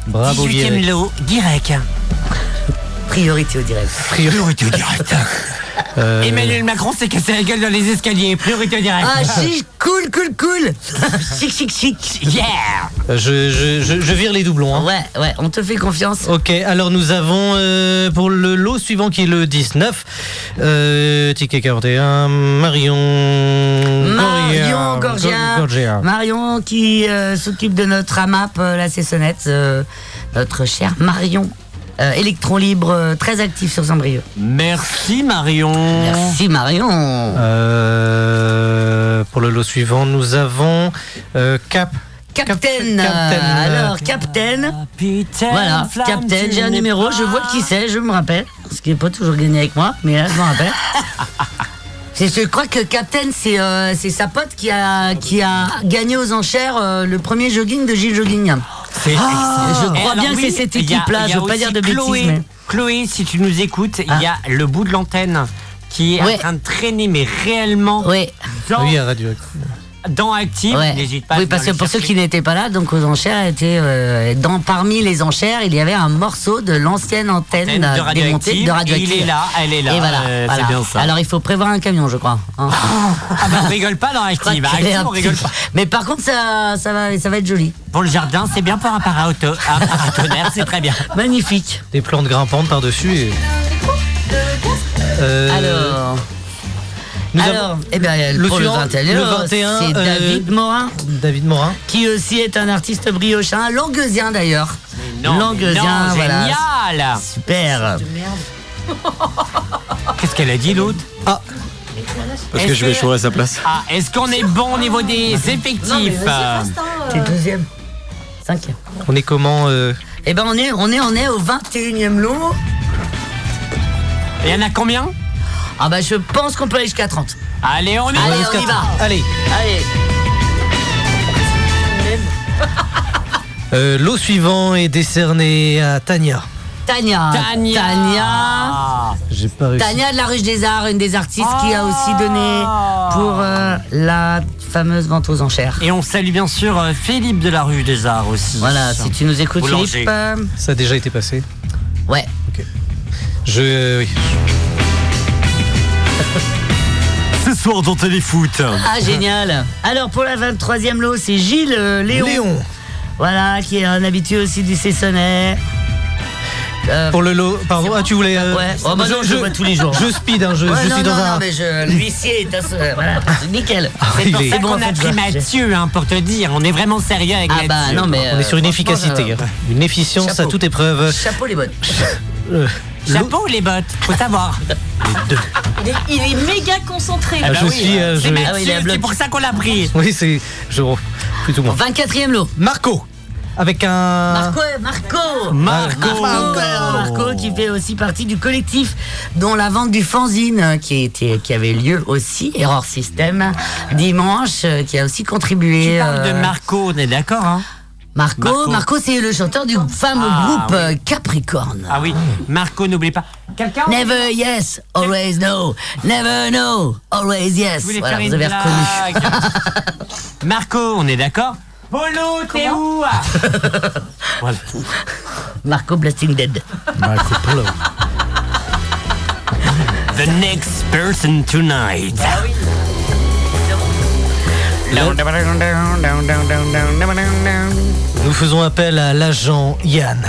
Speaker 5: Bravo
Speaker 1: 18e
Speaker 5: Guirec.
Speaker 1: lot, Guirec.
Speaker 9: Priorité au direct.
Speaker 1: Priorité au direct.
Speaker 5: Euh,
Speaker 1: Emmanuel Euh. Macron s'est cassé la gueule dans les escaliers, priorité au direct.
Speaker 9: Ah, chic, cool, cool, cool. chic, chic, chic.
Speaker 1: Yeah.
Speaker 5: Euh, Je, je- je- je vire les doublons. hein.
Speaker 9: Ouais, ouais, on te fait confiance.
Speaker 5: Ok, alors nous avons euh, pour le lot suivant qui est le 19, euh, ticket 41, Marion
Speaker 9: Marion Gorgia.
Speaker 5: Mm. Gorgia.
Speaker 9: Marion qui euh, s'occupe de notre AMAP, euh, la Cessonnette. euh, notre chère Marion. euh, électron libre, euh, très actif sur Saint-Brieuc.
Speaker 1: Merci Marion.
Speaker 9: Merci Marion.
Speaker 5: Euh, pour le lot suivant, nous avons euh, Cap.
Speaker 9: Captain,
Speaker 5: Captain,
Speaker 9: euh,
Speaker 5: euh,
Speaker 9: alors Captain, voilà,
Speaker 1: Ah, flamme,
Speaker 9: Captain,
Speaker 1: tu
Speaker 9: j'ai un
Speaker 1: n'es
Speaker 9: numéro, je vois qui c'est, je me rappelle, ce qui n'est pas toujours gagné avec moi, mais là je me rappelle. C'est- Je crois que Captain, c'est euh, c'est sa pote qui a, qui a gagné aux enchères euh, le premier jogging de Gilles Jogging.
Speaker 1: C'est
Speaker 9: Ah,
Speaker 1: excellent.
Speaker 9: je crois
Speaker 1: Et alors,
Speaker 9: bien que
Speaker 1: oui,
Speaker 9: c'est cette
Speaker 1: il y a-
Speaker 9: équipe-là,
Speaker 1: il y a
Speaker 9: je veux pas
Speaker 1: aussi
Speaker 9: dire de
Speaker 1: Chloé.
Speaker 9: bêtises, mais-
Speaker 1: Chloé, si tu nous écoutes, il y a
Speaker 9: Ah.
Speaker 1: le bout de l'antenne qui est
Speaker 9: Ouais.
Speaker 1: en train de traîner, mais réellement dans,
Speaker 5: Oui, à Radio Axe.
Speaker 1: dans Active.
Speaker 9: Ouais.
Speaker 1: N'hésite pas à
Speaker 9: oui,
Speaker 1: venir
Speaker 9: parce que
Speaker 1: le
Speaker 9: pour ceux
Speaker 1: chercher.
Speaker 9: qui n'étaient pas là, donc aux enchères étaient euh, dans parmi les enchères, il y avait un morceau de l'ancienne antenne, euh,
Speaker 1: Antenne de Radio
Speaker 9: démontée
Speaker 1: Active,
Speaker 9: de
Speaker 1: et
Speaker 9: Radio
Speaker 1: il
Speaker 9: Active.
Speaker 1: est là, elle est là,
Speaker 9: Et voilà,
Speaker 1: euh,
Speaker 9: voilà.
Speaker 1: c'est bien ça.
Speaker 9: Alors il faut prévoir un camion, je crois. hein.
Speaker 1: Ah bah, on rigole pas dans Active.
Speaker 9: qu'il est
Speaker 1: Active,
Speaker 9: un
Speaker 1: on rigole
Speaker 9: petit-
Speaker 1: pas.
Speaker 9: Mais par contre, ça, ça, va, ça va être joli.
Speaker 1: Pour le jardin, c'est bien pour un para-auto- un paratonnerre, c'est très bien.
Speaker 9: Magnifique.
Speaker 5: Des plantes grimpantes par-dessus. et- Euh,
Speaker 9: Alors.
Speaker 5: nous
Speaker 9: Alors,
Speaker 5: avons-
Speaker 9: eh ben,
Speaker 5: le
Speaker 9: pour
Speaker 5: suivant,
Speaker 9: le 21,
Speaker 5: le 21,
Speaker 9: c'est
Speaker 5: euh,
Speaker 9: David Morin,
Speaker 5: David Morin.
Speaker 9: qui aussi est un artiste briochin, langueusien d'ailleurs.
Speaker 1: Non, mais
Speaker 9: Langueusien,
Speaker 1: non,
Speaker 9: voilà.
Speaker 1: Génial.
Speaker 9: Super.
Speaker 5: Euh,
Speaker 1: Qu'est-ce qu'elle a dit l'autre
Speaker 5: Ah.
Speaker 15: Parce que
Speaker 1: Est-ce
Speaker 15: je vais chourer à sa place.
Speaker 1: Ah, est-ce qu'on est bon au niveau des effectifs
Speaker 9: Ah, T'es deuxième. Cinquième.
Speaker 5: On est comment euh,
Speaker 9: Eh ben on est, on est, on est au 21e lot.
Speaker 1: Il y en a combien
Speaker 9: Ah bah je pense qu'on peut aller jusqu'à 30.
Speaker 1: Allez, on y
Speaker 9: Allez,
Speaker 1: va
Speaker 9: on y va.
Speaker 5: Allez.
Speaker 9: Allez.
Speaker 5: euh, L'eau suivant est décerné à Tania.
Speaker 9: Tania.
Speaker 1: Tania.
Speaker 9: Tania.
Speaker 5: J'ai pas réussi.
Speaker 9: Ah. Tania de la Ruche des Arts, une des artistes qui a aussi donné
Speaker 1: Ah.
Speaker 9: pour euh, la fameuse vente aux enchères.
Speaker 1: Et on salue bien sûr euh, Philippe de la rue des Arts aussi.
Speaker 9: Voilà, si tu nous écoutes,
Speaker 1: Boulanger.
Speaker 9: Philippe. euh,
Speaker 5: Ça a déjà été passé.
Speaker 9: ouais.
Speaker 5: Je. euh, oui.
Speaker 1: Ce soir dans Téléfoot.
Speaker 9: Ah, génial. Alors, pour la 23e lot, c'est Gilles euh, Léon.
Speaker 5: Léon.
Speaker 9: Voilà, qui est un habitué aussi du Cessonnet. Euh,
Speaker 5: Pour le lot. Pardon, ah, tu voulais. euh,
Speaker 9: Ouais. Oh, bah non, je le vois tous les jours.
Speaker 5: Je speed, hein, je,
Speaker 9: Ouais,
Speaker 5: je
Speaker 9: non,
Speaker 5: suis dans
Speaker 9: non,
Speaker 5: un.
Speaker 9: non, mais je- l'huissier est à ce- euh, Voilà, nickel.
Speaker 1: C'est pour
Speaker 5: il est-
Speaker 1: ça qu'on
Speaker 9: en
Speaker 1: a
Speaker 9: fait,
Speaker 1: pris
Speaker 9: je-
Speaker 1: Mathieu, hein, pour te dire. On est vraiment sérieux avec
Speaker 9: Ah bah,
Speaker 1: Mathieu.
Speaker 9: non, mais,
Speaker 5: On est sur une
Speaker 9: Euh,
Speaker 5: efficacité,
Speaker 9: franchement,
Speaker 5: hein. une efficience à
Speaker 9: Chapeau.
Speaker 5: toute épreuve.
Speaker 9: Chapeau les bonnes.
Speaker 5: Euh,
Speaker 1: Chapeau ou les bottes Faut savoir.
Speaker 2: Il est, il est méga
Speaker 1: Eh
Speaker 2: concentré. Bah
Speaker 5: Ah, je suis, euh,
Speaker 1: bah C'est
Speaker 5: je-
Speaker 1: Mathieu,
Speaker 5: Ah oui, il a
Speaker 1: c'est
Speaker 5: bloqué.
Speaker 1: pour ça qu'on l'a pris.
Speaker 5: Oui, c'est. Je. Plus ou moins.
Speaker 9: 24e lot.
Speaker 5: Marco Avec un.
Speaker 9: Marco, Marco,
Speaker 5: Ah. Marco.
Speaker 9: Marco, euh, Marco, qui fait aussi partie du collectif dont la vente du fanzine euh, qui, était, qui avait lieu aussi, Error System, dimanche, euh, qui a aussi contribué.
Speaker 1: Tu parles de
Speaker 9: euh,
Speaker 1: Marco, on est d'accord hein
Speaker 9: Marco,
Speaker 1: Marco.
Speaker 9: Marco, c'est le chanteur du fameux
Speaker 1: Ah,
Speaker 9: groupe
Speaker 1: oui.
Speaker 9: euh, Capricorne.
Speaker 1: Ah oui, Marco, n'oublie pas. Quelqu'un
Speaker 9: Never yes, always no. Never no, always yes.
Speaker 1: Je voulais
Speaker 9: Voilà,
Speaker 1: faire
Speaker 9: vous
Speaker 1: une
Speaker 9: avez reconnu.
Speaker 1: blague. Marco, on est d'accord Polo, t'es où
Speaker 9: Marco Blasting Dead. Bah,
Speaker 1: Marco Polo. The next person tonight.
Speaker 9: Bah,
Speaker 5: Nous faisons appel à l'agent Yann.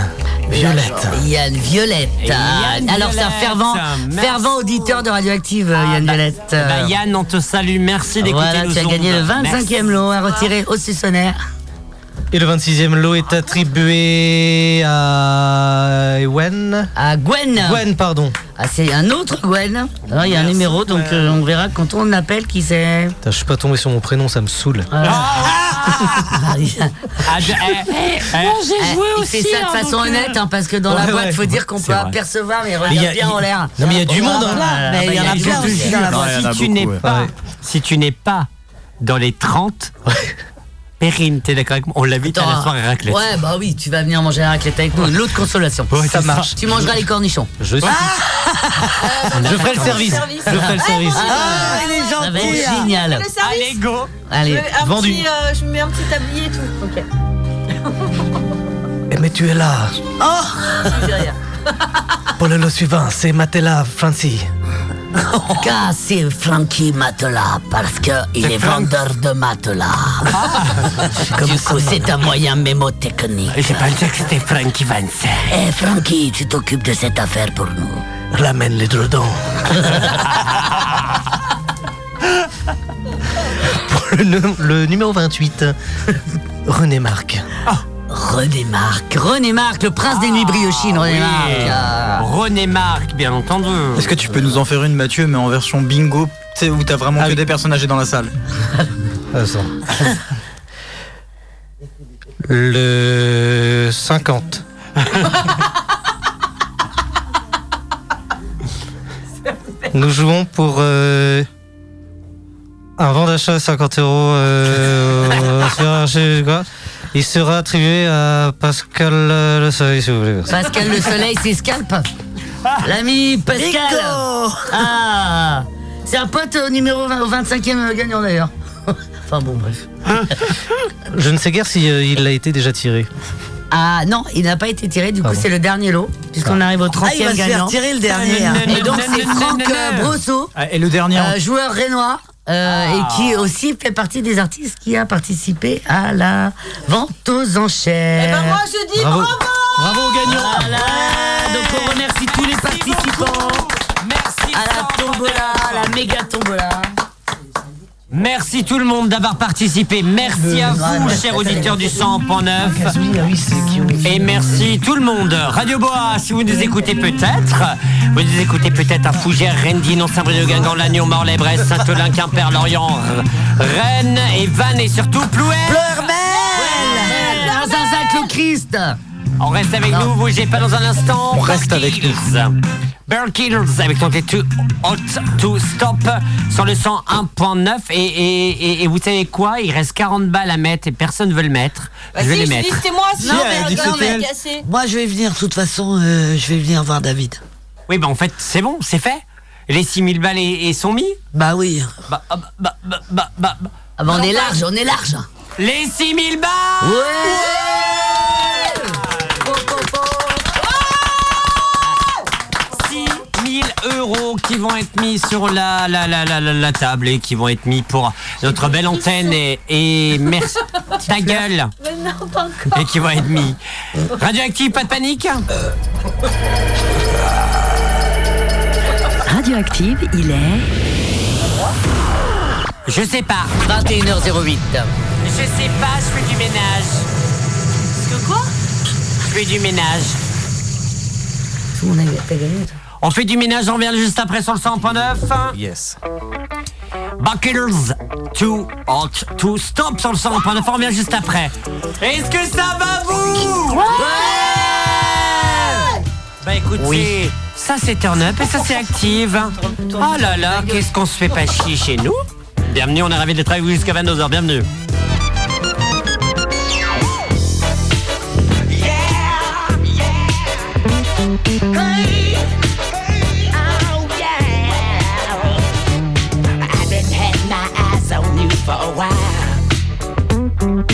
Speaker 5: Violette.
Speaker 9: Yann Violette.
Speaker 1: Yann
Speaker 9: Alors, c'est un
Speaker 1: Violette,
Speaker 9: fervent,
Speaker 1: merci.
Speaker 9: fervent auditeur de Radioactive, euh, Yann Violette.
Speaker 1: Bah, Yann, on te salue. Merci d'écouter
Speaker 9: Voilà,
Speaker 1: nos
Speaker 9: tu as gagné le
Speaker 1: ondes.
Speaker 9: 25e lot à retirer au suçonnaire.
Speaker 5: Et le 26e lot est attribué à Gwen.
Speaker 9: À Gwen.
Speaker 5: Gwen, pardon.
Speaker 9: Ah, c'est un autre Gwen. Alors, il y a un numéro, donc euh, on verra quand on appelle qui c'est.
Speaker 5: Putain, je suis pas tombé sur mon prénom, ça me saoule.
Speaker 1: Ah, je- eh, eh, eh.
Speaker 9: Eh, Il fait ça de façon honnête, hein, parce que dans la
Speaker 5: Ouais,
Speaker 9: boîte,
Speaker 5: ouais.
Speaker 9: faut dire qu'on
Speaker 5: C'est
Speaker 9: peut
Speaker 5: vrai.
Speaker 9: apercevoir, mais
Speaker 5: Mais il y
Speaker 9: regarde
Speaker 5: a-
Speaker 9: bien
Speaker 5: il-
Speaker 9: en l'air.
Speaker 5: Non, mais il y a du monde, hein.
Speaker 9: Voilà,
Speaker 1: bah,
Speaker 5: Ah,
Speaker 9: mais bah, Il y en a
Speaker 1: Ils
Speaker 9: plein
Speaker 1: ont
Speaker 9: aussi
Speaker 1: tous
Speaker 9: dans la
Speaker 1: dit,
Speaker 9: boîte.
Speaker 1: si tu n'es pas, si tu n'es pas dans les 30, Perrine, t'es d'accord avec moi On l'invite à la soirée raclette.
Speaker 9: Ouais, bah oui, tu vas venir manger la raclette avec nous. L'autre consolation.
Speaker 1: Ouais, c'est ça.
Speaker 9: Tu mangeras les cornichons.
Speaker 5: Je suis.
Speaker 1: Je ferai le service.
Speaker 5: Je ferai le service.
Speaker 9: Ah, il est
Speaker 2: Ça va être
Speaker 1: hein.
Speaker 5: hein.
Speaker 9: génial.
Speaker 2: Le service. Allez,
Speaker 1: go.
Speaker 9: Allez, vendu.
Speaker 2: je me mets un petit tablier et tout. Ok.
Speaker 5: Eh, mais tu es là.
Speaker 2: Oh Je suis derrière.
Speaker 5: Pour le lot suivant, c'est Matela Francie.
Speaker 9: Car c'est Frankie Matelas, parce qu'il est vendeur de matelas.
Speaker 1: Ah.
Speaker 9: du coup, c'est un moyen mémotechnique.
Speaker 1: J'ai pensé que c'était Frankie Vance.
Speaker 9: Eh, Frankie, tu t'occupes de cette affaire pour nous.
Speaker 5: Ramène les dredons. Pour le, nu- le numéro 28, René Marc.
Speaker 9: René Marc, René Marc, le prince des nuits briochines, René Marc. Ah.
Speaker 1: René Marc, bien entendu.
Speaker 3: Est-ce que tu peux nous en faire une, Mathieu, mais en version bingo, tu sais, où t'as vraiment
Speaker 1: Ah
Speaker 3: que des personnes âgées dans la salle Ah,
Speaker 5: Le 50. Nous jouons pour euh, un vent d'achat à 50 euros. euh, sur un chez- quoi. Il sera attribué à Pascal euh, Le Soleil, si vous voulez.
Speaker 9: Pascal le soleil, c'est Scalp.
Speaker 1: Ah.
Speaker 9: L'ami Pascal. Ah, c'est un pote au numéro 20 au 25e gagnant d'ailleurs. Enfin bon, bref.
Speaker 5: Je ne sais guère s'il euh, il a été déjà tiré.
Speaker 9: Ah non, il n'a pas été tiré, du coup
Speaker 5: Ah bon.
Speaker 9: c'est le dernier lot, puisqu'on arrive au 30e
Speaker 7: Ah, il va se faire
Speaker 9: gagnant.
Speaker 7: tirer le dernier, hein.
Speaker 9: Et donc c'est Franck euh, Brosseau,
Speaker 3: Ah, Et le dernier en-
Speaker 9: euh, joueur rénois, euh,
Speaker 7: Ah.
Speaker 9: et qui aussi fait partie des artistes qui a participé à la vente aux enchères.
Speaker 2: Ben, moi, je dis
Speaker 9: Bravo.
Speaker 2: bravo.
Speaker 5: Bravo aux gagnants.
Speaker 9: donc on remercie tous les participants. Merci à la tombola, à la méga tombola.
Speaker 1: Merci tout le monde d'avoir participé. Merci à vous, chers auditeurs du 100.9. Et merci tout le monde. Radio Boa, si vous nous écoutez peut-être, vous nous écoutez peut-être à Fougères, Rendine, Saint-Brieuc, Guingamp, Lannion, Morlaix, Brest, Saint-Olin, Quimper, Lorient, Rennes et Vannes et surtout Plouer.
Speaker 2: Eh,
Speaker 9: Dans un sac le Christ.
Speaker 1: On reste avec nous, bougez pas dans un instant. On reste avec nous. Burn Killers avec ton tête hot to stop sur le 101.9 et, et, et, et vous savez quoi Il reste 40 balles à mettre et personne veut le mettre. je vais les mettre.
Speaker 2: moi
Speaker 1: Si, elle a dit que c'était elle.
Speaker 7: Moi, je vais venir, de toute façon, euh, je vais venir voir David.
Speaker 1: Oui, bah en fait, c'est bon, c'est fait. Les 6000 balles et, et sont mis
Speaker 7: Bah oui.
Speaker 1: Bah, ah, bah, bah, bah, bah, bah, bah.
Speaker 9: Ah bah, on est large, on est large.
Speaker 1: Les 6000 balles Ouais 6000 Ah. euros qui vont être mis sur la, la, la, la, la, la table et qui vont être mis pour notre belle antenne et, et merci ta gueule
Speaker 2: Mais non, pas encore.
Speaker 1: et qui vont être mis radioactive pas de panique
Speaker 10: Radioactive, il est.
Speaker 1: je sais pas
Speaker 9: 21h08.
Speaker 1: je sais pas je fais du ménage que quoi je fais du ménage
Speaker 9: Tout le monde a t'as gagné, toi.
Speaker 1: On fait du ménage, on revient juste après sur le 100.9. Yes. Buckles, to halt, to stop sur le 100.9, on revient juste après. Est-ce que ça va vous Ouais Bah écoutez,
Speaker 8: Oui.
Speaker 1: ça c'est turn up et ça c'est active. Oh là là, qu'est-ce qu'on se fait pas chier chez nous Bienvenue, on est ravis d'être avec vous jusqu'à 22h, bienvenue.
Speaker 8: Oh, I've been had my eyes on you for a while. Girl,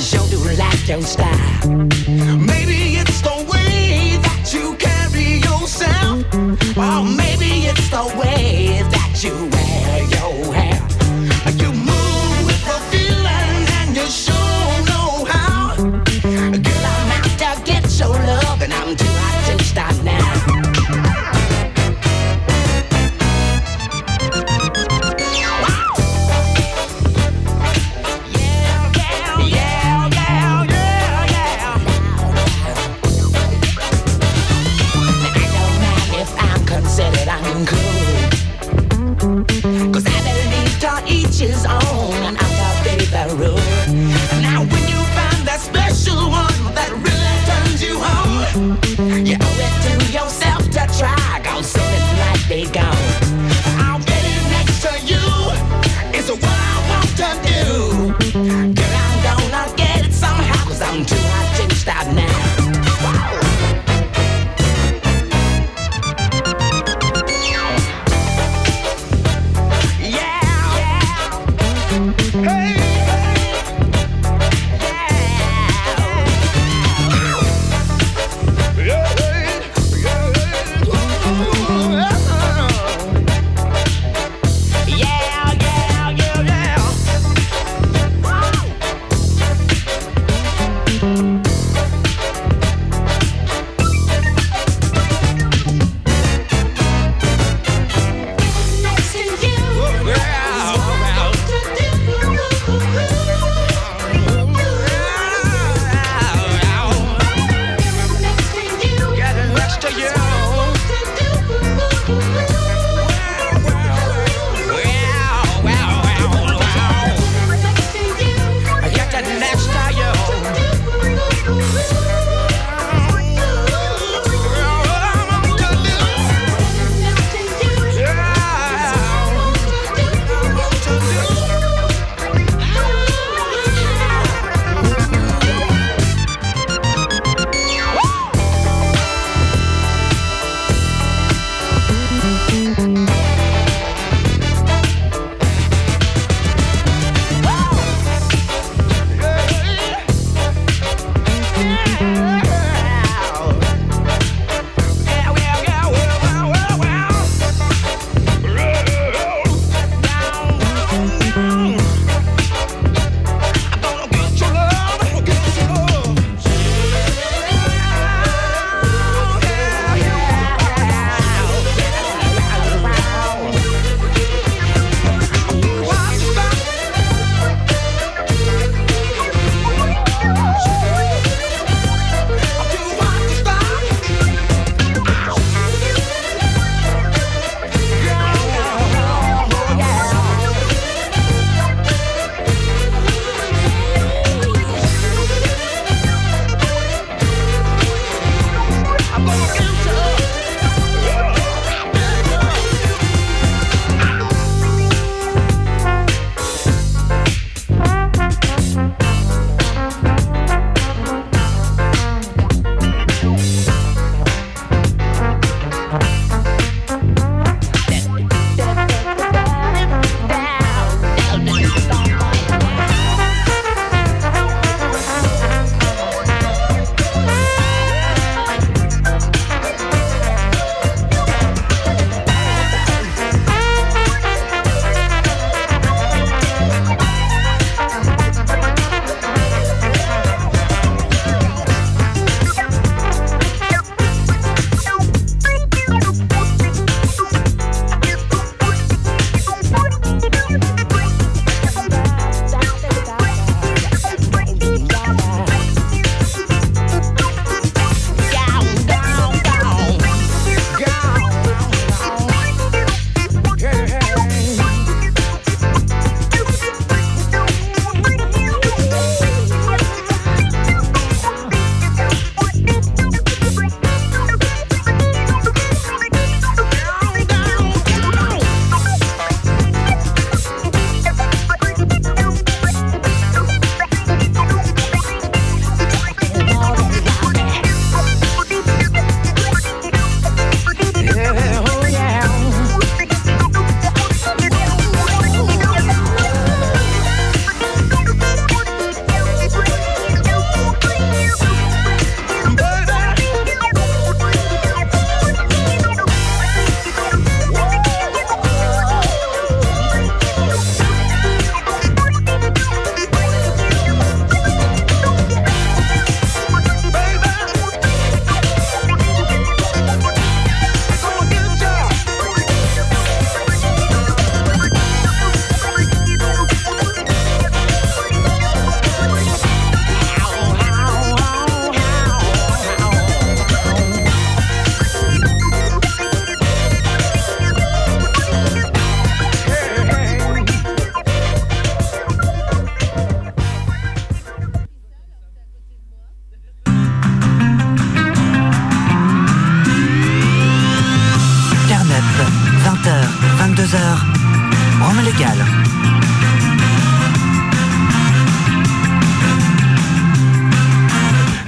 Speaker 8: psycho style. Maybe it's the way that you carry yourself. Or maybe it's the way that you wear your hair. You move with a feeling and you sure know how. Girl, I'm out to get your love and I'm too hot to stop now. if I'm considered uncool. Cause I believe to each his own, and I'm the baby rule. Now, when you find that special one that really turns you on, you owe it to yourself to try. Go soon as light be gone. I'll get it next to you. It's what I want to do. Girl, I'm gonna get it somehow, cause I'm too hot to stop now. Yeah.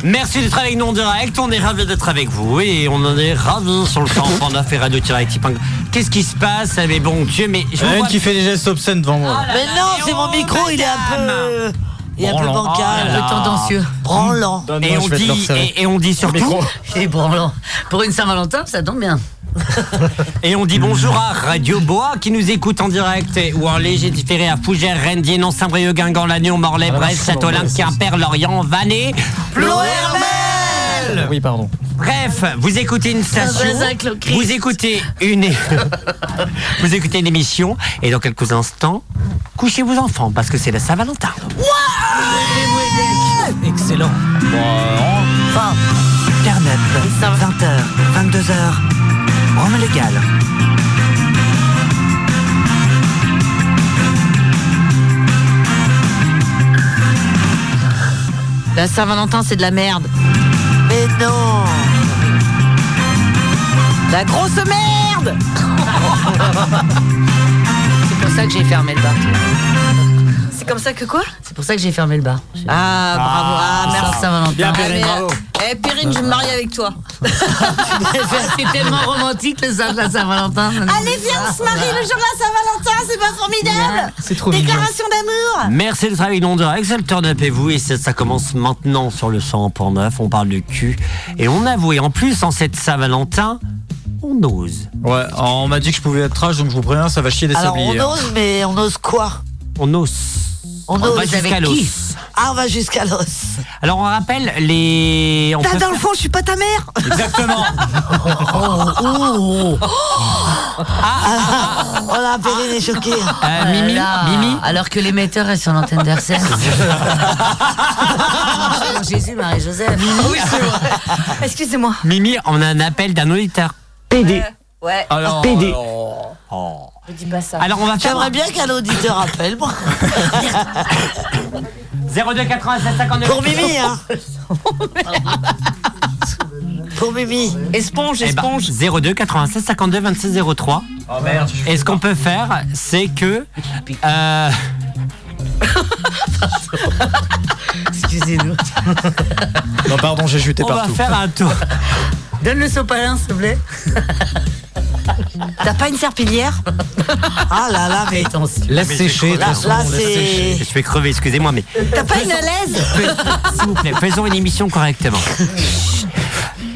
Speaker 1: Merci d'être avec nous en direct. On est ravis d'être avec vous et on en est ravis sur le 139 et radio Qu'est-ce qui se passe Ah, Mais bon Dieu, mais je
Speaker 3: Il y en a
Speaker 1: vous
Speaker 3: une
Speaker 1: vois-
Speaker 3: qui fait des gestes obscènes devant moi.
Speaker 7: Mais non, c'est mon micro, il est un peu. Il est un peu
Speaker 3: Branlant.
Speaker 7: bancal,
Speaker 3: Oh là là.
Speaker 7: Branlant.
Speaker 9: Donne-moi, je vais te le resserrer.
Speaker 1: on dit
Speaker 9: surtout. Il est branlant. Pour une Saint-Valentin, ça tombe bien.
Speaker 1: Et on dit bonjour à Radio Boa qui nous écoute en direct et- ou en léger différé à Fougères, Rennes, non Saint-Brieuc, Guingamp, Lannion, Morlaix,
Speaker 3: Ah,
Speaker 1: Brest, Châteaulin, Quimper, Lorient, Vannes, Ploermel
Speaker 3: Oui, pardon.
Speaker 1: Bref, vous écoutez une station,
Speaker 9: Un zinc, le Christ.
Speaker 1: vous écoutez une, vous écoutez une émission et dans quelques instants, couchez vos enfants parce que c'est la Saint-Valentin. Excellent. euh,
Speaker 7: Enfin, Internet, 20h, 22h, Rome légale.
Speaker 2: La Saint-Valentin, c'est de la merde.
Speaker 7: Mais non
Speaker 2: La grosse merde
Speaker 9: C'est pour ça que j'ai fermé le bar.
Speaker 2: C'est comme ça que quoi
Speaker 9: C'est pour ça que j'ai fermé le bar.
Speaker 2: Ah, bravo. Ah, merci.
Speaker 9: Saint-Valentin.
Speaker 2: Bien, Perrine, bravo. Eh, Perrine, je vais me marie avec toi.
Speaker 9: C'est tellement romantique le Saint- la Saint-Valentin.
Speaker 2: Allez, viens, on se marie le jour de la Saint-Valentin, c'est pas formidable
Speaker 1: C'est trop mignon.
Speaker 2: Déclaration d'amour
Speaker 1: Merci de travailler en direct, c'est le turn up et vous, et ça, ça commence maintenant sur le 100.9, on parle du cul, et on avoue, et en plus, en cette Saint-Valentin, on ose.
Speaker 3: Ouais, on m'a dit que je pouvais être trash, donc je vous préviens, ça va chier des
Speaker 7: Alors
Speaker 3: sabliers.
Speaker 7: on ose, mais on ose quoi
Speaker 1: On ose.
Speaker 7: On,
Speaker 1: On
Speaker 7: ose
Speaker 1: va jusqu'à l'os.
Speaker 7: Ah, on va jusqu'à l'os.
Speaker 1: Alors on rappelle les... on
Speaker 7: T'as
Speaker 1: peut-
Speaker 7: dans le fond, je suis pas ta mère
Speaker 1: Exactement
Speaker 9: oh, Ah,
Speaker 7: Oh la Perrine est choquée.
Speaker 9: Euh, Mimi, Mimi. Alors que l'émetteur est sur l'antenne d'RCN. Mon Jésus, Marie-Joseph.
Speaker 2: Oui, c'est vrai. Excusez-moi.
Speaker 1: Mimi, on a un appel d'un auditeur.
Speaker 2: PD.
Speaker 7: Euh,
Speaker 2: Euh, Ouais.
Speaker 1: Alors,
Speaker 2: PD.
Speaker 1: Oh.
Speaker 2: Ne dis pas ça.
Speaker 1: Alors, on va faire-
Speaker 7: J'aimerais bien qu'un auditeur appelle, moi.
Speaker 1: 0287 59...
Speaker 7: Pour Mimi, hein Pour Mimi.
Speaker 2: Esponge,
Speaker 1: Eh ben, 02 96 52 26 03.
Speaker 3: Oh merde, je
Speaker 1: Et ce qu'on peut faire, c'est que... euh,
Speaker 9: Excusez-nous.
Speaker 3: Non, pardon, j'ai jeté
Speaker 1: on va
Speaker 3: partout.
Speaker 1: faire un tour.
Speaker 9: Donne le sopalin, s'il te plaît.
Speaker 2: T'as pas une serpillière
Speaker 7: Ah là là, mais.
Speaker 1: Laisse sécher,
Speaker 7: de toute façon, Là, laisse c'est- sécher.
Speaker 1: Je suis crevé, excusez-moi, mais...
Speaker 2: T'as pas une alaise
Speaker 1: S'il vous plaît, faisons une émission correctement.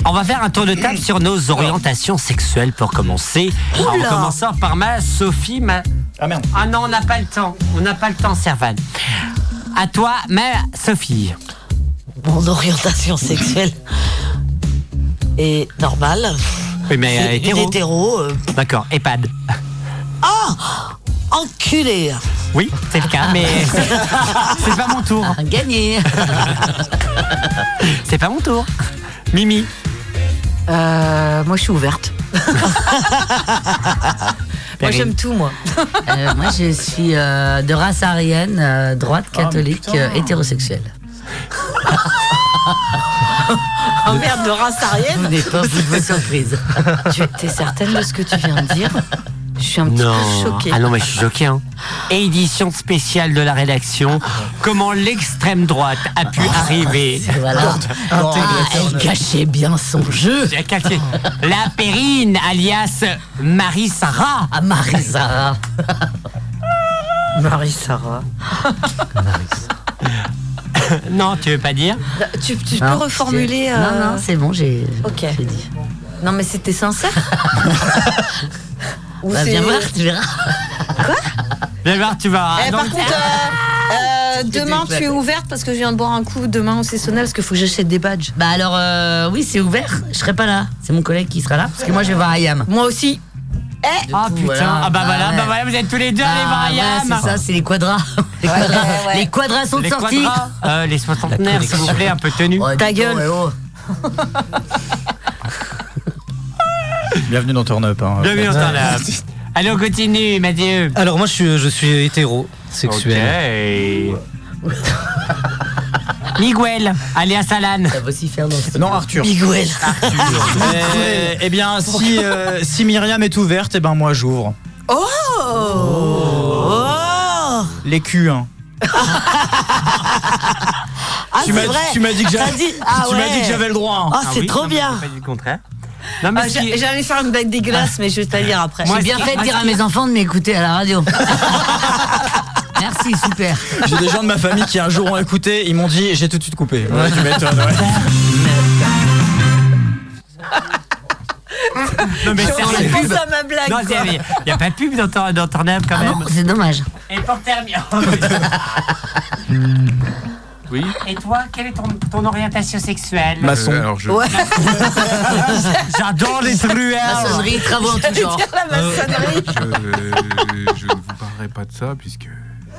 Speaker 1: On va faire un tour de table sur nos orientations sexuelles pour commencer. Alors,
Speaker 2: Oula.
Speaker 1: En commençant par ma Sophie, ma...
Speaker 3: Ah merde.
Speaker 1: Ah non, on n'a pas le temps. On n'a pas le temps, Servan. À toi, ma Sophie.
Speaker 7: Mon orientation sexuelle est normale.
Speaker 1: Oui, mais euh,
Speaker 7: C'est une
Speaker 1: hétéro.
Speaker 7: hétéro, euh,
Speaker 1: D'accord, EHPAD.
Speaker 7: Oh Enculé
Speaker 1: Oui, c'est le cas, mais c'est pas mon tour.
Speaker 9: Gagné
Speaker 1: c'est pas mon tour. Mimi.
Speaker 2: Euh, moi, je suis ouverte. moi,
Speaker 9: Perrine.
Speaker 2: j'aime tout, moi.
Speaker 9: Euh, moi, je suis euh, de race aryenne, euh, droite,
Speaker 1: Oh,
Speaker 9: catholique,
Speaker 2: putain.
Speaker 9: euh, hétérosexuelle.
Speaker 2: Oh merde, de race
Speaker 9: Vous
Speaker 2: aryenne
Speaker 9: n'êtes pas vous de vos surprises.
Speaker 2: Tu es certaine de ce que tu viens de dire Je suis un petit peu
Speaker 9: Oh.
Speaker 1: Non.
Speaker 2: choquée.
Speaker 1: Ah non, mais je suis choqué. Hein. Édition spéciale de la rédaction. Comment l'extrême droite a pu arriver.
Speaker 9: Ah, Voilà. Ah, elle cachait bien son jeu.
Speaker 1: J'ai caché. La Périne, alias Marie Sarah.
Speaker 9: Ah, Marie Sarah.
Speaker 7: Marie-Sarah.
Speaker 1: Non, tu veux pas dire
Speaker 2: Bah, Tu, tu peux reformuler euh,
Speaker 9: Non, non, c'est bon, j'ai.
Speaker 2: Ok. Non, mais c'était sincère Ou
Speaker 9: Bah,
Speaker 2: c'est-
Speaker 9: viens voir, Ah, tu verras.
Speaker 1: Viens voir, tu vas.
Speaker 2: Eh, par contre, euh, euh, demain, tu es ouverte parce que je viens de boire un coup demain au Sessonal parce qu'il faut que j'achète des badges.
Speaker 9: Bah alors, euh, oui, c'est ouvert. Je serai pas là. C'est mon collègue qui sera là. Parce que moi, je vais voir Ayam.
Speaker 2: Moi aussi. Eh
Speaker 1: Ah putain,
Speaker 9: voilà.
Speaker 1: ah bah
Speaker 9: Ah
Speaker 1: voilà,
Speaker 9: ouais.
Speaker 1: bah voilà, vous êtes tous les deux,
Speaker 9: Ah,
Speaker 1: les Mariam.
Speaker 9: ouais, c'est ça, c'est les quadras. Les quadras, les quadras sont
Speaker 1: les
Speaker 9: sortis.
Speaker 1: quadras, euh, les soixantenaires, s'il vous plaît, un peu tenus.
Speaker 9: Ta gueule.
Speaker 3: Bienvenue dans Turn Up.
Speaker 9: oh.
Speaker 3: Hein.
Speaker 1: Bienvenue dans Turn Up. Allez, on continue, Mathieu.
Speaker 5: Alors moi je suis, je suis hétéro sexuel.
Speaker 1: Miguel, allez à Salan. Ah,
Speaker 9: Ça va aussi faire dans ce-
Speaker 3: Non, Arthur.
Speaker 7: Miguel.
Speaker 3: Eh, Eh bien, si, euh, si Myriam est ouverte, eh ben moi j'ouvre.
Speaker 2: Oh,
Speaker 3: Oh!
Speaker 9: Oh. Ah,
Speaker 3: Les culs, hein.
Speaker 7: Ah, c'est
Speaker 3: tu m'as
Speaker 7: vrai.
Speaker 3: tu m'as dit que j'avais
Speaker 7: T'as Ah
Speaker 3: tu m'as
Speaker 7: ouais.
Speaker 3: dit que j'avais le droit.
Speaker 2: Oh,
Speaker 3: hein.
Speaker 7: Ah, c'est trop bien.
Speaker 1: du contraire.
Speaker 2: Ah, j'a- J'allais faire une blague
Speaker 9: Ah.
Speaker 2: dégueulasse, mais je vais te la dire après.
Speaker 9: J'ai bien fait de dire à mes enfants de m'écouter à la radio. Merci, super.
Speaker 3: J'ai des gens de ma famille qui un jour ont écouté, ils m'ont dit j'ai tout de suite coupé. Ouais, tu m'étonnes. ouais.
Speaker 1: Non, mais
Speaker 2: J'aurais
Speaker 1: sérieux.
Speaker 2: pensé à ma blague,
Speaker 1: Non,
Speaker 2: quoi.
Speaker 1: sérieux, Il n'y a pas de pub dans ton, dans ton app, quand même.
Speaker 9: c'est dommage.
Speaker 1: Et pour terminer.
Speaker 11: Oui.
Speaker 1: Et toi, quelle est ton, ton orientation sexuelle
Speaker 11: Maçon. Euh, alors, je-
Speaker 1: Ouais. J'adore les truelles.
Speaker 9: Maçonnerie, travaux en tout genre.
Speaker 11: Euh, Je, je ne vous parlerai pas de ça puisque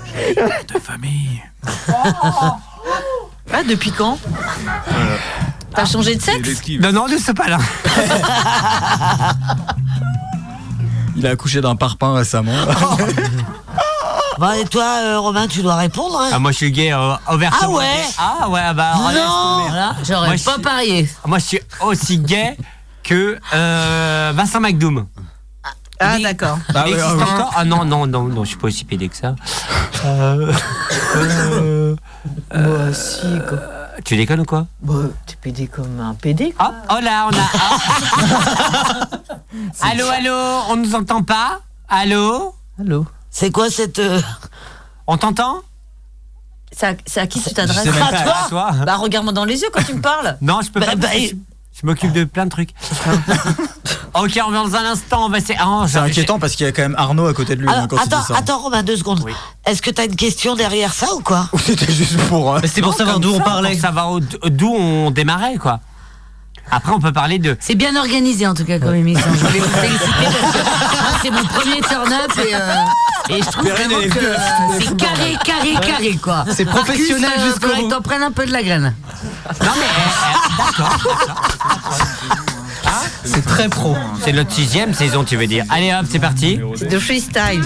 Speaker 11: j'ai une vie de famille.
Speaker 2: Ah, depuis quand
Speaker 11: Voilà.
Speaker 2: T'as changé de
Speaker 11: Il
Speaker 2: sexe
Speaker 11: esquive.
Speaker 1: Non, non, ne sais pas là.
Speaker 3: Il a accouché d'un parpaing récemment.
Speaker 1: Oh,
Speaker 7: Bah, et toi, euh, Romain, tu dois répondre. hein.
Speaker 1: Ah, moi, je suis gay euh,
Speaker 7: Ah
Speaker 1: ouvertement.
Speaker 7: ouais
Speaker 1: Ah ouais, ah bah. alors, laisse tomber.
Speaker 7: Ah,
Speaker 9: Voilà,
Speaker 1: Moi,
Speaker 9: J'aurais
Speaker 1: je
Speaker 9: pas
Speaker 1: suis- Ah,
Speaker 9: parié.
Speaker 1: Moi, je suis aussi gay que euh, Vincent McDoom.
Speaker 2: Ah, d'accord.
Speaker 1: Ah, encore ah non, non, non, non, je suis pas aussi pédé que ça. Euh,
Speaker 6: Moi, si, quoi.
Speaker 1: Tu déconnes ou quoi
Speaker 6: Bah, t'es pédé comme un pédé,
Speaker 1: quoi. Oh là, on a. ah. allô, allô, on nous entend pas Allô
Speaker 6: Allô
Speaker 7: C'est quoi cette. euh,
Speaker 1: On t'entend
Speaker 2: C'est à, c'est à qui tu t'adresses
Speaker 1: sais même pas, à toi.
Speaker 2: Bah, regarde-moi dans les yeux quand tu me parles.
Speaker 1: Non, je peux
Speaker 2: Bah,
Speaker 1: pas.
Speaker 2: bah,
Speaker 1: parce que je je m'occupe de plein de trucs. ok, on revient dans un instant. On va essayer- ah,
Speaker 3: C'est inquiétant parce qu'il y a quand même Arnaud à côté de lui
Speaker 7: Alors,
Speaker 3: hein, quand il
Speaker 7: attends,
Speaker 3: dit ça.
Speaker 7: attends, Romain, deux secondes. Est-ce que t'as une question derrière ça ou quoi
Speaker 3: C'était juste pour. hein.
Speaker 1: C'est pour savoir d'où on parlait. Pour savoir où- d'où on démarrait, quoi. Après, on peut parler de.
Speaker 9: C'est bien organisé en tout cas comme émission. Je voulais vous féliciter parce que moi, c'est mon premier turn-up et, euh, et je trouve
Speaker 6: Perrine,
Speaker 9: vraiment
Speaker 6: elle est
Speaker 9: que
Speaker 6: venue à
Speaker 9: euh,
Speaker 6: foutre
Speaker 9: c'est
Speaker 6: le
Speaker 9: carré, carré,
Speaker 6: bordel.
Speaker 9: carré quoi.
Speaker 6: C'est professionnel
Speaker 9: Marcus, euh,
Speaker 6: jusqu'au
Speaker 9: faudrait
Speaker 6: bout.
Speaker 9: que T'en prennes un peu de la graine.
Speaker 1: C'est très pro. C'est notre sixième saison, tu veux dire. Allez hop, c'est parti.
Speaker 2: De freestyle.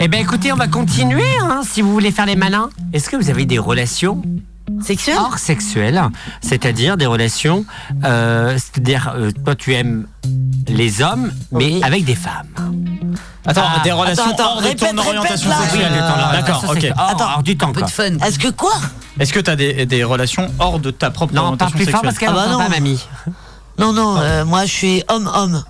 Speaker 1: Eh ben écoutez, on va continuer hein, si vous voulez faire les malins. Est-ce que vous avez des relations
Speaker 2: sexuelles
Speaker 1: Hors sexuelles, c'est-à-dire des relations, euh, c'est-à-dire euh, toi tu aimes les hommes, mais avec des femmes.
Speaker 3: Attends,
Speaker 1: Ah,
Speaker 3: des relations
Speaker 1: attends, attends,
Speaker 3: hors de
Speaker 1: répète,
Speaker 3: ton orientation
Speaker 1: répète, là.
Speaker 7: Ah,
Speaker 3: sexuelle.
Speaker 1: Oui, de ton orientation
Speaker 3: D'accord, ok.
Speaker 1: sexuelle. Hors- hors du temps, Un peu de quoi. fun.
Speaker 7: Est-ce que quoi
Speaker 3: Est-ce que t'as des, des relations hors de ta propre
Speaker 1: Non, parle
Speaker 3: orientation
Speaker 1: plus
Speaker 3: sexuelle
Speaker 1: fort parce qu'elle
Speaker 7: Ah bah
Speaker 1: entend
Speaker 7: non.
Speaker 1: pas, mamie.
Speaker 7: Non, non, euh, moi, je suis homme-homme.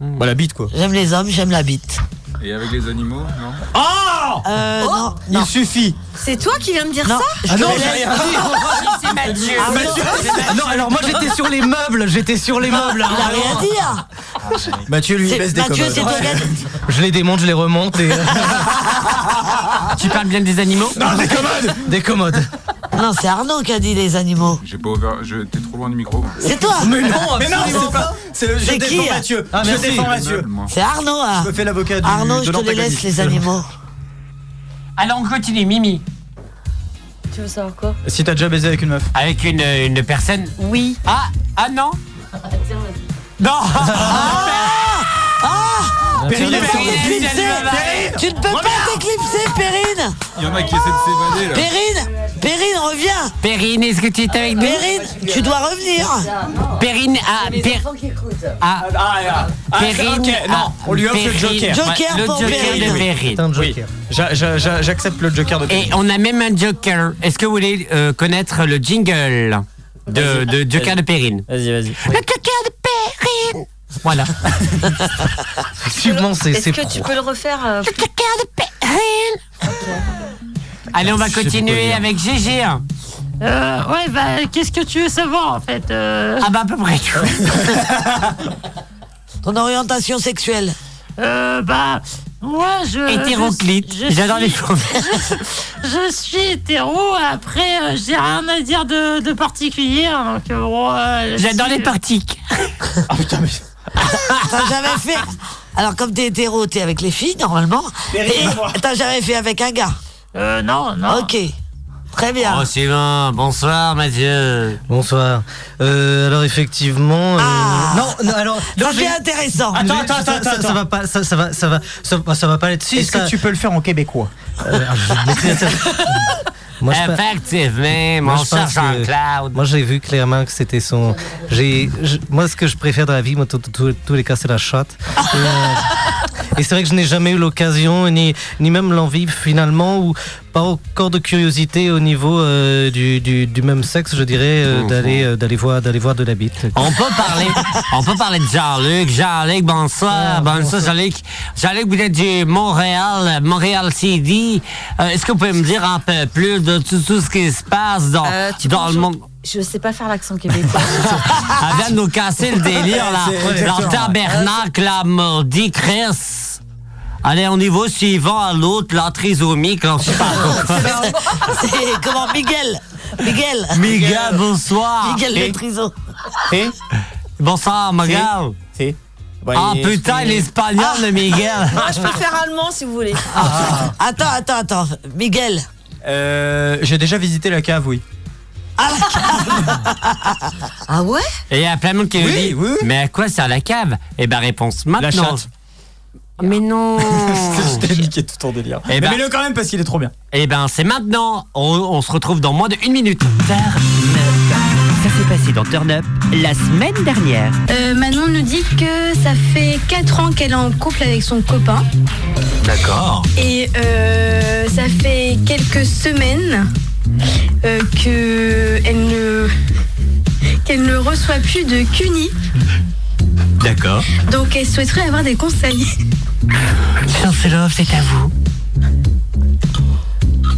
Speaker 3: Bah, la bite, quoi.
Speaker 7: J'aime les hommes, j'aime la bite.
Speaker 11: Et avec les animaux, non
Speaker 7: Oh euh, non, non.
Speaker 3: Il suffit.
Speaker 2: C'est toi qui viens me dire ça
Speaker 7: Ah non,
Speaker 2: te
Speaker 7: j'ai
Speaker 2: laisse.
Speaker 7: rien dit.
Speaker 2: C'est Mathieu.
Speaker 7: Ah,
Speaker 5: Mathieu- non, alors moi j'étais sur les meubles, j'étais sur les meubles.
Speaker 7: Il a rien dit. hein.
Speaker 5: Mathieu
Speaker 7: lui, il C'est- baisse des Mathieu, commodes. c'est toi qui as-
Speaker 5: Je les démonte, je les remonte et. euh,
Speaker 1: tu parles bien des animaux
Speaker 5: Non, des commodes Des commodes.
Speaker 7: Non, c'est Arnaud qui a dit les animaux.
Speaker 11: J'ai pas ouvert. je- T'es trop loin du micro.
Speaker 7: C'est toi
Speaker 3: Mais non, mais non, c'est pas. C'est le je
Speaker 7: C'est qui,
Speaker 3: défends
Speaker 7: hein
Speaker 3: Mathieu.
Speaker 7: Ah,
Speaker 3: je
Speaker 7: merci.
Speaker 3: défends Mathieu.
Speaker 7: C'est Arnaud. hein.
Speaker 3: Je me fais l'avocat du.
Speaker 7: Arnaud,
Speaker 3: de
Speaker 7: je te les laisse
Speaker 3: l'antagoniste.
Speaker 7: les animaux.
Speaker 1: Alors on continue, Mimi.
Speaker 2: Tu veux savoir quoi
Speaker 3: Si t'as déjà baisé avec une meuf.
Speaker 1: Avec une, une personne.
Speaker 2: Oui.
Speaker 1: Ah, ah non ah, Non
Speaker 7: Ah
Speaker 1: Perrine,
Speaker 7: Tu ne peux pas t'éclipser. Tu
Speaker 1: Perrine, Perrine, Perrine.
Speaker 7: ne peux pas t'éclipser, Perrine
Speaker 11: Il y en a qui essaient de s'évader là.
Speaker 7: Perrine Perrine, reviens
Speaker 1: Perrine, est-ce que tu es avec nous
Speaker 7: Perrine, tu dois revenir
Speaker 1: Perrine, ah, Per- ah,
Speaker 3: ah, ah,
Speaker 1: Perrine,
Speaker 3: ok, non, on lui offre le
Speaker 1: Perrine.
Speaker 3: Joker.
Speaker 1: Ouais, le Joker de Perrine.
Speaker 3: Oui. J'a- j'a- j'a- J'accepte le Joker de
Speaker 1: Et
Speaker 3: Perrine.
Speaker 1: on a même un Joker. Est-ce que vous voulez euh, connaître le jingle de, de Joker de Perrine
Speaker 3: Vas-y, vas-y.
Speaker 1: Le Joker de Perrine Voilà.
Speaker 5: Effectivement, c'est
Speaker 2: Est-ce
Speaker 5: c'est
Speaker 2: que tu
Speaker 5: pro.
Speaker 2: peux le refaire euh,
Speaker 1: Allez, on va
Speaker 5: Je sais pas
Speaker 1: continuer
Speaker 5: dire.
Speaker 1: avec Gégé.
Speaker 4: Euh, ouais, bah, qu'est-ce que tu veux savoir en fait euh,
Speaker 1: Ah bah, à peu près tout.
Speaker 7: Ton orientation sexuelle.
Speaker 4: euh, bah, moi je.
Speaker 1: Hétéroclite.
Speaker 4: je- je
Speaker 1: J'adore
Speaker 4: suis-
Speaker 1: les choses.
Speaker 4: Je suis hétéro, après, euh, j'ai rien à dire de, de particulier. hein, donc, euh, bon, euh,
Speaker 1: J'adore
Speaker 4: si-
Speaker 1: les partiques.
Speaker 3: Ah,
Speaker 7: T'as jamais fait. Alors, comme t'es hétéro, t'es avec les filles, normalement. Et t'as jamais fait avec un gars
Speaker 4: Euh, non, non.
Speaker 7: Ok. Très bien.
Speaker 1: Oh, Sylvain, bonsoir, Mathieu.
Speaker 5: Bonsoir. Euh, alors effectivement. euh, Non, non, alors.
Speaker 7: Ah. Ça
Speaker 5: non,
Speaker 7: fait
Speaker 5: j'ai-
Speaker 7: intéressant.
Speaker 3: Attends,
Speaker 5: j'ai-
Speaker 3: attends,
Speaker 5: ça-
Speaker 3: attends,
Speaker 5: ça-
Speaker 3: attends.
Speaker 5: Ça va pas, ça, ça va, ça va, ça, va- ça va pas être. Si,
Speaker 3: Est-ce
Speaker 5: ça-
Speaker 3: que tu peux le faire en québécois
Speaker 5: Euh,
Speaker 1: ah,
Speaker 5: Moi, je pas-
Speaker 1: Effectivement,
Speaker 5: Moi,
Speaker 1: mon
Speaker 5: je pense
Speaker 1: cher
Speaker 5: que-
Speaker 1: Jean-Claude.
Speaker 5: Moi, j'ai vu clairement que c'était son. J'ai, je- moi, ce que je préfère dans la vie, moi, tous tous- tous les cas, c'est la chatte. Et, euh, Et c'est vrai que je n'ai jamais eu l'occasion, ni, ni même l'envie finalement, ou pas encore de curiosité au niveau euh, du, du, du même sexe, je dirais, euh,
Speaker 1: Mhm.
Speaker 5: d'aller euh, d'aller voir, d'aller voir de la bite.
Speaker 1: On peut parler, on peut parler de Jean-Luc. Jean-Luc,
Speaker 2: Ah,
Speaker 1: bonsoir. bonsoir, Jean-Luc. Jean-Luc, vous êtes du Montréal, Montréal CD. Euh, Est-ce que vous pouvez me dire un peu plus de tout, tout ce qui se passe dans,
Speaker 2: Euh,
Speaker 1: dans le monde?
Speaker 2: Je sais pas faire l'accent québécois.
Speaker 1: Elle vient de nous casser le délire,
Speaker 2: C'est
Speaker 1: là. Leur
Speaker 2: exactement.
Speaker 1: tabernacle, la maudit Chris. Allez, on y va suivant à l'autre, la trisomie, quand je parle.
Speaker 7: C'est comment Miguel Miguel
Speaker 1: Miguel, bonsoir.
Speaker 7: Miguel
Speaker 1: Et-
Speaker 7: le trison.
Speaker 1: Si. Hein? Bonsoir, Miguel.
Speaker 15: Si. Bah,
Speaker 1: ah
Speaker 15: il-
Speaker 1: putain,
Speaker 15: il-
Speaker 1: l'espagnol de Miguel.
Speaker 2: Ah, je peux faire allemand si vous voulez.
Speaker 7: Ah. Attends, attends, attends. Miguel.
Speaker 3: Euh, J'ai déjà visité la cave, oui.
Speaker 7: Ah ouais
Speaker 1: Et il y a plein de monde qui nous dit Mais à quoi sert la cave Eh ben, réponse maintenant.
Speaker 3: chatte.
Speaker 1: Mais non
Speaker 3: Je t'ai niqué tout ton délire.
Speaker 1: Eh
Speaker 3: Mais
Speaker 1: ben-
Speaker 3: mets-le quand même parce qu'il est trop bien.
Speaker 1: Eh ben, c'est maintenant. On, on se retrouve dans moins de une minute. Ça s'est passé dans Turn Up la semaine dernière.
Speaker 16: Euh, Manon nous dit que ça fait 4 ans qu'elle est en couple avec son copain.
Speaker 1: D'accord.
Speaker 16: Et euh, ça fait quelques semaines euh, que elle ne qu'elle ne reçoit plus de CUNY.
Speaker 1: D'accord.
Speaker 16: Donc elle souhaiterait avoir des conseils.
Speaker 1: Sauf love, c'est à vous.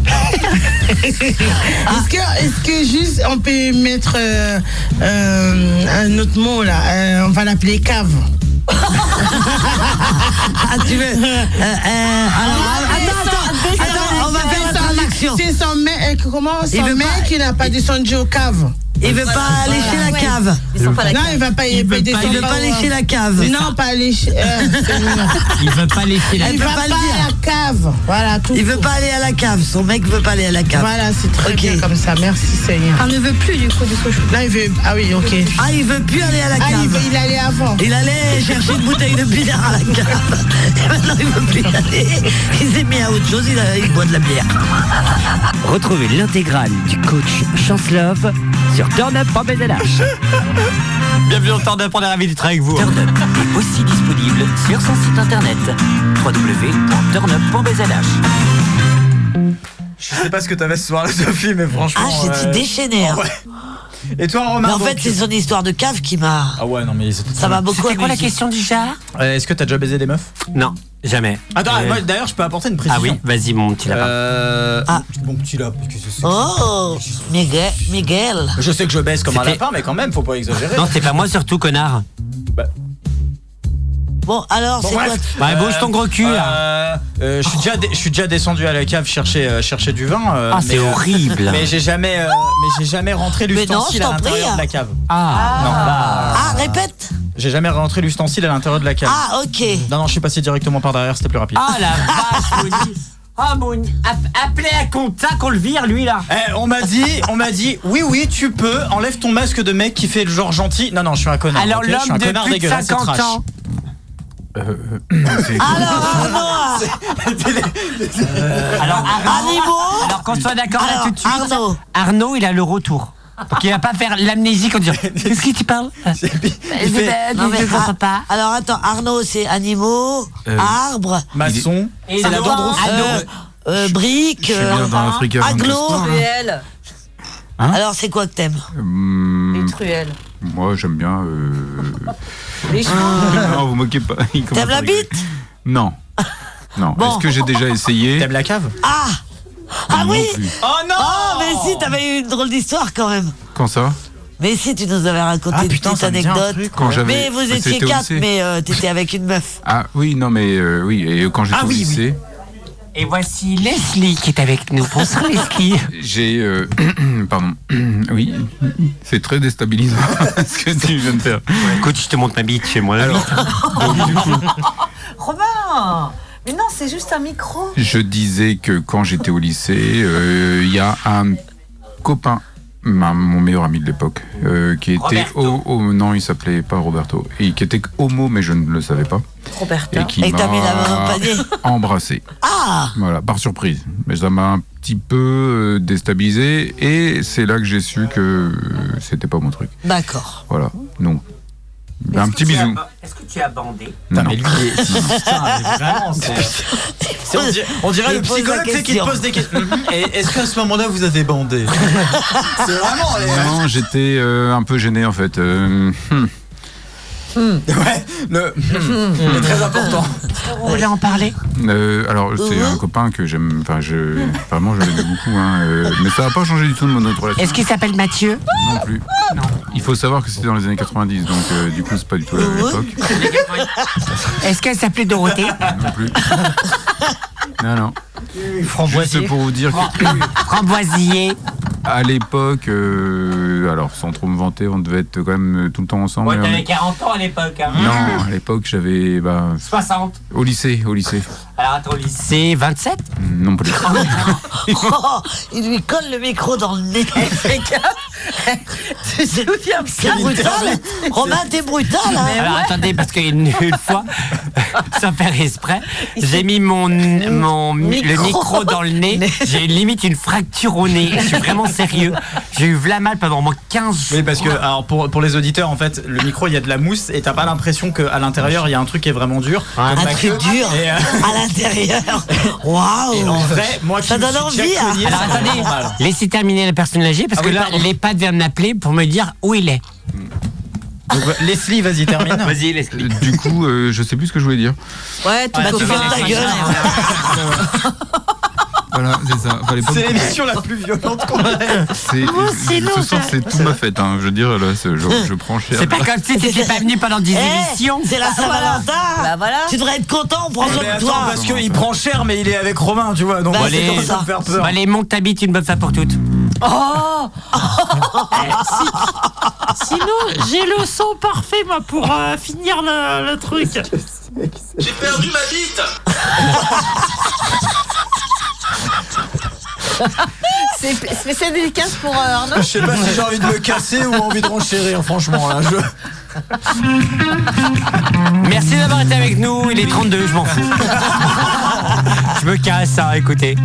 Speaker 7: Ah.
Speaker 17: Est-ce que, est-ce que juste on peut mettre euh, euh, un autre mot là euh, On va l'appeler cave.
Speaker 7: Ah, tu veux euh, euh,
Speaker 17: Ah,
Speaker 7: alors, Attends, attends, attends, on va faire la traduction.
Speaker 17: C'est son mec, euh, comment
Speaker 7: Il
Speaker 17: son
Speaker 7: veut
Speaker 17: mec
Speaker 7: pas-
Speaker 17: il n'a pas descendu au cave.
Speaker 7: Il veut pas aller chez la cave. Ils sont pas la
Speaker 17: non,
Speaker 7: cave.
Speaker 17: il va pas,
Speaker 7: Il veut
Speaker 17: peut
Speaker 7: pas- il
Speaker 17: descendre
Speaker 7: veut pas
Speaker 17: au-
Speaker 7: aller chez la cave.
Speaker 17: Non, pas aller chez. euh, c'est mignon.
Speaker 1: Il veut pas laisser
Speaker 17: il va pas, à la cave. Voilà, tout
Speaker 7: Il veut pas aller à la cave. Son mec veut pas aller à la cave.
Speaker 17: Voilà, c'est très bien comme ça. Merci Seigneur.
Speaker 16: On ne veut plus du coup de ce
Speaker 17: Là, il veut. Ah oui, ok.
Speaker 7: Ah, il veut plus aller à la
Speaker 17: Ah, il
Speaker 7: cave.
Speaker 17: veut- il allait avant.
Speaker 7: Il allait chercher une bouteille de bière à la cave. Et maintenant, il veut plus y aller. Il s'est mis à autre chose. Il, a- il boit de la bière.
Speaker 10: Retrouvez l'intégrale du coach Chance Love sur turnup.bdlh.
Speaker 1: Bienvenue dans Turn Up, on est ravis d'être avec vous. Turn Up est aussi disponible sur son site internet www.turnup.bzh.
Speaker 3: Je sais pas ce que t'avais ce soir-là, Sophie, mais franchement. euh,
Speaker 7: Ah, j'étais déchaîné, hein.
Speaker 3: Et toi, Romain
Speaker 7: Mais en
Speaker 3: donc
Speaker 7: fait, c'est son histoire de cave qui m'a.
Speaker 3: Ah ouais, non, mais c'est
Speaker 7: Ça m'a beaucoup
Speaker 3: C'était quoi la
Speaker 7: amusé.
Speaker 1: question du genre
Speaker 3: Euh, Est-ce que t'as déjà baisé des meufs
Speaker 1: Non, jamais.
Speaker 3: Attends,
Speaker 1: Euh,
Speaker 3: moi, d'ailleurs, je peux apporter une
Speaker 1: Ah
Speaker 3: précision.
Speaker 1: oui, vas-y, mon petit lapin.
Speaker 3: Ah. Bon petit lapin, qu'est-ce que c'est que
Speaker 7: Oh, Miguel. Miguel.
Speaker 3: ça Je sais que je baisse comme un
Speaker 1: C'était-
Speaker 3: lapin, mais quand même, faut pas exagérer.
Speaker 1: Non, c'est pas moi surtout, connard.
Speaker 7: Bon, alors,
Speaker 3: Bon,
Speaker 7: c'est
Speaker 3: bref.
Speaker 7: quoi
Speaker 1: Bah, bouge ton gros cul,
Speaker 3: euh, euh, je suis déjà, dé- je suis déjà descendu à la cave chercher, euh, chercher du vin. euh,
Speaker 1: Ah,
Speaker 3: mais,
Speaker 1: c'est
Speaker 3: euh,
Speaker 1: horrible.
Speaker 3: Mais j'ai jamais, euh, mais j'ai jamais rentré
Speaker 7: Mais non, je
Speaker 3: l'ustensile
Speaker 7: t'en
Speaker 3: à l'intérieur
Speaker 7: prie.
Speaker 3: de la cave.
Speaker 1: Ah.
Speaker 3: Non, bah,
Speaker 7: Ah, répète.
Speaker 3: j'ai jamais rentré l'ustensile à l'intérieur de la cave.
Speaker 7: Ah, ok.
Speaker 3: Non, non, je suis passé directement par derrière, c'était plus rapide.
Speaker 1: Ah la vache, Moni. Ah Moni, App- appelez à contact, on le vire lui là.
Speaker 3: Eh, on m'a dit, on m'a dit, oui, oui, tu peux. Enlève ton masque de mec qui fait le genre gentil. Non, non, je suis un connard.
Speaker 1: Alors
Speaker 3: ok Je suis
Speaker 1: l'homme
Speaker 3: un
Speaker 1: de
Speaker 3: connard
Speaker 1: plus de
Speaker 3: dégueulasse, c'est
Speaker 1: 50
Speaker 3: trash. Euh,
Speaker 1: ans. Ah,
Speaker 7: Alors,
Speaker 1: Alors Arnaud,
Speaker 7: Arnaud.
Speaker 1: alors qu'on soit d'accord là
Speaker 7: Alors,
Speaker 1: tout de suite.
Speaker 7: Arnaud.
Speaker 1: Arnaud, il a le retour. Donc il va pas faire l'amnésie quand il dit Qu'est-ce qu'il te parle
Speaker 3: Bah,
Speaker 7: Il fait- Non, mais,
Speaker 1: Je comprends
Speaker 7: ah,
Speaker 1: pas.
Speaker 7: Alors attends, Arnaud, c'est animaux,
Speaker 11: Euh,
Speaker 7: arbres,
Speaker 3: Maçon.
Speaker 1: Et
Speaker 7: c'est la
Speaker 1: Arnaud,
Speaker 7: dendrophile.
Speaker 1: Arnaud.
Speaker 7: euh, briques,
Speaker 11: je
Speaker 7: euh,
Speaker 11: suis bien dans Africa Van
Speaker 7: aglo.
Speaker 11: Gaston, là. Hein
Speaker 7: alors c'est quoi que t'aimes
Speaker 11: Hum,
Speaker 7: Truelle.
Speaker 11: moi, j'aime bien. euh, Ah,
Speaker 7: Les chevaux.
Speaker 11: non, vous moquez pas. Il commence
Speaker 7: T'aimes la
Speaker 11: à rigoler.
Speaker 7: bite
Speaker 11: Non. Non.
Speaker 7: Bon.
Speaker 11: Est-ce que j'ai déjà essayé
Speaker 3: T'aimes la cave
Speaker 7: Ah Ah
Speaker 11: Non
Speaker 7: oui
Speaker 11: plus.
Speaker 3: Oh non
Speaker 7: Oh mais si, t'avais eu une drôle d'histoire quand même.
Speaker 11: Quand ça
Speaker 7: Mais si, tu nous avais raconté
Speaker 11: Ah,
Speaker 7: une
Speaker 11: putain,
Speaker 7: petite
Speaker 11: ça me dit un
Speaker 7: anecdote.
Speaker 11: truc, Quand ouais. j'avais-
Speaker 7: mais vous
Speaker 11: bah,
Speaker 7: étiez
Speaker 11: c'était au
Speaker 7: quatre,
Speaker 11: lycée.
Speaker 7: mais euh, t'étais avec une meuf.
Speaker 11: Ah oui, non, mais euh, oui. Et quand j'étais
Speaker 1: Ah
Speaker 11: au
Speaker 1: oui, oui.
Speaker 11: lycée,
Speaker 1: Et voici Leslie qui est avec nous. Bonsoir Leslie.
Speaker 11: j'ai. euh, pardon. oui, c'est très déstabilisant ce que tu viens de faire.
Speaker 1: Écoute, je te montre ma bite chez moi.
Speaker 11: Alors, donc, du coup,
Speaker 2: Robin Mais non, c'est juste un micro.
Speaker 11: Je disais que quand j'étais au lycée, euh, il y a un copain, ma- mon meilleur ami de l'époque, euh, qui était
Speaker 1: Roberto.
Speaker 11: ho- ho- non, il s'appelait pas Roberto, et qui était homo, mais je ne le savais pas,
Speaker 7: Roberta.
Speaker 11: et qui
Speaker 7: Et t'as mis la main dans le
Speaker 11: m'a
Speaker 7: panier.
Speaker 11: embrassé.
Speaker 7: Ah
Speaker 11: Voilà, par surprise. Mais ça m'a un petit peu euh, déstabilisé, et c'est là que j'ai su que euh, c'était pas mon truc.
Speaker 7: D'accord.
Speaker 11: Voilà, non. Un petit bisou.
Speaker 1: Est-ce que que tu as bandé
Speaker 3: Putain, mais lui, il est- putain, mais vraiment, c'est- c'est- on dirait, on dirait
Speaker 1: Il
Speaker 3: le
Speaker 1: pose la
Speaker 3: psychologue tu sais, qui te
Speaker 1: question.
Speaker 3: pose des questions. Et Est-ce qu'à ce moment-là, vous avez bandé C'est vraiment. les-
Speaker 11: Non, j'étais euh, un peu gêné en fait. Euh, hmm.
Speaker 3: Ouais, le.
Speaker 1: hmm,
Speaker 3: C'est très important.
Speaker 4: Vous voulez en parler
Speaker 11: Euh, alors, c'est
Speaker 4: Mhm.
Speaker 11: un copain que j'aime. Enfin, je, vraiment, je l'aime beaucoup. Hein, euh, mais ça n'a pas changé du tout de mon autre relation.
Speaker 4: Est-ce qu'il s'appelle Mathieu
Speaker 11: Non plus. Il faut savoir que c'était dans les années 90, donc euh, du coup, c'est pas du tout la même époque.
Speaker 4: Est-ce qu'elle s'appelait Dorothée
Speaker 11: Non, non. Juste pour vous dire que.
Speaker 4: Framboisier.
Speaker 11: À l'époque, euh, alors sans trop me vanter, on devait être quand même euh, tout le temps ensemble.
Speaker 1: Ouais,
Speaker 11: mais on-
Speaker 1: t'avais 40 ans à l'époque. Hein.
Speaker 11: Non, à l'époque, j'avais. bah,
Speaker 1: 60.
Speaker 11: au lycée, au lycée. Hmm,
Speaker 1: Alors, attends, lycée. C'est 27
Speaker 11: Non plus.
Speaker 7: Ah, Oh, il lui colle le micro dans le nez. Tu sais où vient C'est brutal. Romain, t'es brutal. hein.
Speaker 1: Alors attendez, parce qu'une une fois, sans faire exprès, j'ai mis mon, mon le
Speaker 7: Micro.
Speaker 1: micro dans le nez. J'ai limite une fracture au nez. Je suis vraiment sérieux. J'ai eu vla mal pendant au moins 15 jours.
Speaker 3: Oui, parce que alors pour, pour les auditeurs, en fait, le micro, il y a de la mousse et t'as pas l'impression qu'à l'intérieur, il y a un truc qui est vraiment dur.
Speaker 7: Un
Speaker 3: Comme la
Speaker 7: truc
Speaker 3: queue.
Speaker 7: dur
Speaker 3: Et, euh,
Speaker 7: à l'intérieur. Waouh.
Speaker 3: Et en vrai, moi qui
Speaker 7: ça
Speaker 3: me
Speaker 7: donne
Speaker 3: suis
Speaker 7: envie.
Speaker 3: déjà
Speaker 7: hein.
Speaker 3: cogné,
Speaker 1: Alors
Speaker 3: c'est
Speaker 1: attendez,
Speaker 3: normal.
Speaker 1: laissez terminer la personne âgée parce
Speaker 3: Ah
Speaker 1: que
Speaker 3: oui,
Speaker 1: là,
Speaker 3: pardon.
Speaker 1: l'EHPAD vient de m'appeler pour me dire où il est.
Speaker 3: Donc, bah, Leslie, vas-y, termine.
Speaker 1: Vas-y, Leslie.
Speaker 11: Du coup, euh, je sais plus ce que je voulais dire.
Speaker 7: Ouais, tu
Speaker 3: Ouais,
Speaker 7: vas te
Speaker 3: tu
Speaker 7: faire
Speaker 3: vas
Speaker 7: ta
Speaker 3: les
Speaker 7: gueule.
Speaker 11: Voilà, c'est ça. Fallait pas me
Speaker 3: C'est
Speaker 11: couper.
Speaker 3: l'émission la plus violente qu'on ait.
Speaker 11: C'est- euh,
Speaker 3: Oh, c'est
Speaker 11: ce
Speaker 3: long,
Speaker 11: soir,
Speaker 3: ça.
Speaker 11: c'est toute ma fête. hein. Je veux dire, là, c'est- je, je prends cher.
Speaker 1: C'est pas comme si t'étais pas venu pendant 10 émissions. Ah, Eh
Speaker 7: C'est la Saint-Valentin.
Speaker 9: Bah,
Speaker 7: Tu devrais être content. On prend
Speaker 1: ben,
Speaker 3: Mais
Speaker 7: soin de
Speaker 3: attends,
Speaker 7: toi.
Speaker 3: parce qu'il prend cher, mais il est avec Romain, tu vois. Donc,
Speaker 1: Bah,
Speaker 3: c'est
Speaker 1: allez,
Speaker 3: comme ça me faire peur.
Speaker 1: bah, allez, monte ta bite une bonne fois pour toutes.
Speaker 4: Oh Eh, Sinon, j'ai le son parfait, moi, pour euh, finir le, le truc.
Speaker 8: J'ai perdu ma bite
Speaker 2: C'est c'est- c'est dédicace pour euh, Arnaud.
Speaker 3: Je sais pas si j'ai envie de me casser ou envie de renchérir, franchement. Là, je...
Speaker 1: Merci d'avoir été avec nous. Il est 32, je m'en fous. Je me casse, hein, écoutez.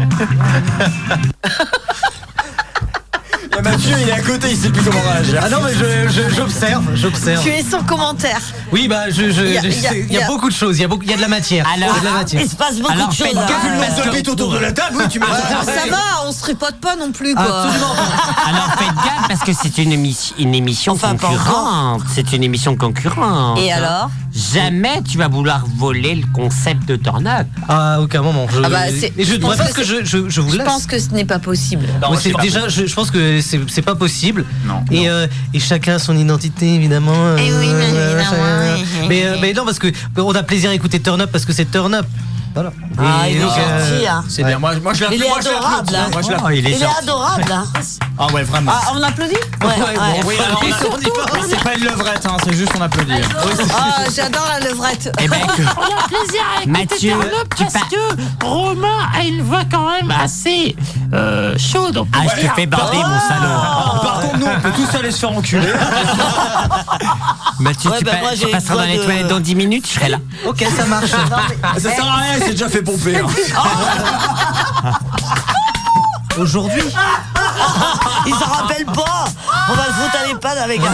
Speaker 3: Il y a Mathieu, il est à côté, il sait plus comment réagir. Ah non, mais je- je- j'observe, j'observe.
Speaker 2: Tu es sans commentaire.
Speaker 15: Oui, bah, je, je-
Speaker 2: Il y a-
Speaker 15: je-
Speaker 2: il y a-
Speaker 15: il y,
Speaker 2: il y
Speaker 15: a
Speaker 2: a-
Speaker 15: beaucoup de choses, il y a, beaucoup, il y a de la matière.
Speaker 2: Alors,
Speaker 15: il y a de la matière.
Speaker 2: il se passe beaucoup de choses,
Speaker 15: faites
Speaker 2: là.
Speaker 15: gaffe,
Speaker 2: Ouais.
Speaker 15: une masse
Speaker 2: Tapez
Speaker 3: autour de la table, oui, tu m'as
Speaker 2: Ah, ça va, on se tripote pas non plus quoi.
Speaker 1: Alors faites gaffe parce que c'est une, émi- une émission
Speaker 2: pas encore.
Speaker 1: concurrente. C'est une émission concurrente. hein.
Speaker 2: Et alors
Speaker 1: Jamais tu vas vouloir voler le concept de Tornade.
Speaker 15: À aucun moment. Je,
Speaker 2: Ah bah, c'est-
Speaker 15: et je,
Speaker 2: pense
Speaker 15: bref, que je, je, je vous
Speaker 2: Je
Speaker 15: laisse.
Speaker 2: pense que ce n'est pas possible.
Speaker 15: Mais c'est- déjà, je, je pense que c'est c'est pas possible. Et, euh, et chacun a son identité, évidemment.
Speaker 2: Eh
Speaker 15: Euh, Et oui, mais Mais, euh, mais non, parce que on a plaisir à écouter Turn Up parce que c'est Turn Up. Voilà.
Speaker 7: Ah,
Speaker 15: Et
Speaker 7: il est
Speaker 15: donc, euh,
Speaker 7: gentil. hein.
Speaker 3: C'est bien, moi, moi je l'applaudis.
Speaker 7: Il est
Speaker 3: moi, je l'applaudis,
Speaker 7: adorable.
Speaker 3: hein,
Speaker 7: hein.
Speaker 3: moi, je l'applaudis.
Speaker 7: Il est adorable. hein.
Speaker 3: Ah ouais, vraiment.
Speaker 7: Ah, on applaudit Ouais,
Speaker 3: Ouais, bon,
Speaker 7: ouais.
Speaker 3: oui, alors, on applaudit pas, mais c'est pas une levrette, hein, c'est juste on applaudit. Oui, c'est-
Speaker 2: Ah, j'adore la levrette.
Speaker 3: Eh ben, que-
Speaker 4: On a plaisir à écouter
Speaker 3: Mathieu,
Speaker 4: Turn Up
Speaker 3: tu
Speaker 4: parce que Romain a une voix quand même assez euh, chaude. on peut
Speaker 1: Ah, je te
Speaker 4: dire.
Speaker 1: fais bander, mon salaud.
Speaker 3: Par contre, nous, on peut tous aller se faire enculer.
Speaker 1: Mathieu,
Speaker 3: Ouais,
Speaker 1: tu,
Speaker 3: bah,
Speaker 1: pa-
Speaker 3: moi,
Speaker 1: tu
Speaker 3: j'ai
Speaker 1: passeras
Speaker 3: une
Speaker 1: dans les
Speaker 3: voix de-
Speaker 1: toilettes dans 10 minutes, je serai là.
Speaker 15: Ok, ça marche.
Speaker 3: Ah, Ça sert à rien, c'est déjà fait pomper. hein.
Speaker 15: Aujourd'hui
Speaker 7: Il s'en rappelle pas. On va le foutre à l'EHPAD avec un
Speaker 15: Ou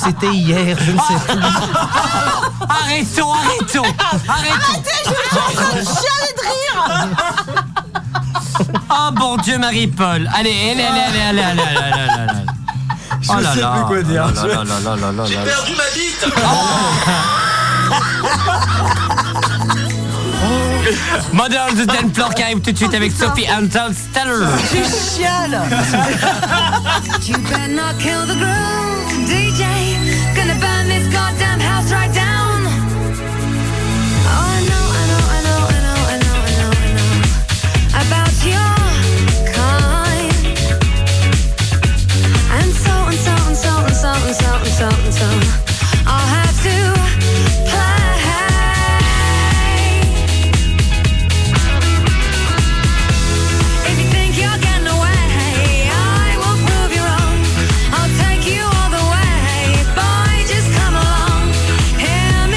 Speaker 15: c'était hier, je ne sais plus.
Speaker 1: Arrêtons, arrêtons, arrêtons.
Speaker 2: Eh, Arrêtez, je suis en train de chialer de rire.
Speaker 1: Oh bon Dieu, Marie-Paul. Allez, allez, allez, allez, allez, allez, allez, allez, allez, allez.
Speaker 3: Je sais plus quoi dire.
Speaker 1: Oh là là là là là là là.
Speaker 8: ma bite
Speaker 4: Ah,
Speaker 1: Modern de Dan Flore qui arrive tout de suite avec Sophie Anton Steller.
Speaker 8: Tu chiales You better not kill the groove, DJ Gonna burn this goddamn house right down Oh, I know, I know, I know, I know, I know, I know, I know About your kind And so, and so, and so, and so, and so, and so, and so I'll have to play If you think you're getting away, I will prove you wrong. I'll take you all the way, boy. Just come along. Here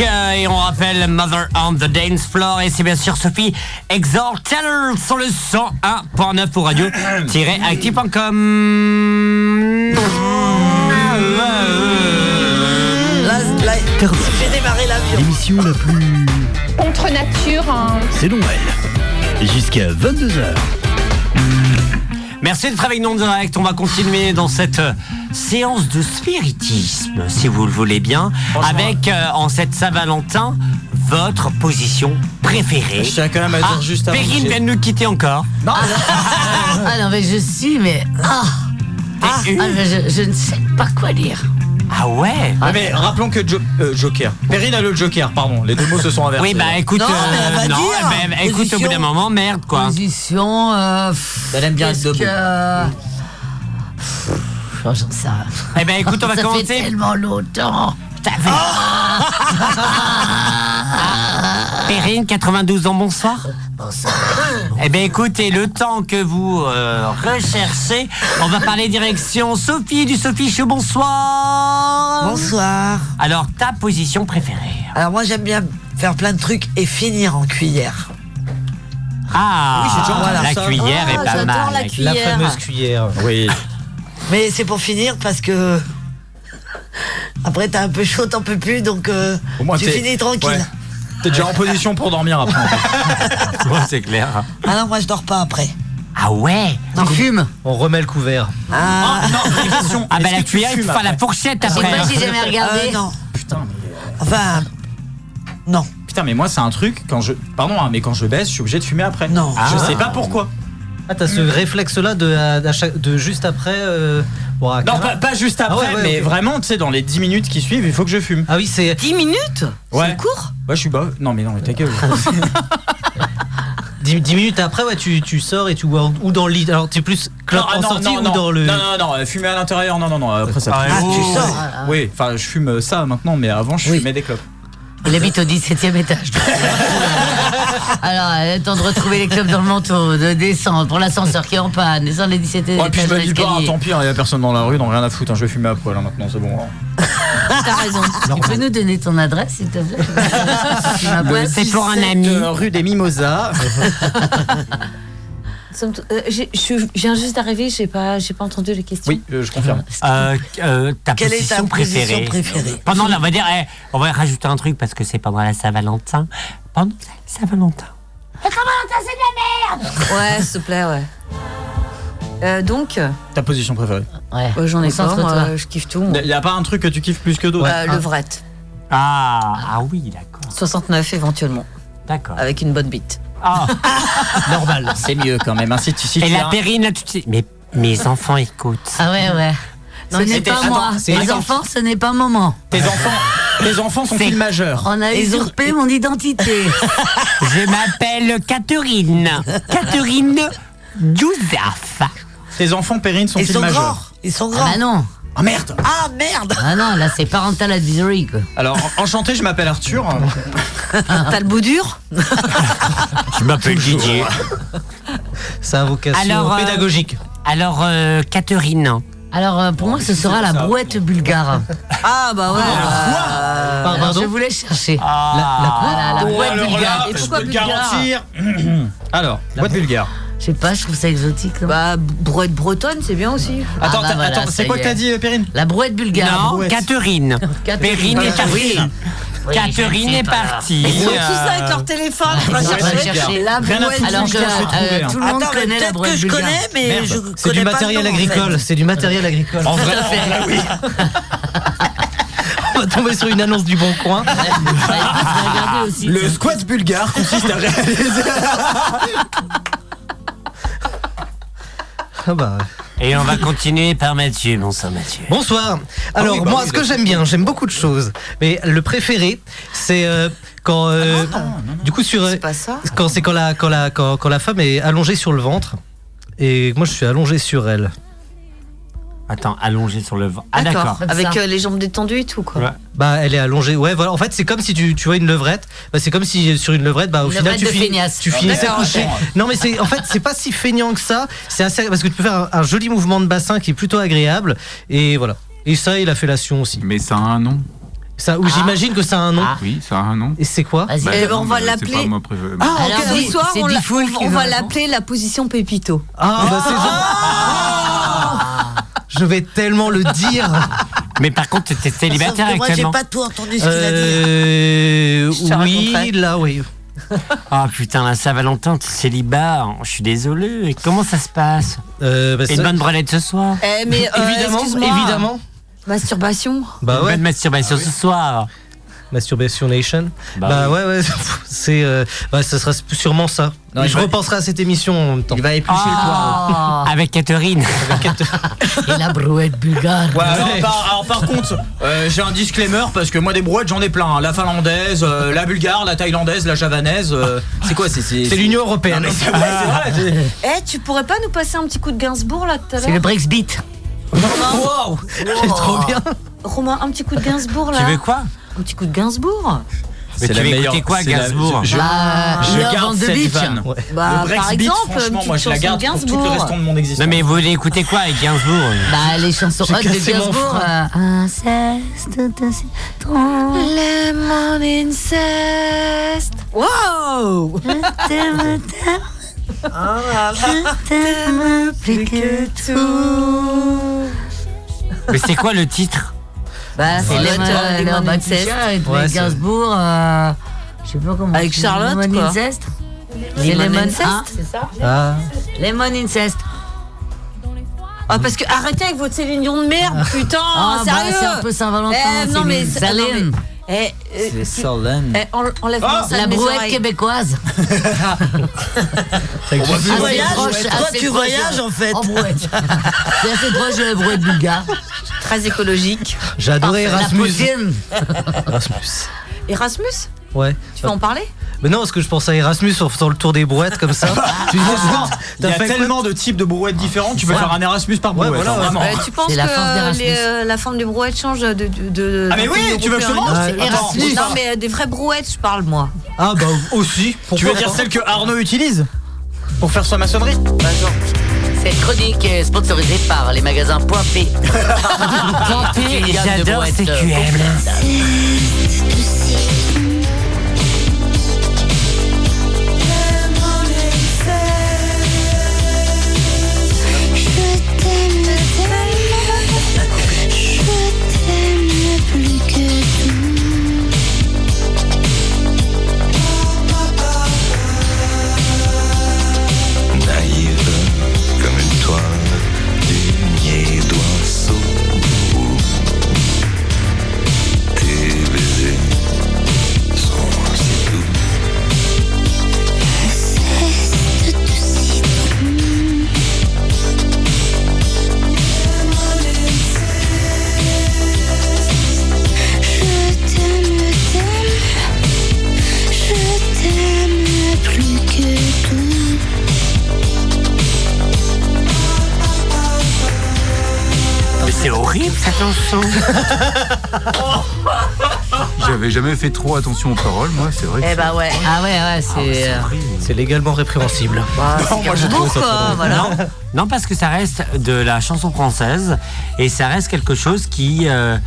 Speaker 1: euh, rappelle Mother on the Dance Floor et c'est bien sûr Sophie Exhortel sur le 101.9 pour radio-active.com.
Speaker 7: Euh, Là, là, j'ai démarré l'avion.
Speaker 18: L'émission la plus.
Speaker 8: Contre nature. hein.
Speaker 18: C'est elle Jusqu'à 22h.
Speaker 1: Merci de travailler non direct. On va continuer dans cette euh, séance de spiritisme, si vous le voulez bien, avec euh, en cette Saint-Valentin votre position préférée.
Speaker 3: Je tiens quand même à dire
Speaker 1: Ah,
Speaker 3: juste avant que
Speaker 1: Perrine
Speaker 3: j'ai-
Speaker 1: vient de nous quitter encore.
Speaker 9: Non, ah non, mais je suis, mais. Ah, Ah, ah, mais je, je ne sais pas quoi dire.
Speaker 1: Ah ouais
Speaker 3: Ah, mais rappelons que Jo- euh, Joker. Perrine a le Joker, pardon. Les deux mots se sont inversés.
Speaker 1: Oui, bah écoute, euh, non, bah, écoute, au bout d'un moment, merde quoi.
Speaker 9: Position. Euh,
Speaker 1: Elle aime bien être debout.
Speaker 9: J'en sais rien.
Speaker 1: Euh. Eh ben écoute, on va
Speaker 9: Ça fait
Speaker 1: commencer. Ah.
Speaker 9: tellement longtemps.
Speaker 1: Perrine, 92 ans, bonsoir. Bonsoir. Eh bien, écoutez, le temps que vous euh, recherchez, on va parler direction Sophie du Sophie Show. Bonsoir.
Speaker 7: Bonsoir.
Speaker 1: Alors, ta position préférée
Speaker 7: Alors moi j'aime bien faire plein de trucs et finir en cuillère.
Speaker 1: Ah,
Speaker 7: Oui, j'ai toujours entendu
Speaker 1: la
Speaker 7: ça.
Speaker 1: cuillère
Speaker 7: Ah,
Speaker 1: est pas
Speaker 7: j'adore
Speaker 1: mal.
Speaker 7: la cuillère. La fameuse
Speaker 3: cuillère. Oui.
Speaker 7: Mais c'est pour finir parce que après t'as un peu chaud, t'en peux plus, donc euh,
Speaker 3: Au moins,
Speaker 7: tu
Speaker 3: t'es-
Speaker 7: finis tranquille.
Speaker 3: ouais. T'es déjà en position pour dormir après. en fait.
Speaker 1: c'est clair.
Speaker 7: Ah non, moi je dors pas après.
Speaker 1: Ah ouais
Speaker 7: On fume.
Speaker 5: On remet le couvert.
Speaker 7: Ah,
Speaker 1: Ah bah la cuillère, il faut faire la fourchette
Speaker 7: Je sais
Speaker 1: après.
Speaker 7: pas si j'ai jamais regardé. Euh, non. Enfin, non.
Speaker 3: Putain, mais moi, c'est un truc, quand je. Pardon, hein, mais quand je baisse, je suis obligé de fumer après. Non. Je sais pas pourquoi.
Speaker 5: Ah, t'as ce réflexe-là de, à- à chaque- de juste après. euh, bon, à
Speaker 3: Non,
Speaker 5: quinze-
Speaker 3: pas, pas juste
Speaker 5: Ah
Speaker 3: après,
Speaker 5: ouais, ouais,
Speaker 3: mais
Speaker 5: ok.
Speaker 3: vraiment, tu sais, dans les 10 minutes qui suivent, il faut que je fume.
Speaker 5: Ah oui, c'est.
Speaker 3: 10 minutes Ouais. C'est court Ouais, je suis pas. Non, mais non, mais ta gueule.
Speaker 5: 10, minutes après, ouais, tu, tu sors et tu vois ou dans le lit. Alors, t'es plus clope en
Speaker 3: non,
Speaker 5: sortie
Speaker 3: non,
Speaker 5: ou
Speaker 3: non.
Speaker 5: dans le.
Speaker 3: Non, non, non, euh, fumer à l'intérieur, non, non, non, après ça
Speaker 5: Ah,
Speaker 3: pue.
Speaker 5: tu
Speaker 3: Oh.
Speaker 5: sors.
Speaker 3: Oui, enfin, je fume euh, ça maintenant, mais avant, je fumais des clopes.
Speaker 9: Il habite au 17ème étage. Alors, euh, le temps de retrouver les clubs dans le manteau, de descendre pour l'ascenseur qui est en panne, descendre les 17
Speaker 3: Oh, et puis
Speaker 9: étages
Speaker 3: je
Speaker 9: de
Speaker 3: me dis pas, hein,
Speaker 9: l'escalier.
Speaker 3: tant pis, il y a personne dans la rue, donc rien à foutre, hein, je vais fumer après, là, maintenant, c'est bon. hein.
Speaker 9: T'as raison. Tu peux nous donner ton adresse, s'il te plaît Tu m'as pas-
Speaker 3: C'est pour un ami. euh, Rue des Mimosas.
Speaker 2: Somme toute- euh, j'ai- je suis- je viens juste d'arriver, j'ai pas, j'ai pas entendu les questions.
Speaker 3: Oui, euh, je confirme.
Speaker 1: Euh, euh, ta
Speaker 2: Quelle est
Speaker 1: position,
Speaker 2: ta position
Speaker 1: préférée,
Speaker 2: préférée
Speaker 1: Pendant la, on va dire, eh, on va rajouter un truc parce que c'est pendant la Saint-Valentin. Pendant la Saint-Valentin.
Speaker 2: Mais comment t'as c'est de la merde Ouais, s'il te plaît, ouais. Euh, donc, euh,
Speaker 3: Ta position préférée
Speaker 2: ouais, j'en ai pas,
Speaker 9: Concentre-toi.
Speaker 2: moi, je kiffe tout. moi.
Speaker 3: Il n'y a pas un truc que tu kiffes plus que d'autres
Speaker 5: Ah.
Speaker 2: Euh, Levrette.
Speaker 1: Ah, ah oui, d'accord.
Speaker 2: 69 éventuellement.
Speaker 1: D'accord.
Speaker 2: Avec une bonne bite.
Speaker 1: Ah,
Speaker 3: normal, c'est mieux quand même. Ainsi, tu, si
Speaker 1: Et
Speaker 3: tu
Speaker 1: la
Speaker 3: as-
Speaker 1: périne, là, tu te dis, mais mes enfants écoutent.
Speaker 9: Ah ouais, ouais.
Speaker 1: Non,
Speaker 9: Ce
Speaker 1: mais
Speaker 9: n'est
Speaker 1: c'était-
Speaker 9: pas
Speaker 1: attends,
Speaker 9: moi.
Speaker 1: c'est-
Speaker 9: Les
Speaker 1: attends.
Speaker 9: enfants, ce n'est pas maman.
Speaker 3: Tes enfants, tes enfants sont ils majeurs
Speaker 9: On a
Speaker 1: Ils ont-
Speaker 9: usurpé mon identité.
Speaker 1: Je m'appelle Catherine. Catherine Douzaf.
Speaker 3: Tes enfants, Perrine,
Speaker 9: Ils sont grands.
Speaker 7: Ils sont
Speaker 9: grands. Ah bah non.
Speaker 3: Ah merde.
Speaker 7: Ah merde.
Speaker 9: Ah non, là c'est parental advisory quoi.
Speaker 3: Alors, en- enchanté, je m'appelle Arthur.
Speaker 9: T'as le bout dur
Speaker 1: Je m'appelle
Speaker 3: Didier.
Speaker 5: C'est un vocation
Speaker 1: euh,
Speaker 5: pédagogique.
Speaker 1: alors, euh, Catherine.
Speaker 9: Alors euh, pour moi ce sera la brouette bulgare. Ah bah ouais. euh,
Speaker 5: Pardon,
Speaker 9: alors,
Speaker 5: pardon
Speaker 9: Je voulais chercher.
Speaker 5: La- la quoi
Speaker 9: Ah, la
Speaker 5: Oh,
Speaker 9: brouette
Speaker 5: alors
Speaker 9: bulgare.
Speaker 5: là,
Speaker 9: Et
Speaker 5: je
Speaker 9: pourquoi
Speaker 5: peux le
Speaker 9: bulgare
Speaker 5: garantir.
Speaker 3: Alors, boîte bulgare.
Speaker 9: Je sais pas, je trouve ça exotique. Ah, Bah brouette bretonne c'est bien aussi.
Speaker 3: Attends, t'as- attends, c'est quoi que t'as dit, Perrine
Speaker 9: La brouette bulgare.
Speaker 1: Non,
Speaker 9: La brouette.
Speaker 1: Catherine. Perrine est partie.
Speaker 9: Oui,
Speaker 1: Catherine
Speaker 9: je sais
Speaker 1: est
Speaker 9: pas.
Speaker 1: partie.
Speaker 9: Ils sont tous
Speaker 1: euh,
Speaker 9: là avec leur
Speaker 7: téléphone.
Speaker 9: Ils
Speaker 1: va
Speaker 9: vont
Speaker 1: chercher.
Speaker 9: pas chercher la
Speaker 1: Rien à
Speaker 9: brouette
Speaker 1: foutre,
Speaker 9: Alors que,
Speaker 1: je vais trouver,
Speaker 9: euh,
Speaker 1: hein.
Speaker 9: tout le monde
Speaker 7: Attends, mais
Speaker 9: connaît la
Speaker 7: peut-être
Speaker 9: brouette
Speaker 7: que je
Speaker 9: bulgare.
Speaker 7: connais, mais
Speaker 5: Merde.
Speaker 7: je
Speaker 5: C'est
Speaker 7: connais
Speaker 5: du
Speaker 7: pas le
Speaker 5: matériel
Speaker 7: nom, en
Speaker 5: agricole.
Speaker 7: fait.
Speaker 5: C'est du matériel agricole.
Speaker 7: En vrai, Tout à fait. en vrai, oui.
Speaker 5: On va tomber sur une annonce du bon coin.
Speaker 3: Le squat bulgare consiste à réaliser.
Speaker 5: Ah bah.
Speaker 1: Et on va continuer par Mathieu, mon sang Mathieu.
Speaker 5: Bonsoir.
Speaker 1: Ah
Speaker 5: Alors
Speaker 1: oui, bah
Speaker 5: moi,
Speaker 1: oui,
Speaker 5: ce que
Speaker 1: d'accord.
Speaker 5: j'aime bien, j'aime beaucoup de choses, mais le préféré, c'est euh, quand, euh,
Speaker 1: Ah,
Speaker 5: du coup sur, euh, quand c'est quand la quand la quand, quand la femme est allongée sur le ventre et moi je suis allongé sur elle.
Speaker 1: Attends, allongé sur le ventre. Ah d'accord.
Speaker 2: Avec euh, les jambes détendues et tout, quoi.
Speaker 5: Bah elle est allongée. Ouais voilà. En fait c'est comme si tu, tu vois une levrette. Bah, c'est comme si sur une levrette bah au
Speaker 9: Une
Speaker 5: final
Speaker 9: levrette
Speaker 5: tu
Speaker 9: de
Speaker 5: finis
Speaker 9: feignasse.
Speaker 5: tu finissais
Speaker 9: D'accord,
Speaker 5: couché.
Speaker 9: ok.
Speaker 5: Non mais c'est en fait c'est pas si feignant que ça. C'est assez parce que tu peux faire un, un joli mouvement de bassin qui est plutôt agréable et voilà. Et ça et la fellation aussi.
Speaker 19: Mais ça a un nom.
Speaker 5: Ça,
Speaker 9: Ah.
Speaker 5: ou j'imagine que ça a un nom.
Speaker 11: Oui, ça a un nom.
Speaker 5: Et c'est quoi
Speaker 11: Bah,
Speaker 2: Eh ben, on
Speaker 11: non,
Speaker 2: va
Speaker 11: mais c'est
Speaker 2: l'appeler-
Speaker 11: pas moi prévu.
Speaker 2: Alors,
Speaker 11: Ah,
Speaker 2: ce soir,
Speaker 9: c'est
Speaker 2: on, l'a-
Speaker 9: Bifoul
Speaker 2: on-
Speaker 9: qui
Speaker 2: on
Speaker 9: va
Speaker 2: va
Speaker 9: l'avant.
Speaker 2: l'appeler la position Pépito.
Speaker 5: Ah, bah, c'est Je vais tellement le dire.
Speaker 1: Mais par contre, t'es célibataire
Speaker 7: Sauf que moi, j'ai
Speaker 1: actuellement.
Speaker 7: pas tout entendu ce qu'il a dit.
Speaker 5: Euh,
Speaker 1: Je te
Speaker 5: oui,
Speaker 1: raconterai.
Speaker 5: là, oui.
Speaker 1: Ah putain, la Saint-Valentin, t'es célibat, je suis désolé. Et comment ça se passe
Speaker 5: bah,
Speaker 1: Et
Speaker 5: ça-
Speaker 1: une bonne brelette ce soir
Speaker 2: Eh, mais, euh,
Speaker 5: Évidemment,
Speaker 2: excuse-moi.
Speaker 5: évidemment.
Speaker 2: Masturbation.
Speaker 5: Bah
Speaker 1: Une
Speaker 5: ouais.
Speaker 1: bonne
Speaker 3: Ah
Speaker 1: masturbation ce soir.
Speaker 5: Masturbation Nation.
Speaker 1: Bah
Speaker 5: Bah,
Speaker 1: oui.
Speaker 5: ouais, ouais. C'est, euh, bah, ça sera sûrement ça. Mais
Speaker 1: Non, il
Speaker 5: je
Speaker 1: va-
Speaker 5: repenserai à cette émission en même temps. Il va éplucher
Speaker 2: Ah.
Speaker 1: Avec Ah, Catherine.
Speaker 7: Et la brouette bulgare.
Speaker 3: Ouais, alors, par, alors, par contre, euh, j'ai un disclaimer parce que moi des brouettes j'en ai plein. hein. La finlandaise, euh, la bulgare, la thaïlandaise, la javanaise. euh, c'est quoi C'est
Speaker 5: C'est l'Union Européenne. Ah.
Speaker 3: Non, mais c'est vrai, c'est vrai, j'ai-
Speaker 2: Eh, tu pourrais pas nous passer un petit coup de Gainsbourg là tout à l'heure
Speaker 9: C'est le Brexit.
Speaker 2: Wow,
Speaker 9: C'est trop bien.
Speaker 2: Romain, un petit coup de Gainsbourg là.
Speaker 9: Tu veux
Speaker 1: quoi
Speaker 2: Un petit coup de Gainsbourg.
Speaker 1: Mais
Speaker 3: C'est
Speaker 1: tu
Speaker 3: la
Speaker 1: veux
Speaker 3: meilleure-
Speaker 1: écouter quoi,
Speaker 3: c'est la-
Speaker 1: Gainsbourg
Speaker 3: je- je-
Speaker 2: Bah,
Speaker 3: je
Speaker 2: Love
Speaker 3: garde
Speaker 2: on the
Speaker 3: cette
Speaker 2: Beach.
Speaker 3: vanne.
Speaker 2: Ouais. Bah,
Speaker 3: le Brexit,
Speaker 2: par exemple, une
Speaker 3: franchement,
Speaker 2: petite
Speaker 3: moi je la
Speaker 2: chanson
Speaker 3: garde
Speaker 2: de
Speaker 3: pour tout le
Speaker 2: Gainsbourg.
Speaker 3: reste de mon existence.
Speaker 1: Non mais vous voulez écouter quoi avec Gainsbourg
Speaker 9: Bah, les chansons
Speaker 1: J'ai
Speaker 9: hot de
Speaker 1: cassé mon
Speaker 9: Gainsbourg.
Speaker 1: frein.
Speaker 9: euh,
Speaker 2: Inceste de citron. Lemon inceste. Wow Je t'aime, t'aime. Je t'aime plus que tout.
Speaker 1: Mais c'est quoi le titre
Speaker 2: Ah,
Speaker 9: Bah, c'est
Speaker 1: Voilà.
Speaker 9: les
Speaker 1: Lemon-
Speaker 2: Hein,
Speaker 9: euh,
Speaker 1: Lemon
Speaker 9: Lemon
Speaker 1: Incest.
Speaker 9: Incest,
Speaker 1: Ouais,
Speaker 9: les
Speaker 1: c'est-
Speaker 9: Gainsbourg, euh, je sais pas comment.
Speaker 2: Avec
Speaker 9: tu dis,
Speaker 2: Charlotte,
Speaker 9: Lemon
Speaker 2: quoi.
Speaker 9: Incest.
Speaker 2: C'est Lemon
Speaker 9: Incest,
Speaker 2: Incest
Speaker 9: c'est ça
Speaker 5: Ah.
Speaker 9: Lemon Incest.
Speaker 2: Ah, parce que arrêtez avec votre Céline Dion de merde, putain,
Speaker 9: Ah, bah,
Speaker 2: sérieux
Speaker 9: c'est un peu Saint-Valentin,
Speaker 2: Eh, non
Speaker 9: c'est
Speaker 2: mais
Speaker 9: une
Speaker 2: c'est- non,
Speaker 9: Salem.
Speaker 2: mais- Eh, euh,
Speaker 3: C'est Solène.
Speaker 2: eh, enl- enlève-moi ça de
Speaker 9: la
Speaker 2: mes
Speaker 9: brouette
Speaker 2: oreilles.
Speaker 9: québécoise. Ah,
Speaker 7: Tu
Speaker 9: Assez
Speaker 7: voyages,
Speaker 9: proche,
Speaker 7: toi
Speaker 9: assez
Speaker 7: tu
Speaker 9: proche,
Speaker 7: voyages
Speaker 9: euh,
Speaker 7: en fait.
Speaker 9: En brouette. C'est assez proche de la brouette bulgare.
Speaker 2: Très écologique.
Speaker 5: J'ai adoré
Speaker 2: Parfait. La
Speaker 5: Erasmus.
Speaker 2: poutine.
Speaker 5: Erasmus.
Speaker 2: Erasmus
Speaker 5: Ouais.
Speaker 2: Tu veux en parler
Speaker 5: Mais non, parce que je pensais à Erasmus en faisant le tour des brouettes comme ça. tu dis, genre,
Speaker 3: Il y
Speaker 5: t'as
Speaker 3: a
Speaker 5: fait quoi
Speaker 3: tellement de types de brouettes différentes, tu peux
Speaker 5: Ouais.
Speaker 3: faire un Erasmus par brouette.
Speaker 5: voilà,
Speaker 3: hein, vraiment.
Speaker 9: Oh,
Speaker 2: Euh, Tu penses que euh, les, euh, la forme des brouettes change de. de- de-
Speaker 3: Ah, mais
Speaker 2: d'un
Speaker 3: oui,
Speaker 2: pays
Speaker 3: tu veux que je te
Speaker 2: européen à un
Speaker 3: montre
Speaker 2: autre
Speaker 3: Attends,
Speaker 2: Erasmus.
Speaker 3: bouge pas.
Speaker 2: Non, mais euh, des vraies brouettes, je parle moi.
Speaker 5: Ah bah aussi.
Speaker 3: Tu veux dire celle que Arnaud utilise pour faire sa maçonnerie
Speaker 5: Bah,
Speaker 9: Cette chronique est sponsorisée par les magasins Point P. Point
Speaker 1: P, j'adore
Speaker 9: euh,
Speaker 1: CQM.
Speaker 8: Je t'aime tellement, je t'aime plus que
Speaker 20: Naïve comme une toile d'unier d'oiseau. Tes baisers sont si doux.
Speaker 8: tout. de citron. Je t'aime tellement, je t'aime plus que tout.
Speaker 1: Mais c'est horrible cette chanson.
Speaker 11: J'avais jamais fait trop attention aux paroles, moi, c'est vrai. que
Speaker 9: Eh
Speaker 1: ben.
Speaker 11: c'est-
Speaker 9: bah ouais. Ah ouais, ouais, c'est. euh,
Speaker 5: C'est légalement répréhensible.
Speaker 9: Bah, c'est moi, j'ai trouvé ça Carbourg, très quoi, drôle. voilà.
Speaker 1: Non, non, parce que ça reste de la chanson française et ça reste quelque chose qui, euh,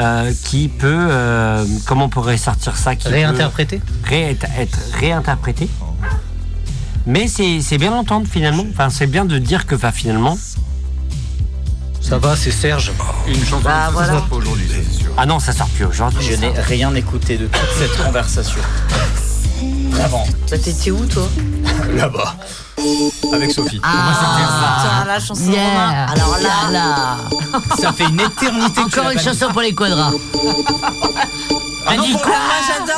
Speaker 1: euh, qui peut. euh, comment on pourrait sortir ça qui peut-
Speaker 5: Réinterpréter
Speaker 1: ré- être, être réinterprété. Mais c'est c'est bien d'entendre finalement. Enfin, c'est bien de dire que enfin, finalement.
Speaker 5: Ça va, c'est Serge.
Speaker 11: Une chanson
Speaker 1: Bah,
Speaker 11: comme ça,
Speaker 1: voilà.
Speaker 11: ça sort pas aujourd'hui, c'est sûr.
Speaker 1: Ah non, ça sort plus aujourd'hui.
Speaker 3: Je n'ai rien écouté de toute cette conversation. Vraiment,
Speaker 2: Bah, t'étais où toi
Speaker 3: là-bas. Avec Sophie.
Speaker 2: Ah, la chanson
Speaker 9: yeah.
Speaker 2: Romain.
Speaker 9: Alors là, là.
Speaker 3: Ça fait une éternité que tu
Speaker 9: Encore
Speaker 3: l'as
Speaker 9: une
Speaker 3: pas dit.
Speaker 9: chanson pour les quadras.
Speaker 3: Ah non,
Speaker 9: dit
Speaker 3: pour-
Speaker 9: quoi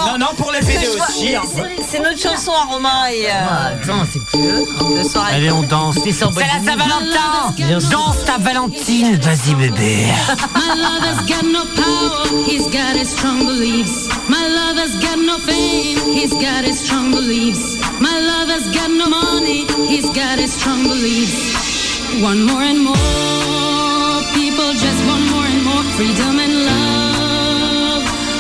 Speaker 3: Non, non, pour les PD aussi. hein.
Speaker 2: C'est notre chanson à Romain et. euh,
Speaker 9: Attends, c'est plus.
Speaker 2: Le soir
Speaker 1: Allez, on danse. C'est la
Speaker 2: Bien
Speaker 1: Saint-Valentin.
Speaker 2: sûr.
Speaker 1: Danse ta Valentine. Vas-y, bébé.
Speaker 8: My lover's got no power, he's got his strong beliefs. My lover's got no fame, he's got his strong beliefs. My lover's got no money, he's got his strong beliefs. One more and more people just want more and more freedom and love.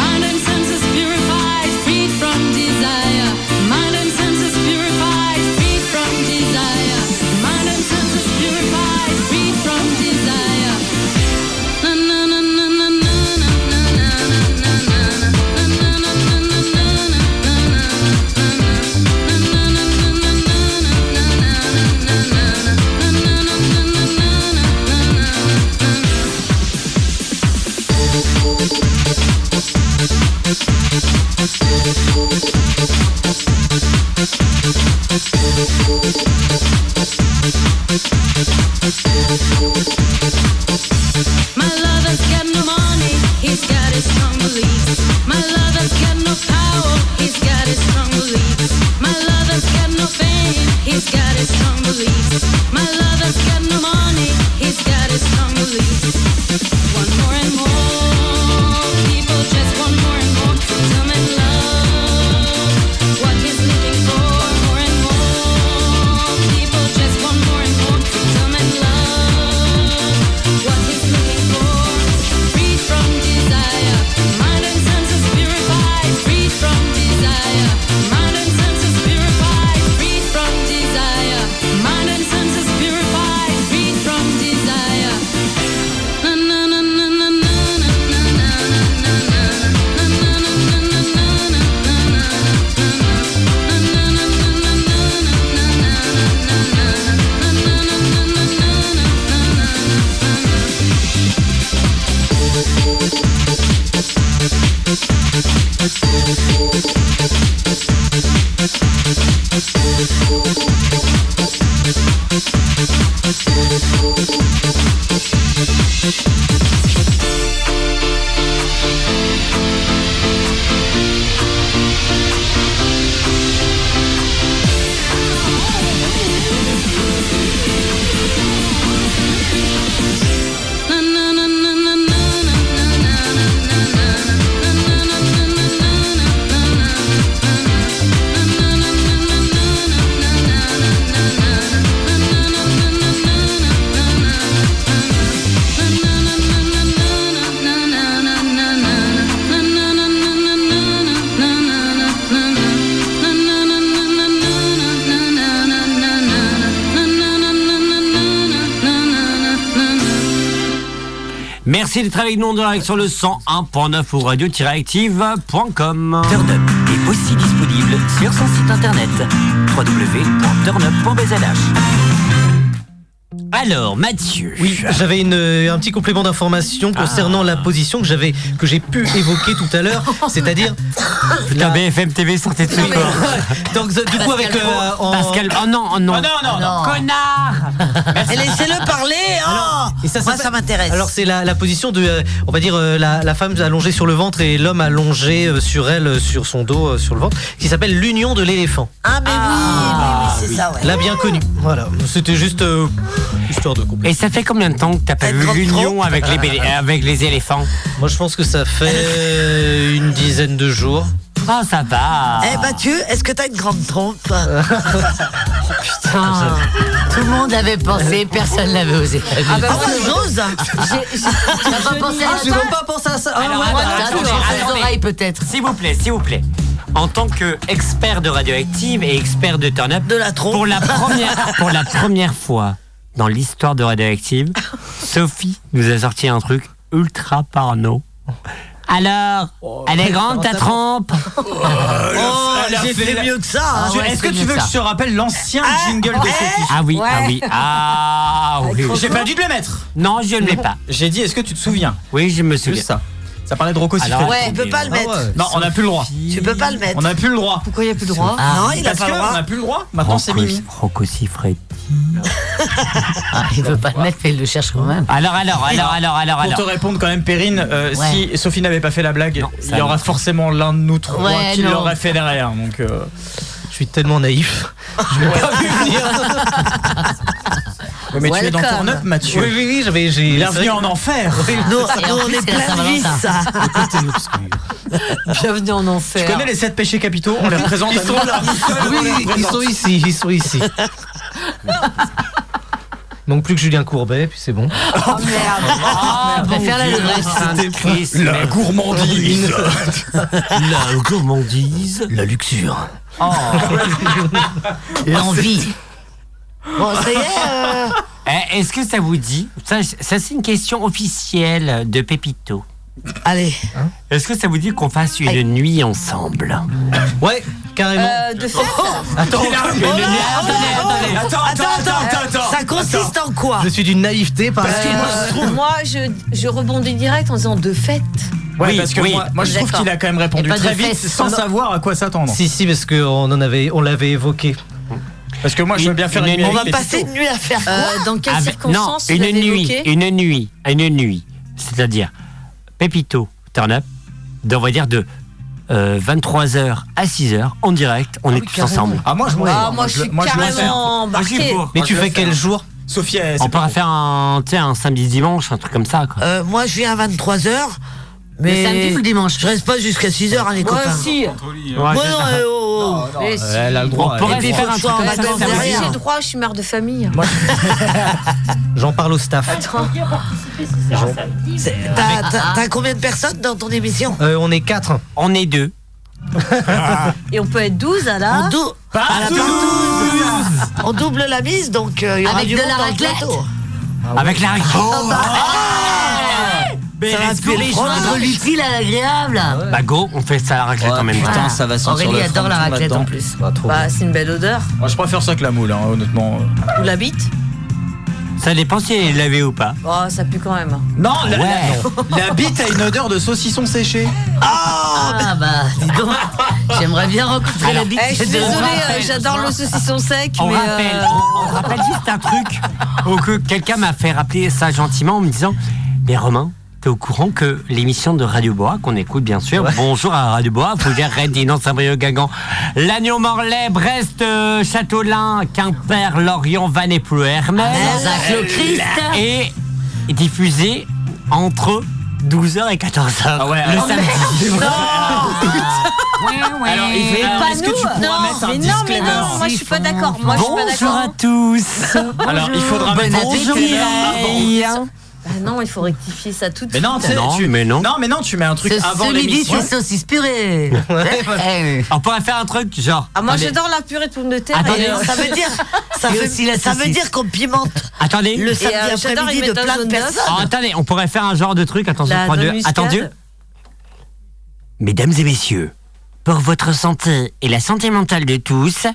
Speaker 8: mind and senses purified. Freed from desire, strong beliefs. My lover's got no money, he's got his strong beliefs. Want more and more, people just want more and more. Come and love what he's living for. More and more, people just want more and more. Come and love what he's living for. Free from desire, mind and senses purified. Free from desire, mind and senses purified. Free from desire, mind and senses purified. Free from desire. Na na na na na na.
Speaker 1: Merci d'être avec nous en direct sur le 101.9 ou radio-active.com. Turn Up est aussi disponible sur son site internet www.turnup.bzh. Alors, Mathieu.
Speaker 5: Oui, j'avais une, euh, un petit complément d'information
Speaker 7: Ah.
Speaker 5: concernant la position que j'avais que j'ai pu évoquer tout à l'heure, c'est-à-dire
Speaker 1: Putain, BFM TV sortait de ce
Speaker 5: Donc euh, du coup avec euh, en-
Speaker 1: Pascal. Oh non, oh non.
Speaker 5: Oh non, non, non.
Speaker 7: Connard Et laissez-le parler hein
Speaker 5: Et ça,
Speaker 7: Moi,
Speaker 5: s'appelle-
Speaker 7: ça m'intéresse.
Speaker 5: Alors c'est la, la position de, euh, on va dire euh, la, la femme allongée sur le ventre et l'homme allongé euh, sur elle, euh, sur son dos, euh, sur le ventre, qui s'appelle l'union de l'éléphant.
Speaker 7: Ah, mais
Speaker 5: ah,
Speaker 7: oui, mais oui, c'est ça, ouais.
Speaker 5: La bien connue. Voilà. C'était juste euh, histoire de compléter.
Speaker 1: Et ça fait combien de temps que t'as pas vu l'union avec les, bélé- avec les éléphants
Speaker 5: Moi je pense que ça fait euh, une dizaine de jours.
Speaker 1: Ah, ça
Speaker 5: Bah.
Speaker 1: va.
Speaker 7: Eh Mathieu, est-ce que t'as une grande trompe Putain.
Speaker 9: Tout le monde l'avait pensé, personne l'avait osé.
Speaker 7: Ah bah, moi, j'ose.
Speaker 9: J'ai- j'ai- T'as pas pensé à
Speaker 7: Je
Speaker 9: ça
Speaker 7: n'ai pas pensé à ça. Ah,
Speaker 1: Alors,
Speaker 7: ouais,
Speaker 1: attends,
Speaker 7: voilà,
Speaker 1: attendez,
Speaker 7: toujours.
Speaker 1: bah, attendez. S'il vous plaît, s'il vous plaît. En tant que expert de radioactive et expert de turn up, de la pour la première, pour la première fois dans l'histoire de radioactive, Sophie nous a sorti un truc ultra parno. Alors,
Speaker 3: Oh.
Speaker 1: elle est grande ta trempe Ah,
Speaker 3: elle a
Speaker 7: j'ai Oh,
Speaker 3: Oh, fait
Speaker 7: fait
Speaker 3: la-
Speaker 7: mieux que ça, hein.
Speaker 3: Tu-
Speaker 7: Ouais,
Speaker 3: Est-ce
Speaker 7: c'est
Speaker 3: que tu
Speaker 7: mieux
Speaker 3: veux
Speaker 7: que
Speaker 3: que
Speaker 7: ça.
Speaker 3: je te rappelle l'ancien jingle de Sophie
Speaker 1: Ah oui, ah oui, ah oui.
Speaker 3: J'ai pas dû te le mettre.
Speaker 1: Non, je ne l'ai pas.
Speaker 3: J'ai dit, est-ce que tu te souviens
Speaker 1: Oui, je me souviens.
Speaker 3: Juste ça. Ça parlait de Rocco
Speaker 1: Alors,
Speaker 3: Siffredi.
Speaker 1: Ouais, tu peux pas le
Speaker 3: Ah
Speaker 1: mettre.
Speaker 3: ouais. Non, on n'a plus le droit.
Speaker 7: Tu peux pas le mettre.
Speaker 3: On n'a plus le droit.
Speaker 9: Pourquoi il n'y a plus
Speaker 7: le droit Ah, non, il a
Speaker 3: Parce
Speaker 7: pas le
Speaker 3: que
Speaker 7: droit.
Speaker 3: On n'a plus le droit. Maintenant, c'est Mimi.
Speaker 1: Rocco Siffredi.
Speaker 9: Ah, il veut pas le mettre, mais il le cherche quand même.
Speaker 1: Alors, alors, alors, alors, alors,
Speaker 3: Pour te
Speaker 1: alors.
Speaker 3: répondre quand même, Perrine, euh,
Speaker 9: Ouais.
Speaker 3: si Sophie n'avait pas fait la blague, il y aura forcément l'un de nous trois
Speaker 9: Ouais,
Speaker 3: qui
Speaker 9: non.
Speaker 3: l'aurait fait derrière. Donc, euh,
Speaker 5: Je suis tellement naïf.
Speaker 3: Ouais, mais tu es dans ton up, Mathieu.
Speaker 5: Oui, oui, oui, j'avais. j'ai-
Speaker 3: Bienvenue en enfer.
Speaker 7: Nous,
Speaker 9: Et en
Speaker 7: nous, on
Speaker 9: plus,
Speaker 7: est
Speaker 9: c'est la
Speaker 7: plein de vis.
Speaker 9: Saint-Valentin.
Speaker 7: ça.
Speaker 9: Bienvenue en enfer.
Speaker 3: Tu connais les 7 péchés capitaux On les représente
Speaker 5: Ils
Speaker 3: à
Speaker 5: sont
Speaker 3: nous.
Speaker 5: là.
Speaker 3: On les
Speaker 5: Oui, ils
Speaker 3: représente.
Speaker 5: sont ici, ils sont ici. Il manque plus que Julien Courbet, puis c'est bon.
Speaker 9: Oh merde.
Speaker 1: Ah,
Speaker 9: Je préfère la
Speaker 5: Ah,
Speaker 9: levresse.
Speaker 1: La
Speaker 5: gourmandise.
Speaker 1: La gourmandise. La luxure.
Speaker 5: Oh.
Speaker 9: L'envie.
Speaker 7: Bon, ça y est. euh,
Speaker 1: Eh, Est-ce que ça vous dit Ça, ça, c'est une question officielle de Pépito.
Speaker 7: Allez.
Speaker 1: Est-ce que ça vous dit qu'on fasse une nuit ensemble
Speaker 5: Ouais, carrément.
Speaker 2: euh, de fait
Speaker 5: Attends,
Speaker 1: mais
Speaker 2: euh,
Speaker 1: le-
Speaker 5: Ah,
Speaker 1: attendez,
Speaker 3: attends, attends, attends, attends,
Speaker 7: Ça consiste en quoi
Speaker 5: Je suis d'une naïveté, par
Speaker 2: moi, je, je rebondis direct en disant de fait.
Speaker 3: Ouais,
Speaker 5: Oui,
Speaker 3: parce que
Speaker 5: oui.
Speaker 3: moi, moi, je trouve
Speaker 2: D'accord.
Speaker 3: qu'il a quand même
Speaker 2: Et
Speaker 5: Eh
Speaker 3: répondu
Speaker 5: ben,
Speaker 2: pas de
Speaker 3: très vite
Speaker 2: fesses.
Speaker 3: sans savoir à quoi s'attendre.
Speaker 5: Si, si, parce qu'on en avait, on l'avait évoqué.
Speaker 3: Parce que moi, je veux bien faire une nuit
Speaker 7: On va
Speaker 3: avec
Speaker 7: passer une nuit à faire quoi
Speaker 2: Euh, dans quelles
Speaker 1: Avec- Ah, Non,
Speaker 2: circonstances
Speaker 1: une
Speaker 2: vous l'avez
Speaker 1: nuit,
Speaker 2: évoqué
Speaker 1: une nuit, une nuit. C'est-à-dire, Pépito, turn up, on va dire de euh, 23h à 6h en direct. On est tous ensemble.
Speaker 3: Ah, moi, je m'en-
Speaker 2: Ah, moi, je suis
Speaker 3: le
Speaker 2: carrément
Speaker 3: fais. hein.
Speaker 2: embarquée.
Speaker 3: Moi, je le fais.
Speaker 1: Mais tu
Speaker 3: Moi, je
Speaker 1: fais
Speaker 3: le
Speaker 1: quel
Speaker 3: fais.
Speaker 1: jour
Speaker 3: Sophie, elle-
Speaker 1: On
Speaker 3: c'est
Speaker 1: pourra
Speaker 3: pas
Speaker 1: faire un, tu sais, un samedi dimanche, un truc comme ça. Quoi.
Speaker 7: Euh, moi, je viens à 23h. Mais
Speaker 9: Le samedi ou le
Speaker 7: dimanche Je reste pas jusqu'à 6h, hein, les
Speaker 9: Moi
Speaker 7: copains.
Speaker 9: aussi.
Speaker 1: hein.
Speaker 7: Moi,
Speaker 1: Ouais, c'est
Speaker 7: non,
Speaker 1: ça.
Speaker 7: euh, oh, oh.
Speaker 21: Mais si. Elle
Speaker 15: a le
Speaker 21: Et
Speaker 1: droit, On pourrait
Speaker 21: puis,
Speaker 1: faire un truc
Speaker 21: franchement,
Speaker 1: comme ça
Speaker 21: attends,
Speaker 1: samedi.
Speaker 21: mais J'ai le droit, je suis mère de famille.
Speaker 15: J'en parle au staff.
Speaker 21: Attends.
Speaker 7: T'as- T'as t'as combien de personnes dans ton émission
Speaker 15: Euh, on est quatre.
Speaker 1: On est deux.
Speaker 7: Et on peut être 12 à la. à la partouze. On double la mise, donc euh, il y aura
Speaker 9: Avec
Speaker 7: du
Speaker 9: de
Speaker 7: monde
Speaker 9: la
Speaker 7: dans le
Speaker 9: raclette.
Speaker 7: plateau.
Speaker 1: Avec Oh, la
Speaker 7: Ah,
Speaker 3: Ah
Speaker 1: récré.
Speaker 2: Ah
Speaker 9: Ça va
Speaker 1: let's go.
Speaker 9: te rendre l'utile à l'agréable.
Speaker 1: Bah go, on fait ça à la raclette en même temps.
Speaker 3: Putain, ça va sentir le front tout là-dedans. Pas trop.
Speaker 21: Bah, c'est une belle odeur.
Speaker 3: Moi, je préfère ça que la moule, hein, honnêtement.
Speaker 21: Ou la bite.
Speaker 1: Ça dépend si elle est lavée ou pas.
Speaker 21: Oh, ça pue quand même.
Speaker 3: Non, la,
Speaker 1: Ouais.
Speaker 3: la- la bite a une odeur de saucisson séché.
Speaker 9: Ah bah, dis donc, j'aimerais bien rencontrer la
Speaker 3: Alors,
Speaker 9: bite.
Speaker 3: eh, je suis désolée,
Speaker 21: euh, j'adore le saucisson sec,
Speaker 1: On
Speaker 21: mais. euh,
Speaker 1: rappelle, on, on rappelle juste un truc. Donc, que quelqu'un m'a fait rappeler ça gentiment en me disant Mais Romain, t'es au courant que l'émission de Radio Boa, qu'on écoute bien sûr, bonjour à Radio Boa, Fougère, Rennes, Dinan, Saint-Brieuc, Guingamp, Lannion, Morlaix, Brest, euh, Châteaulin, Quimper, Lorient, Vannes et Hermès.
Speaker 3: Ah,
Speaker 9: Herzac, le Christ.
Speaker 1: Et diffusée entre 12h et 14h. le
Speaker 3: Ah alors-
Speaker 1: samedi.
Speaker 21: Alors,
Speaker 1: il fait- alors,
Speaker 21: pas
Speaker 1: est-ce
Speaker 21: nous.
Speaker 1: que tu pourras
Speaker 21: non,
Speaker 1: mettre un
Speaker 21: mais non, mais
Speaker 1: disclaimer
Speaker 21: non, moi je suis pas d'accord. Moi je suis pas
Speaker 1: Bonjour à
Speaker 21: d'accord.
Speaker 1: tous.
Speaker 3: Alors, il faudra
Speaker 1: Bon
Speaker 3: mettre un
Speaker 1: appétit.
Speaker 3: disclaimer avant.
Speaker 21: Ah non, il faut rectifier ça tout de
Speaker 3: Mais
Speaker 21: suite.
Speaker 3: non, tu sais, tu- non, mais non, tu mets un truc
Speaker 21: Ce-
Speaker 3: avant
Speaker 21: ce midi,
Speaker 3: l'émission.
Speaker 21: c'est Eh,
Speaker 9: saucisse purée.
Speaker 2: Eh,
Speaker 1: On pourrait faire un truc genre.
Speaker 21: Ah, moi
Speaker 1: attendez,
Speaker 21: j'adore la purée de pommes de terre.
Speaker 1: Attendez,
Speaker 21: et, euh,
Speaker 1: ça veut dire- ça veut- ça veut dire
Speaker 7: qu'on pimente
Speaker 1: Attendez. euh,
Speaker 7: Le samedi après-midi de plein de personnes.
Speaker 1: Oh, attendez, on pourrait faire un genre de truc. Attention,
Speaker 7: La
Speaker 1: trois, deux,
Speaker 7: noix muscade.
Speaker 1: attendu. Mesdames et messieurs, pour votre santé et la santé mentale de tous,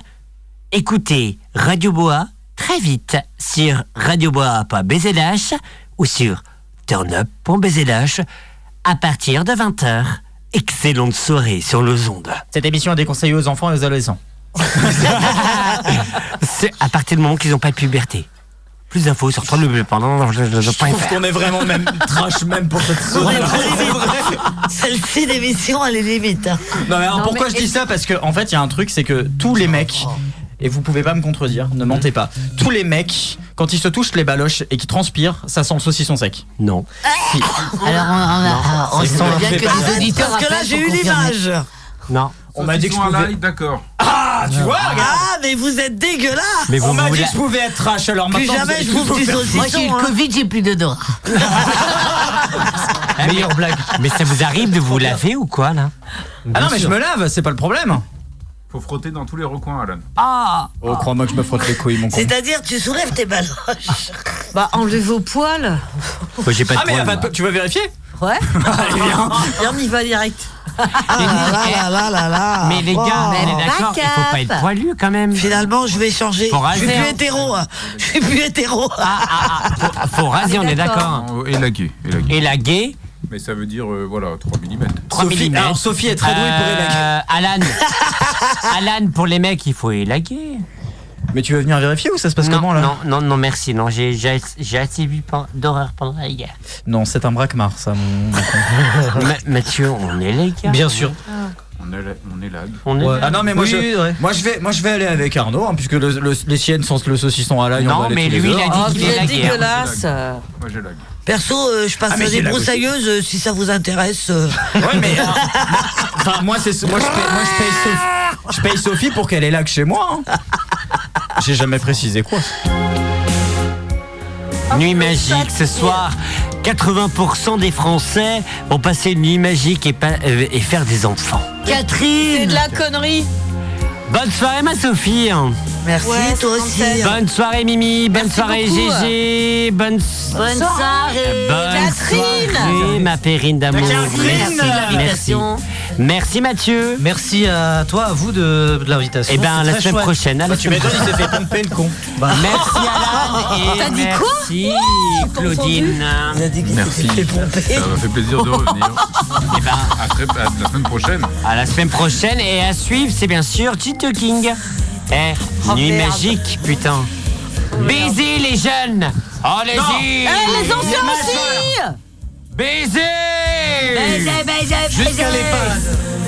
Speaker 1: écoutez Radio Boa très vite sur radioboa.bzlh ou sur turnup.bzlh à partir de 20h. Excellente soirée sur le ondes.
Speaker 3: Cette émission est déconseillée aux enfants et aux adolescents.
Speaker 1: C'est à partir du moment qu'ils n'ont pas de puberté. Plus d'infos sur
Speaker 3: Je trouve qu'on
Speaker 1: www.pendant.fr.
Speaker 3: est vraiment même trash, même pour cette
Speaker 1: On
Speaker 3: soirée.
Speaker 1: est très
Speaker 7: Celle-ci d'émission, elle est limite. hein.
Speaker 3: Non, mais alors, pourquoi je dis ça Parce que en fait, il y a un truc, c'est que tous les mecs, et vous pouvez pas me contredire, ne mentez pas, tous les mecs, quand ils se touchent les baloches et qu'ils transpirent, ça sent le saucisson sec.
Speaker 1: Non.
Speaker 9: Alors, on, on, a- on
Speaker 3: c'est
Speaker 9: se
Speaker 3: ça,
Speaker 9: doute
Speaker 3: on
Speaker 9: bien
Speaker 3: fait
Speaker 9: que
Speaker 3: pas
Speaker 9: les
Speaker 3: ça.
Speaker 9: auditeurs.
Speaker 7: Parce que là,
Speaker 9: appellent
Speaker 7: j'ai
Speaker 9: pour
Speaker 7: eu
Speaker 9: confirmer.
Speaker 7: l'image.
Speaker 1: Non.
Speaker 3: On m'a dit que je
Speaker 11: en
Speaker 3: pouvais-
Speaker 11: live, d'accord.
Speaker 3: Ah, tu vois, regarde
Speaker 7: Ah, mais vous êtes dégueulasse
Speaker 1: Mais
Speaker 3: On
Speaker 1: vous
Speaker 3: m'a
Speaker 1: voulez-
Speaker 3: dit que je pouvais être trash, alors
Speaker 7: Plus
Speaker 3: maintenant.
Speaker 7: jamais
Speaker 3: vous allez
Speaker 7: je bouffe
Speaker 3: tout
Speaker 7: du
Speaker 3: faire.
Speaker 7: saucisson.
Speaker 9: Moi, j'ai eu le
Speaker 7: hein.
Speaker 9: Covid, j'ai plus d'odorat.
Speaker 1: Meilleure blague. Eh, Mais ça vous arrive de vous laver ou quoi là
Speaker 3: Ah non, mais je me lave, c'est pas le problème.
Speaker 11: Faut frotter dans tous les recoins, Alan.
Speaker 7: Ah
Speaker 3: Oh, crois-moi que je me frotte les couilles, mon con.
Speaker 7: C'est-à-dire, tu soulèves tes ballons.
Speaker 1: Ah,
Speaker 21: Bah, enlevez vos poils.
Speaker 1: j'ai pas de
Speaker 3: Ah, mais y a
Speaker 1: poils,
Speaker 3: pas de- tu veux vérifier
Speaker 21: Ouais.
Speaker 3: Allez, viens.
Speaker 21: Viens, on y va direct.
Speaker 1: Ah,
Speaker 7: Ah,
Speaker 1: Mais les gars, on est d'accord, il faut pas être poilu quand même.
Speaker 7: Finalement, je vais changer.
Speaker 1: Faut
Speaker 7: je suis
Speaker 1: raser,
Speaker 7: plus
Speaker 1: hein. Ah,
Speaker 7: hétéro. hein. Je suis plus hétéro.
Speaker 1: Faut raser, on est Ah, d'accord.
Speaker 11: Et la guée. Et la guée.
Speaker 1: Et la guée,
Speaker 11: Mais ça veut dire, euh, voilà, 3 mm.
Speaker 1: 3
Speaker 3: Sophie-
Speaker 1: mm.
Speaker 3: alors, Sophie est très douée pour élaguer.
Speaker 1: Alan. Euh, Alan, pour les mecs, il faut élaguer.
Speaker 3: Mais tu veux venir vérifier ou ça se passe
Speaker 1: non,
Speaker 3: comment là
Speaker 1: non, non, non, merci. Non, j'ai j'ai ass- j'ai assez vu pen- d'horreur pendant la guerre.
Speaker 3: Non, c'est un braquemar, ça, mon.
Speaker 1: Ma- Mathieu, on est les gars.
Speaker 3: Bien sûr.
Speaker 11: On est, on est lag.
Speaker 1: On est là.
Speaker 3: Ah non mais moi
Speaker 1: Oui,
Speaker 3: je
Speaker 1: ouais.
Speaker 3: moi je vais moi je vais aller avec Arnaud hein, puisque le- le- les siennes sont le saucisson à l'ail.
Speaker 1: Non,
Speaker 3: on va aller
Speaker 1: mais
Speaker 3: tous les
Speaker 1: lui,
Speaker 3: deux.
Speaker 1: il a dit
Speaker 7: Ah,
Speaker 21: Oh, vous êtes dégueulasse.
Speaker 11: Moi, j'ai lag.
Speaker 7: Perso, euh, je passe
Speaker 3: Ah, mais
Speaker 7: à
Speaker 3: j'ai
Speaker 7: des
Speaker 3: la
Speaker 7: broussailleuses euh, si ça vous intéresse. euh.
Speaker 3: Ouais, mais euh, enfin moi c'est moi je paye, moi, je paye Sophie, je paye Sophie pour qu'elle ait lag chez moi. hein. J'ai jamais précisé quoi.
Speaker 1: Nuit magique ce soir. 80% des Français vont passer une nuit magique et, pas- euh, et faire des enfants.
Speaker 21: Catherine C'est de la connerie.
Speaker 1: Bonne soirée ma Sophie.
Speaker 7: Merci,
Speaker 21: Ouais,
Speaker 7: toi aussi.
Speaker 1: Bonne soirée Mimi. Bonne soirée
Speaker 21: beaucoup.
Speaker 1: Gégé. Bonne, s-
Speaker 21: Bonne soirée.
Speaker 1: Bonne
Speaker 21: Catherine.
Speaker 1: soirée, ma Périne d'amour.
Speaker 15: Catherine.
Speaker 1: Merci,
Speaker 15: Merci de l'invitation.
Speaker 1: Merci. Merci Mathieu.
Speaker 15: Merci à toi, à vous de, de l'invitation.
Speaker 1: Eh ben,
Speaker 15: C'est
Speaker 1: la
Speaker 15: très
Speaker 1: semaine
Speaker 15: chouette.
Speaker 1: prochaine, Bah, à la Bah, tu semaine m'étonnes, il s'est
Speaker 3: fait pomper le con.
Speaker 1: Merci Alan. et
Speaker 21: T'as dit quoi
Speaker 1: merci Claudine.
Speaker 11: Merci. Ça m'a fait plaisir de revenir.
Speaker 1: Eh ben,
Speaker 11: À, très- à la semaine prochaine.
Speaker 1: À la semaine prochaine et à suivre, c'est bien sûr Tito King. Eh,
Speaker 11: Oh,
Speaker 1: nuit
Speaker 11: merde.
Speaker 1: magique, putain. Baisez les jeunes. Oh,
Speaker 7: Oh,
Speaker 1: Allez-y.
Speaker 21: Eh, les anciens
Speaker 1: Majeurs.
Speaker 21: aussi
Speaker 1: Baisez.
Speaker 21: Baiser, baiser, baiser.
Speaker 1: Jusqu'à les passes.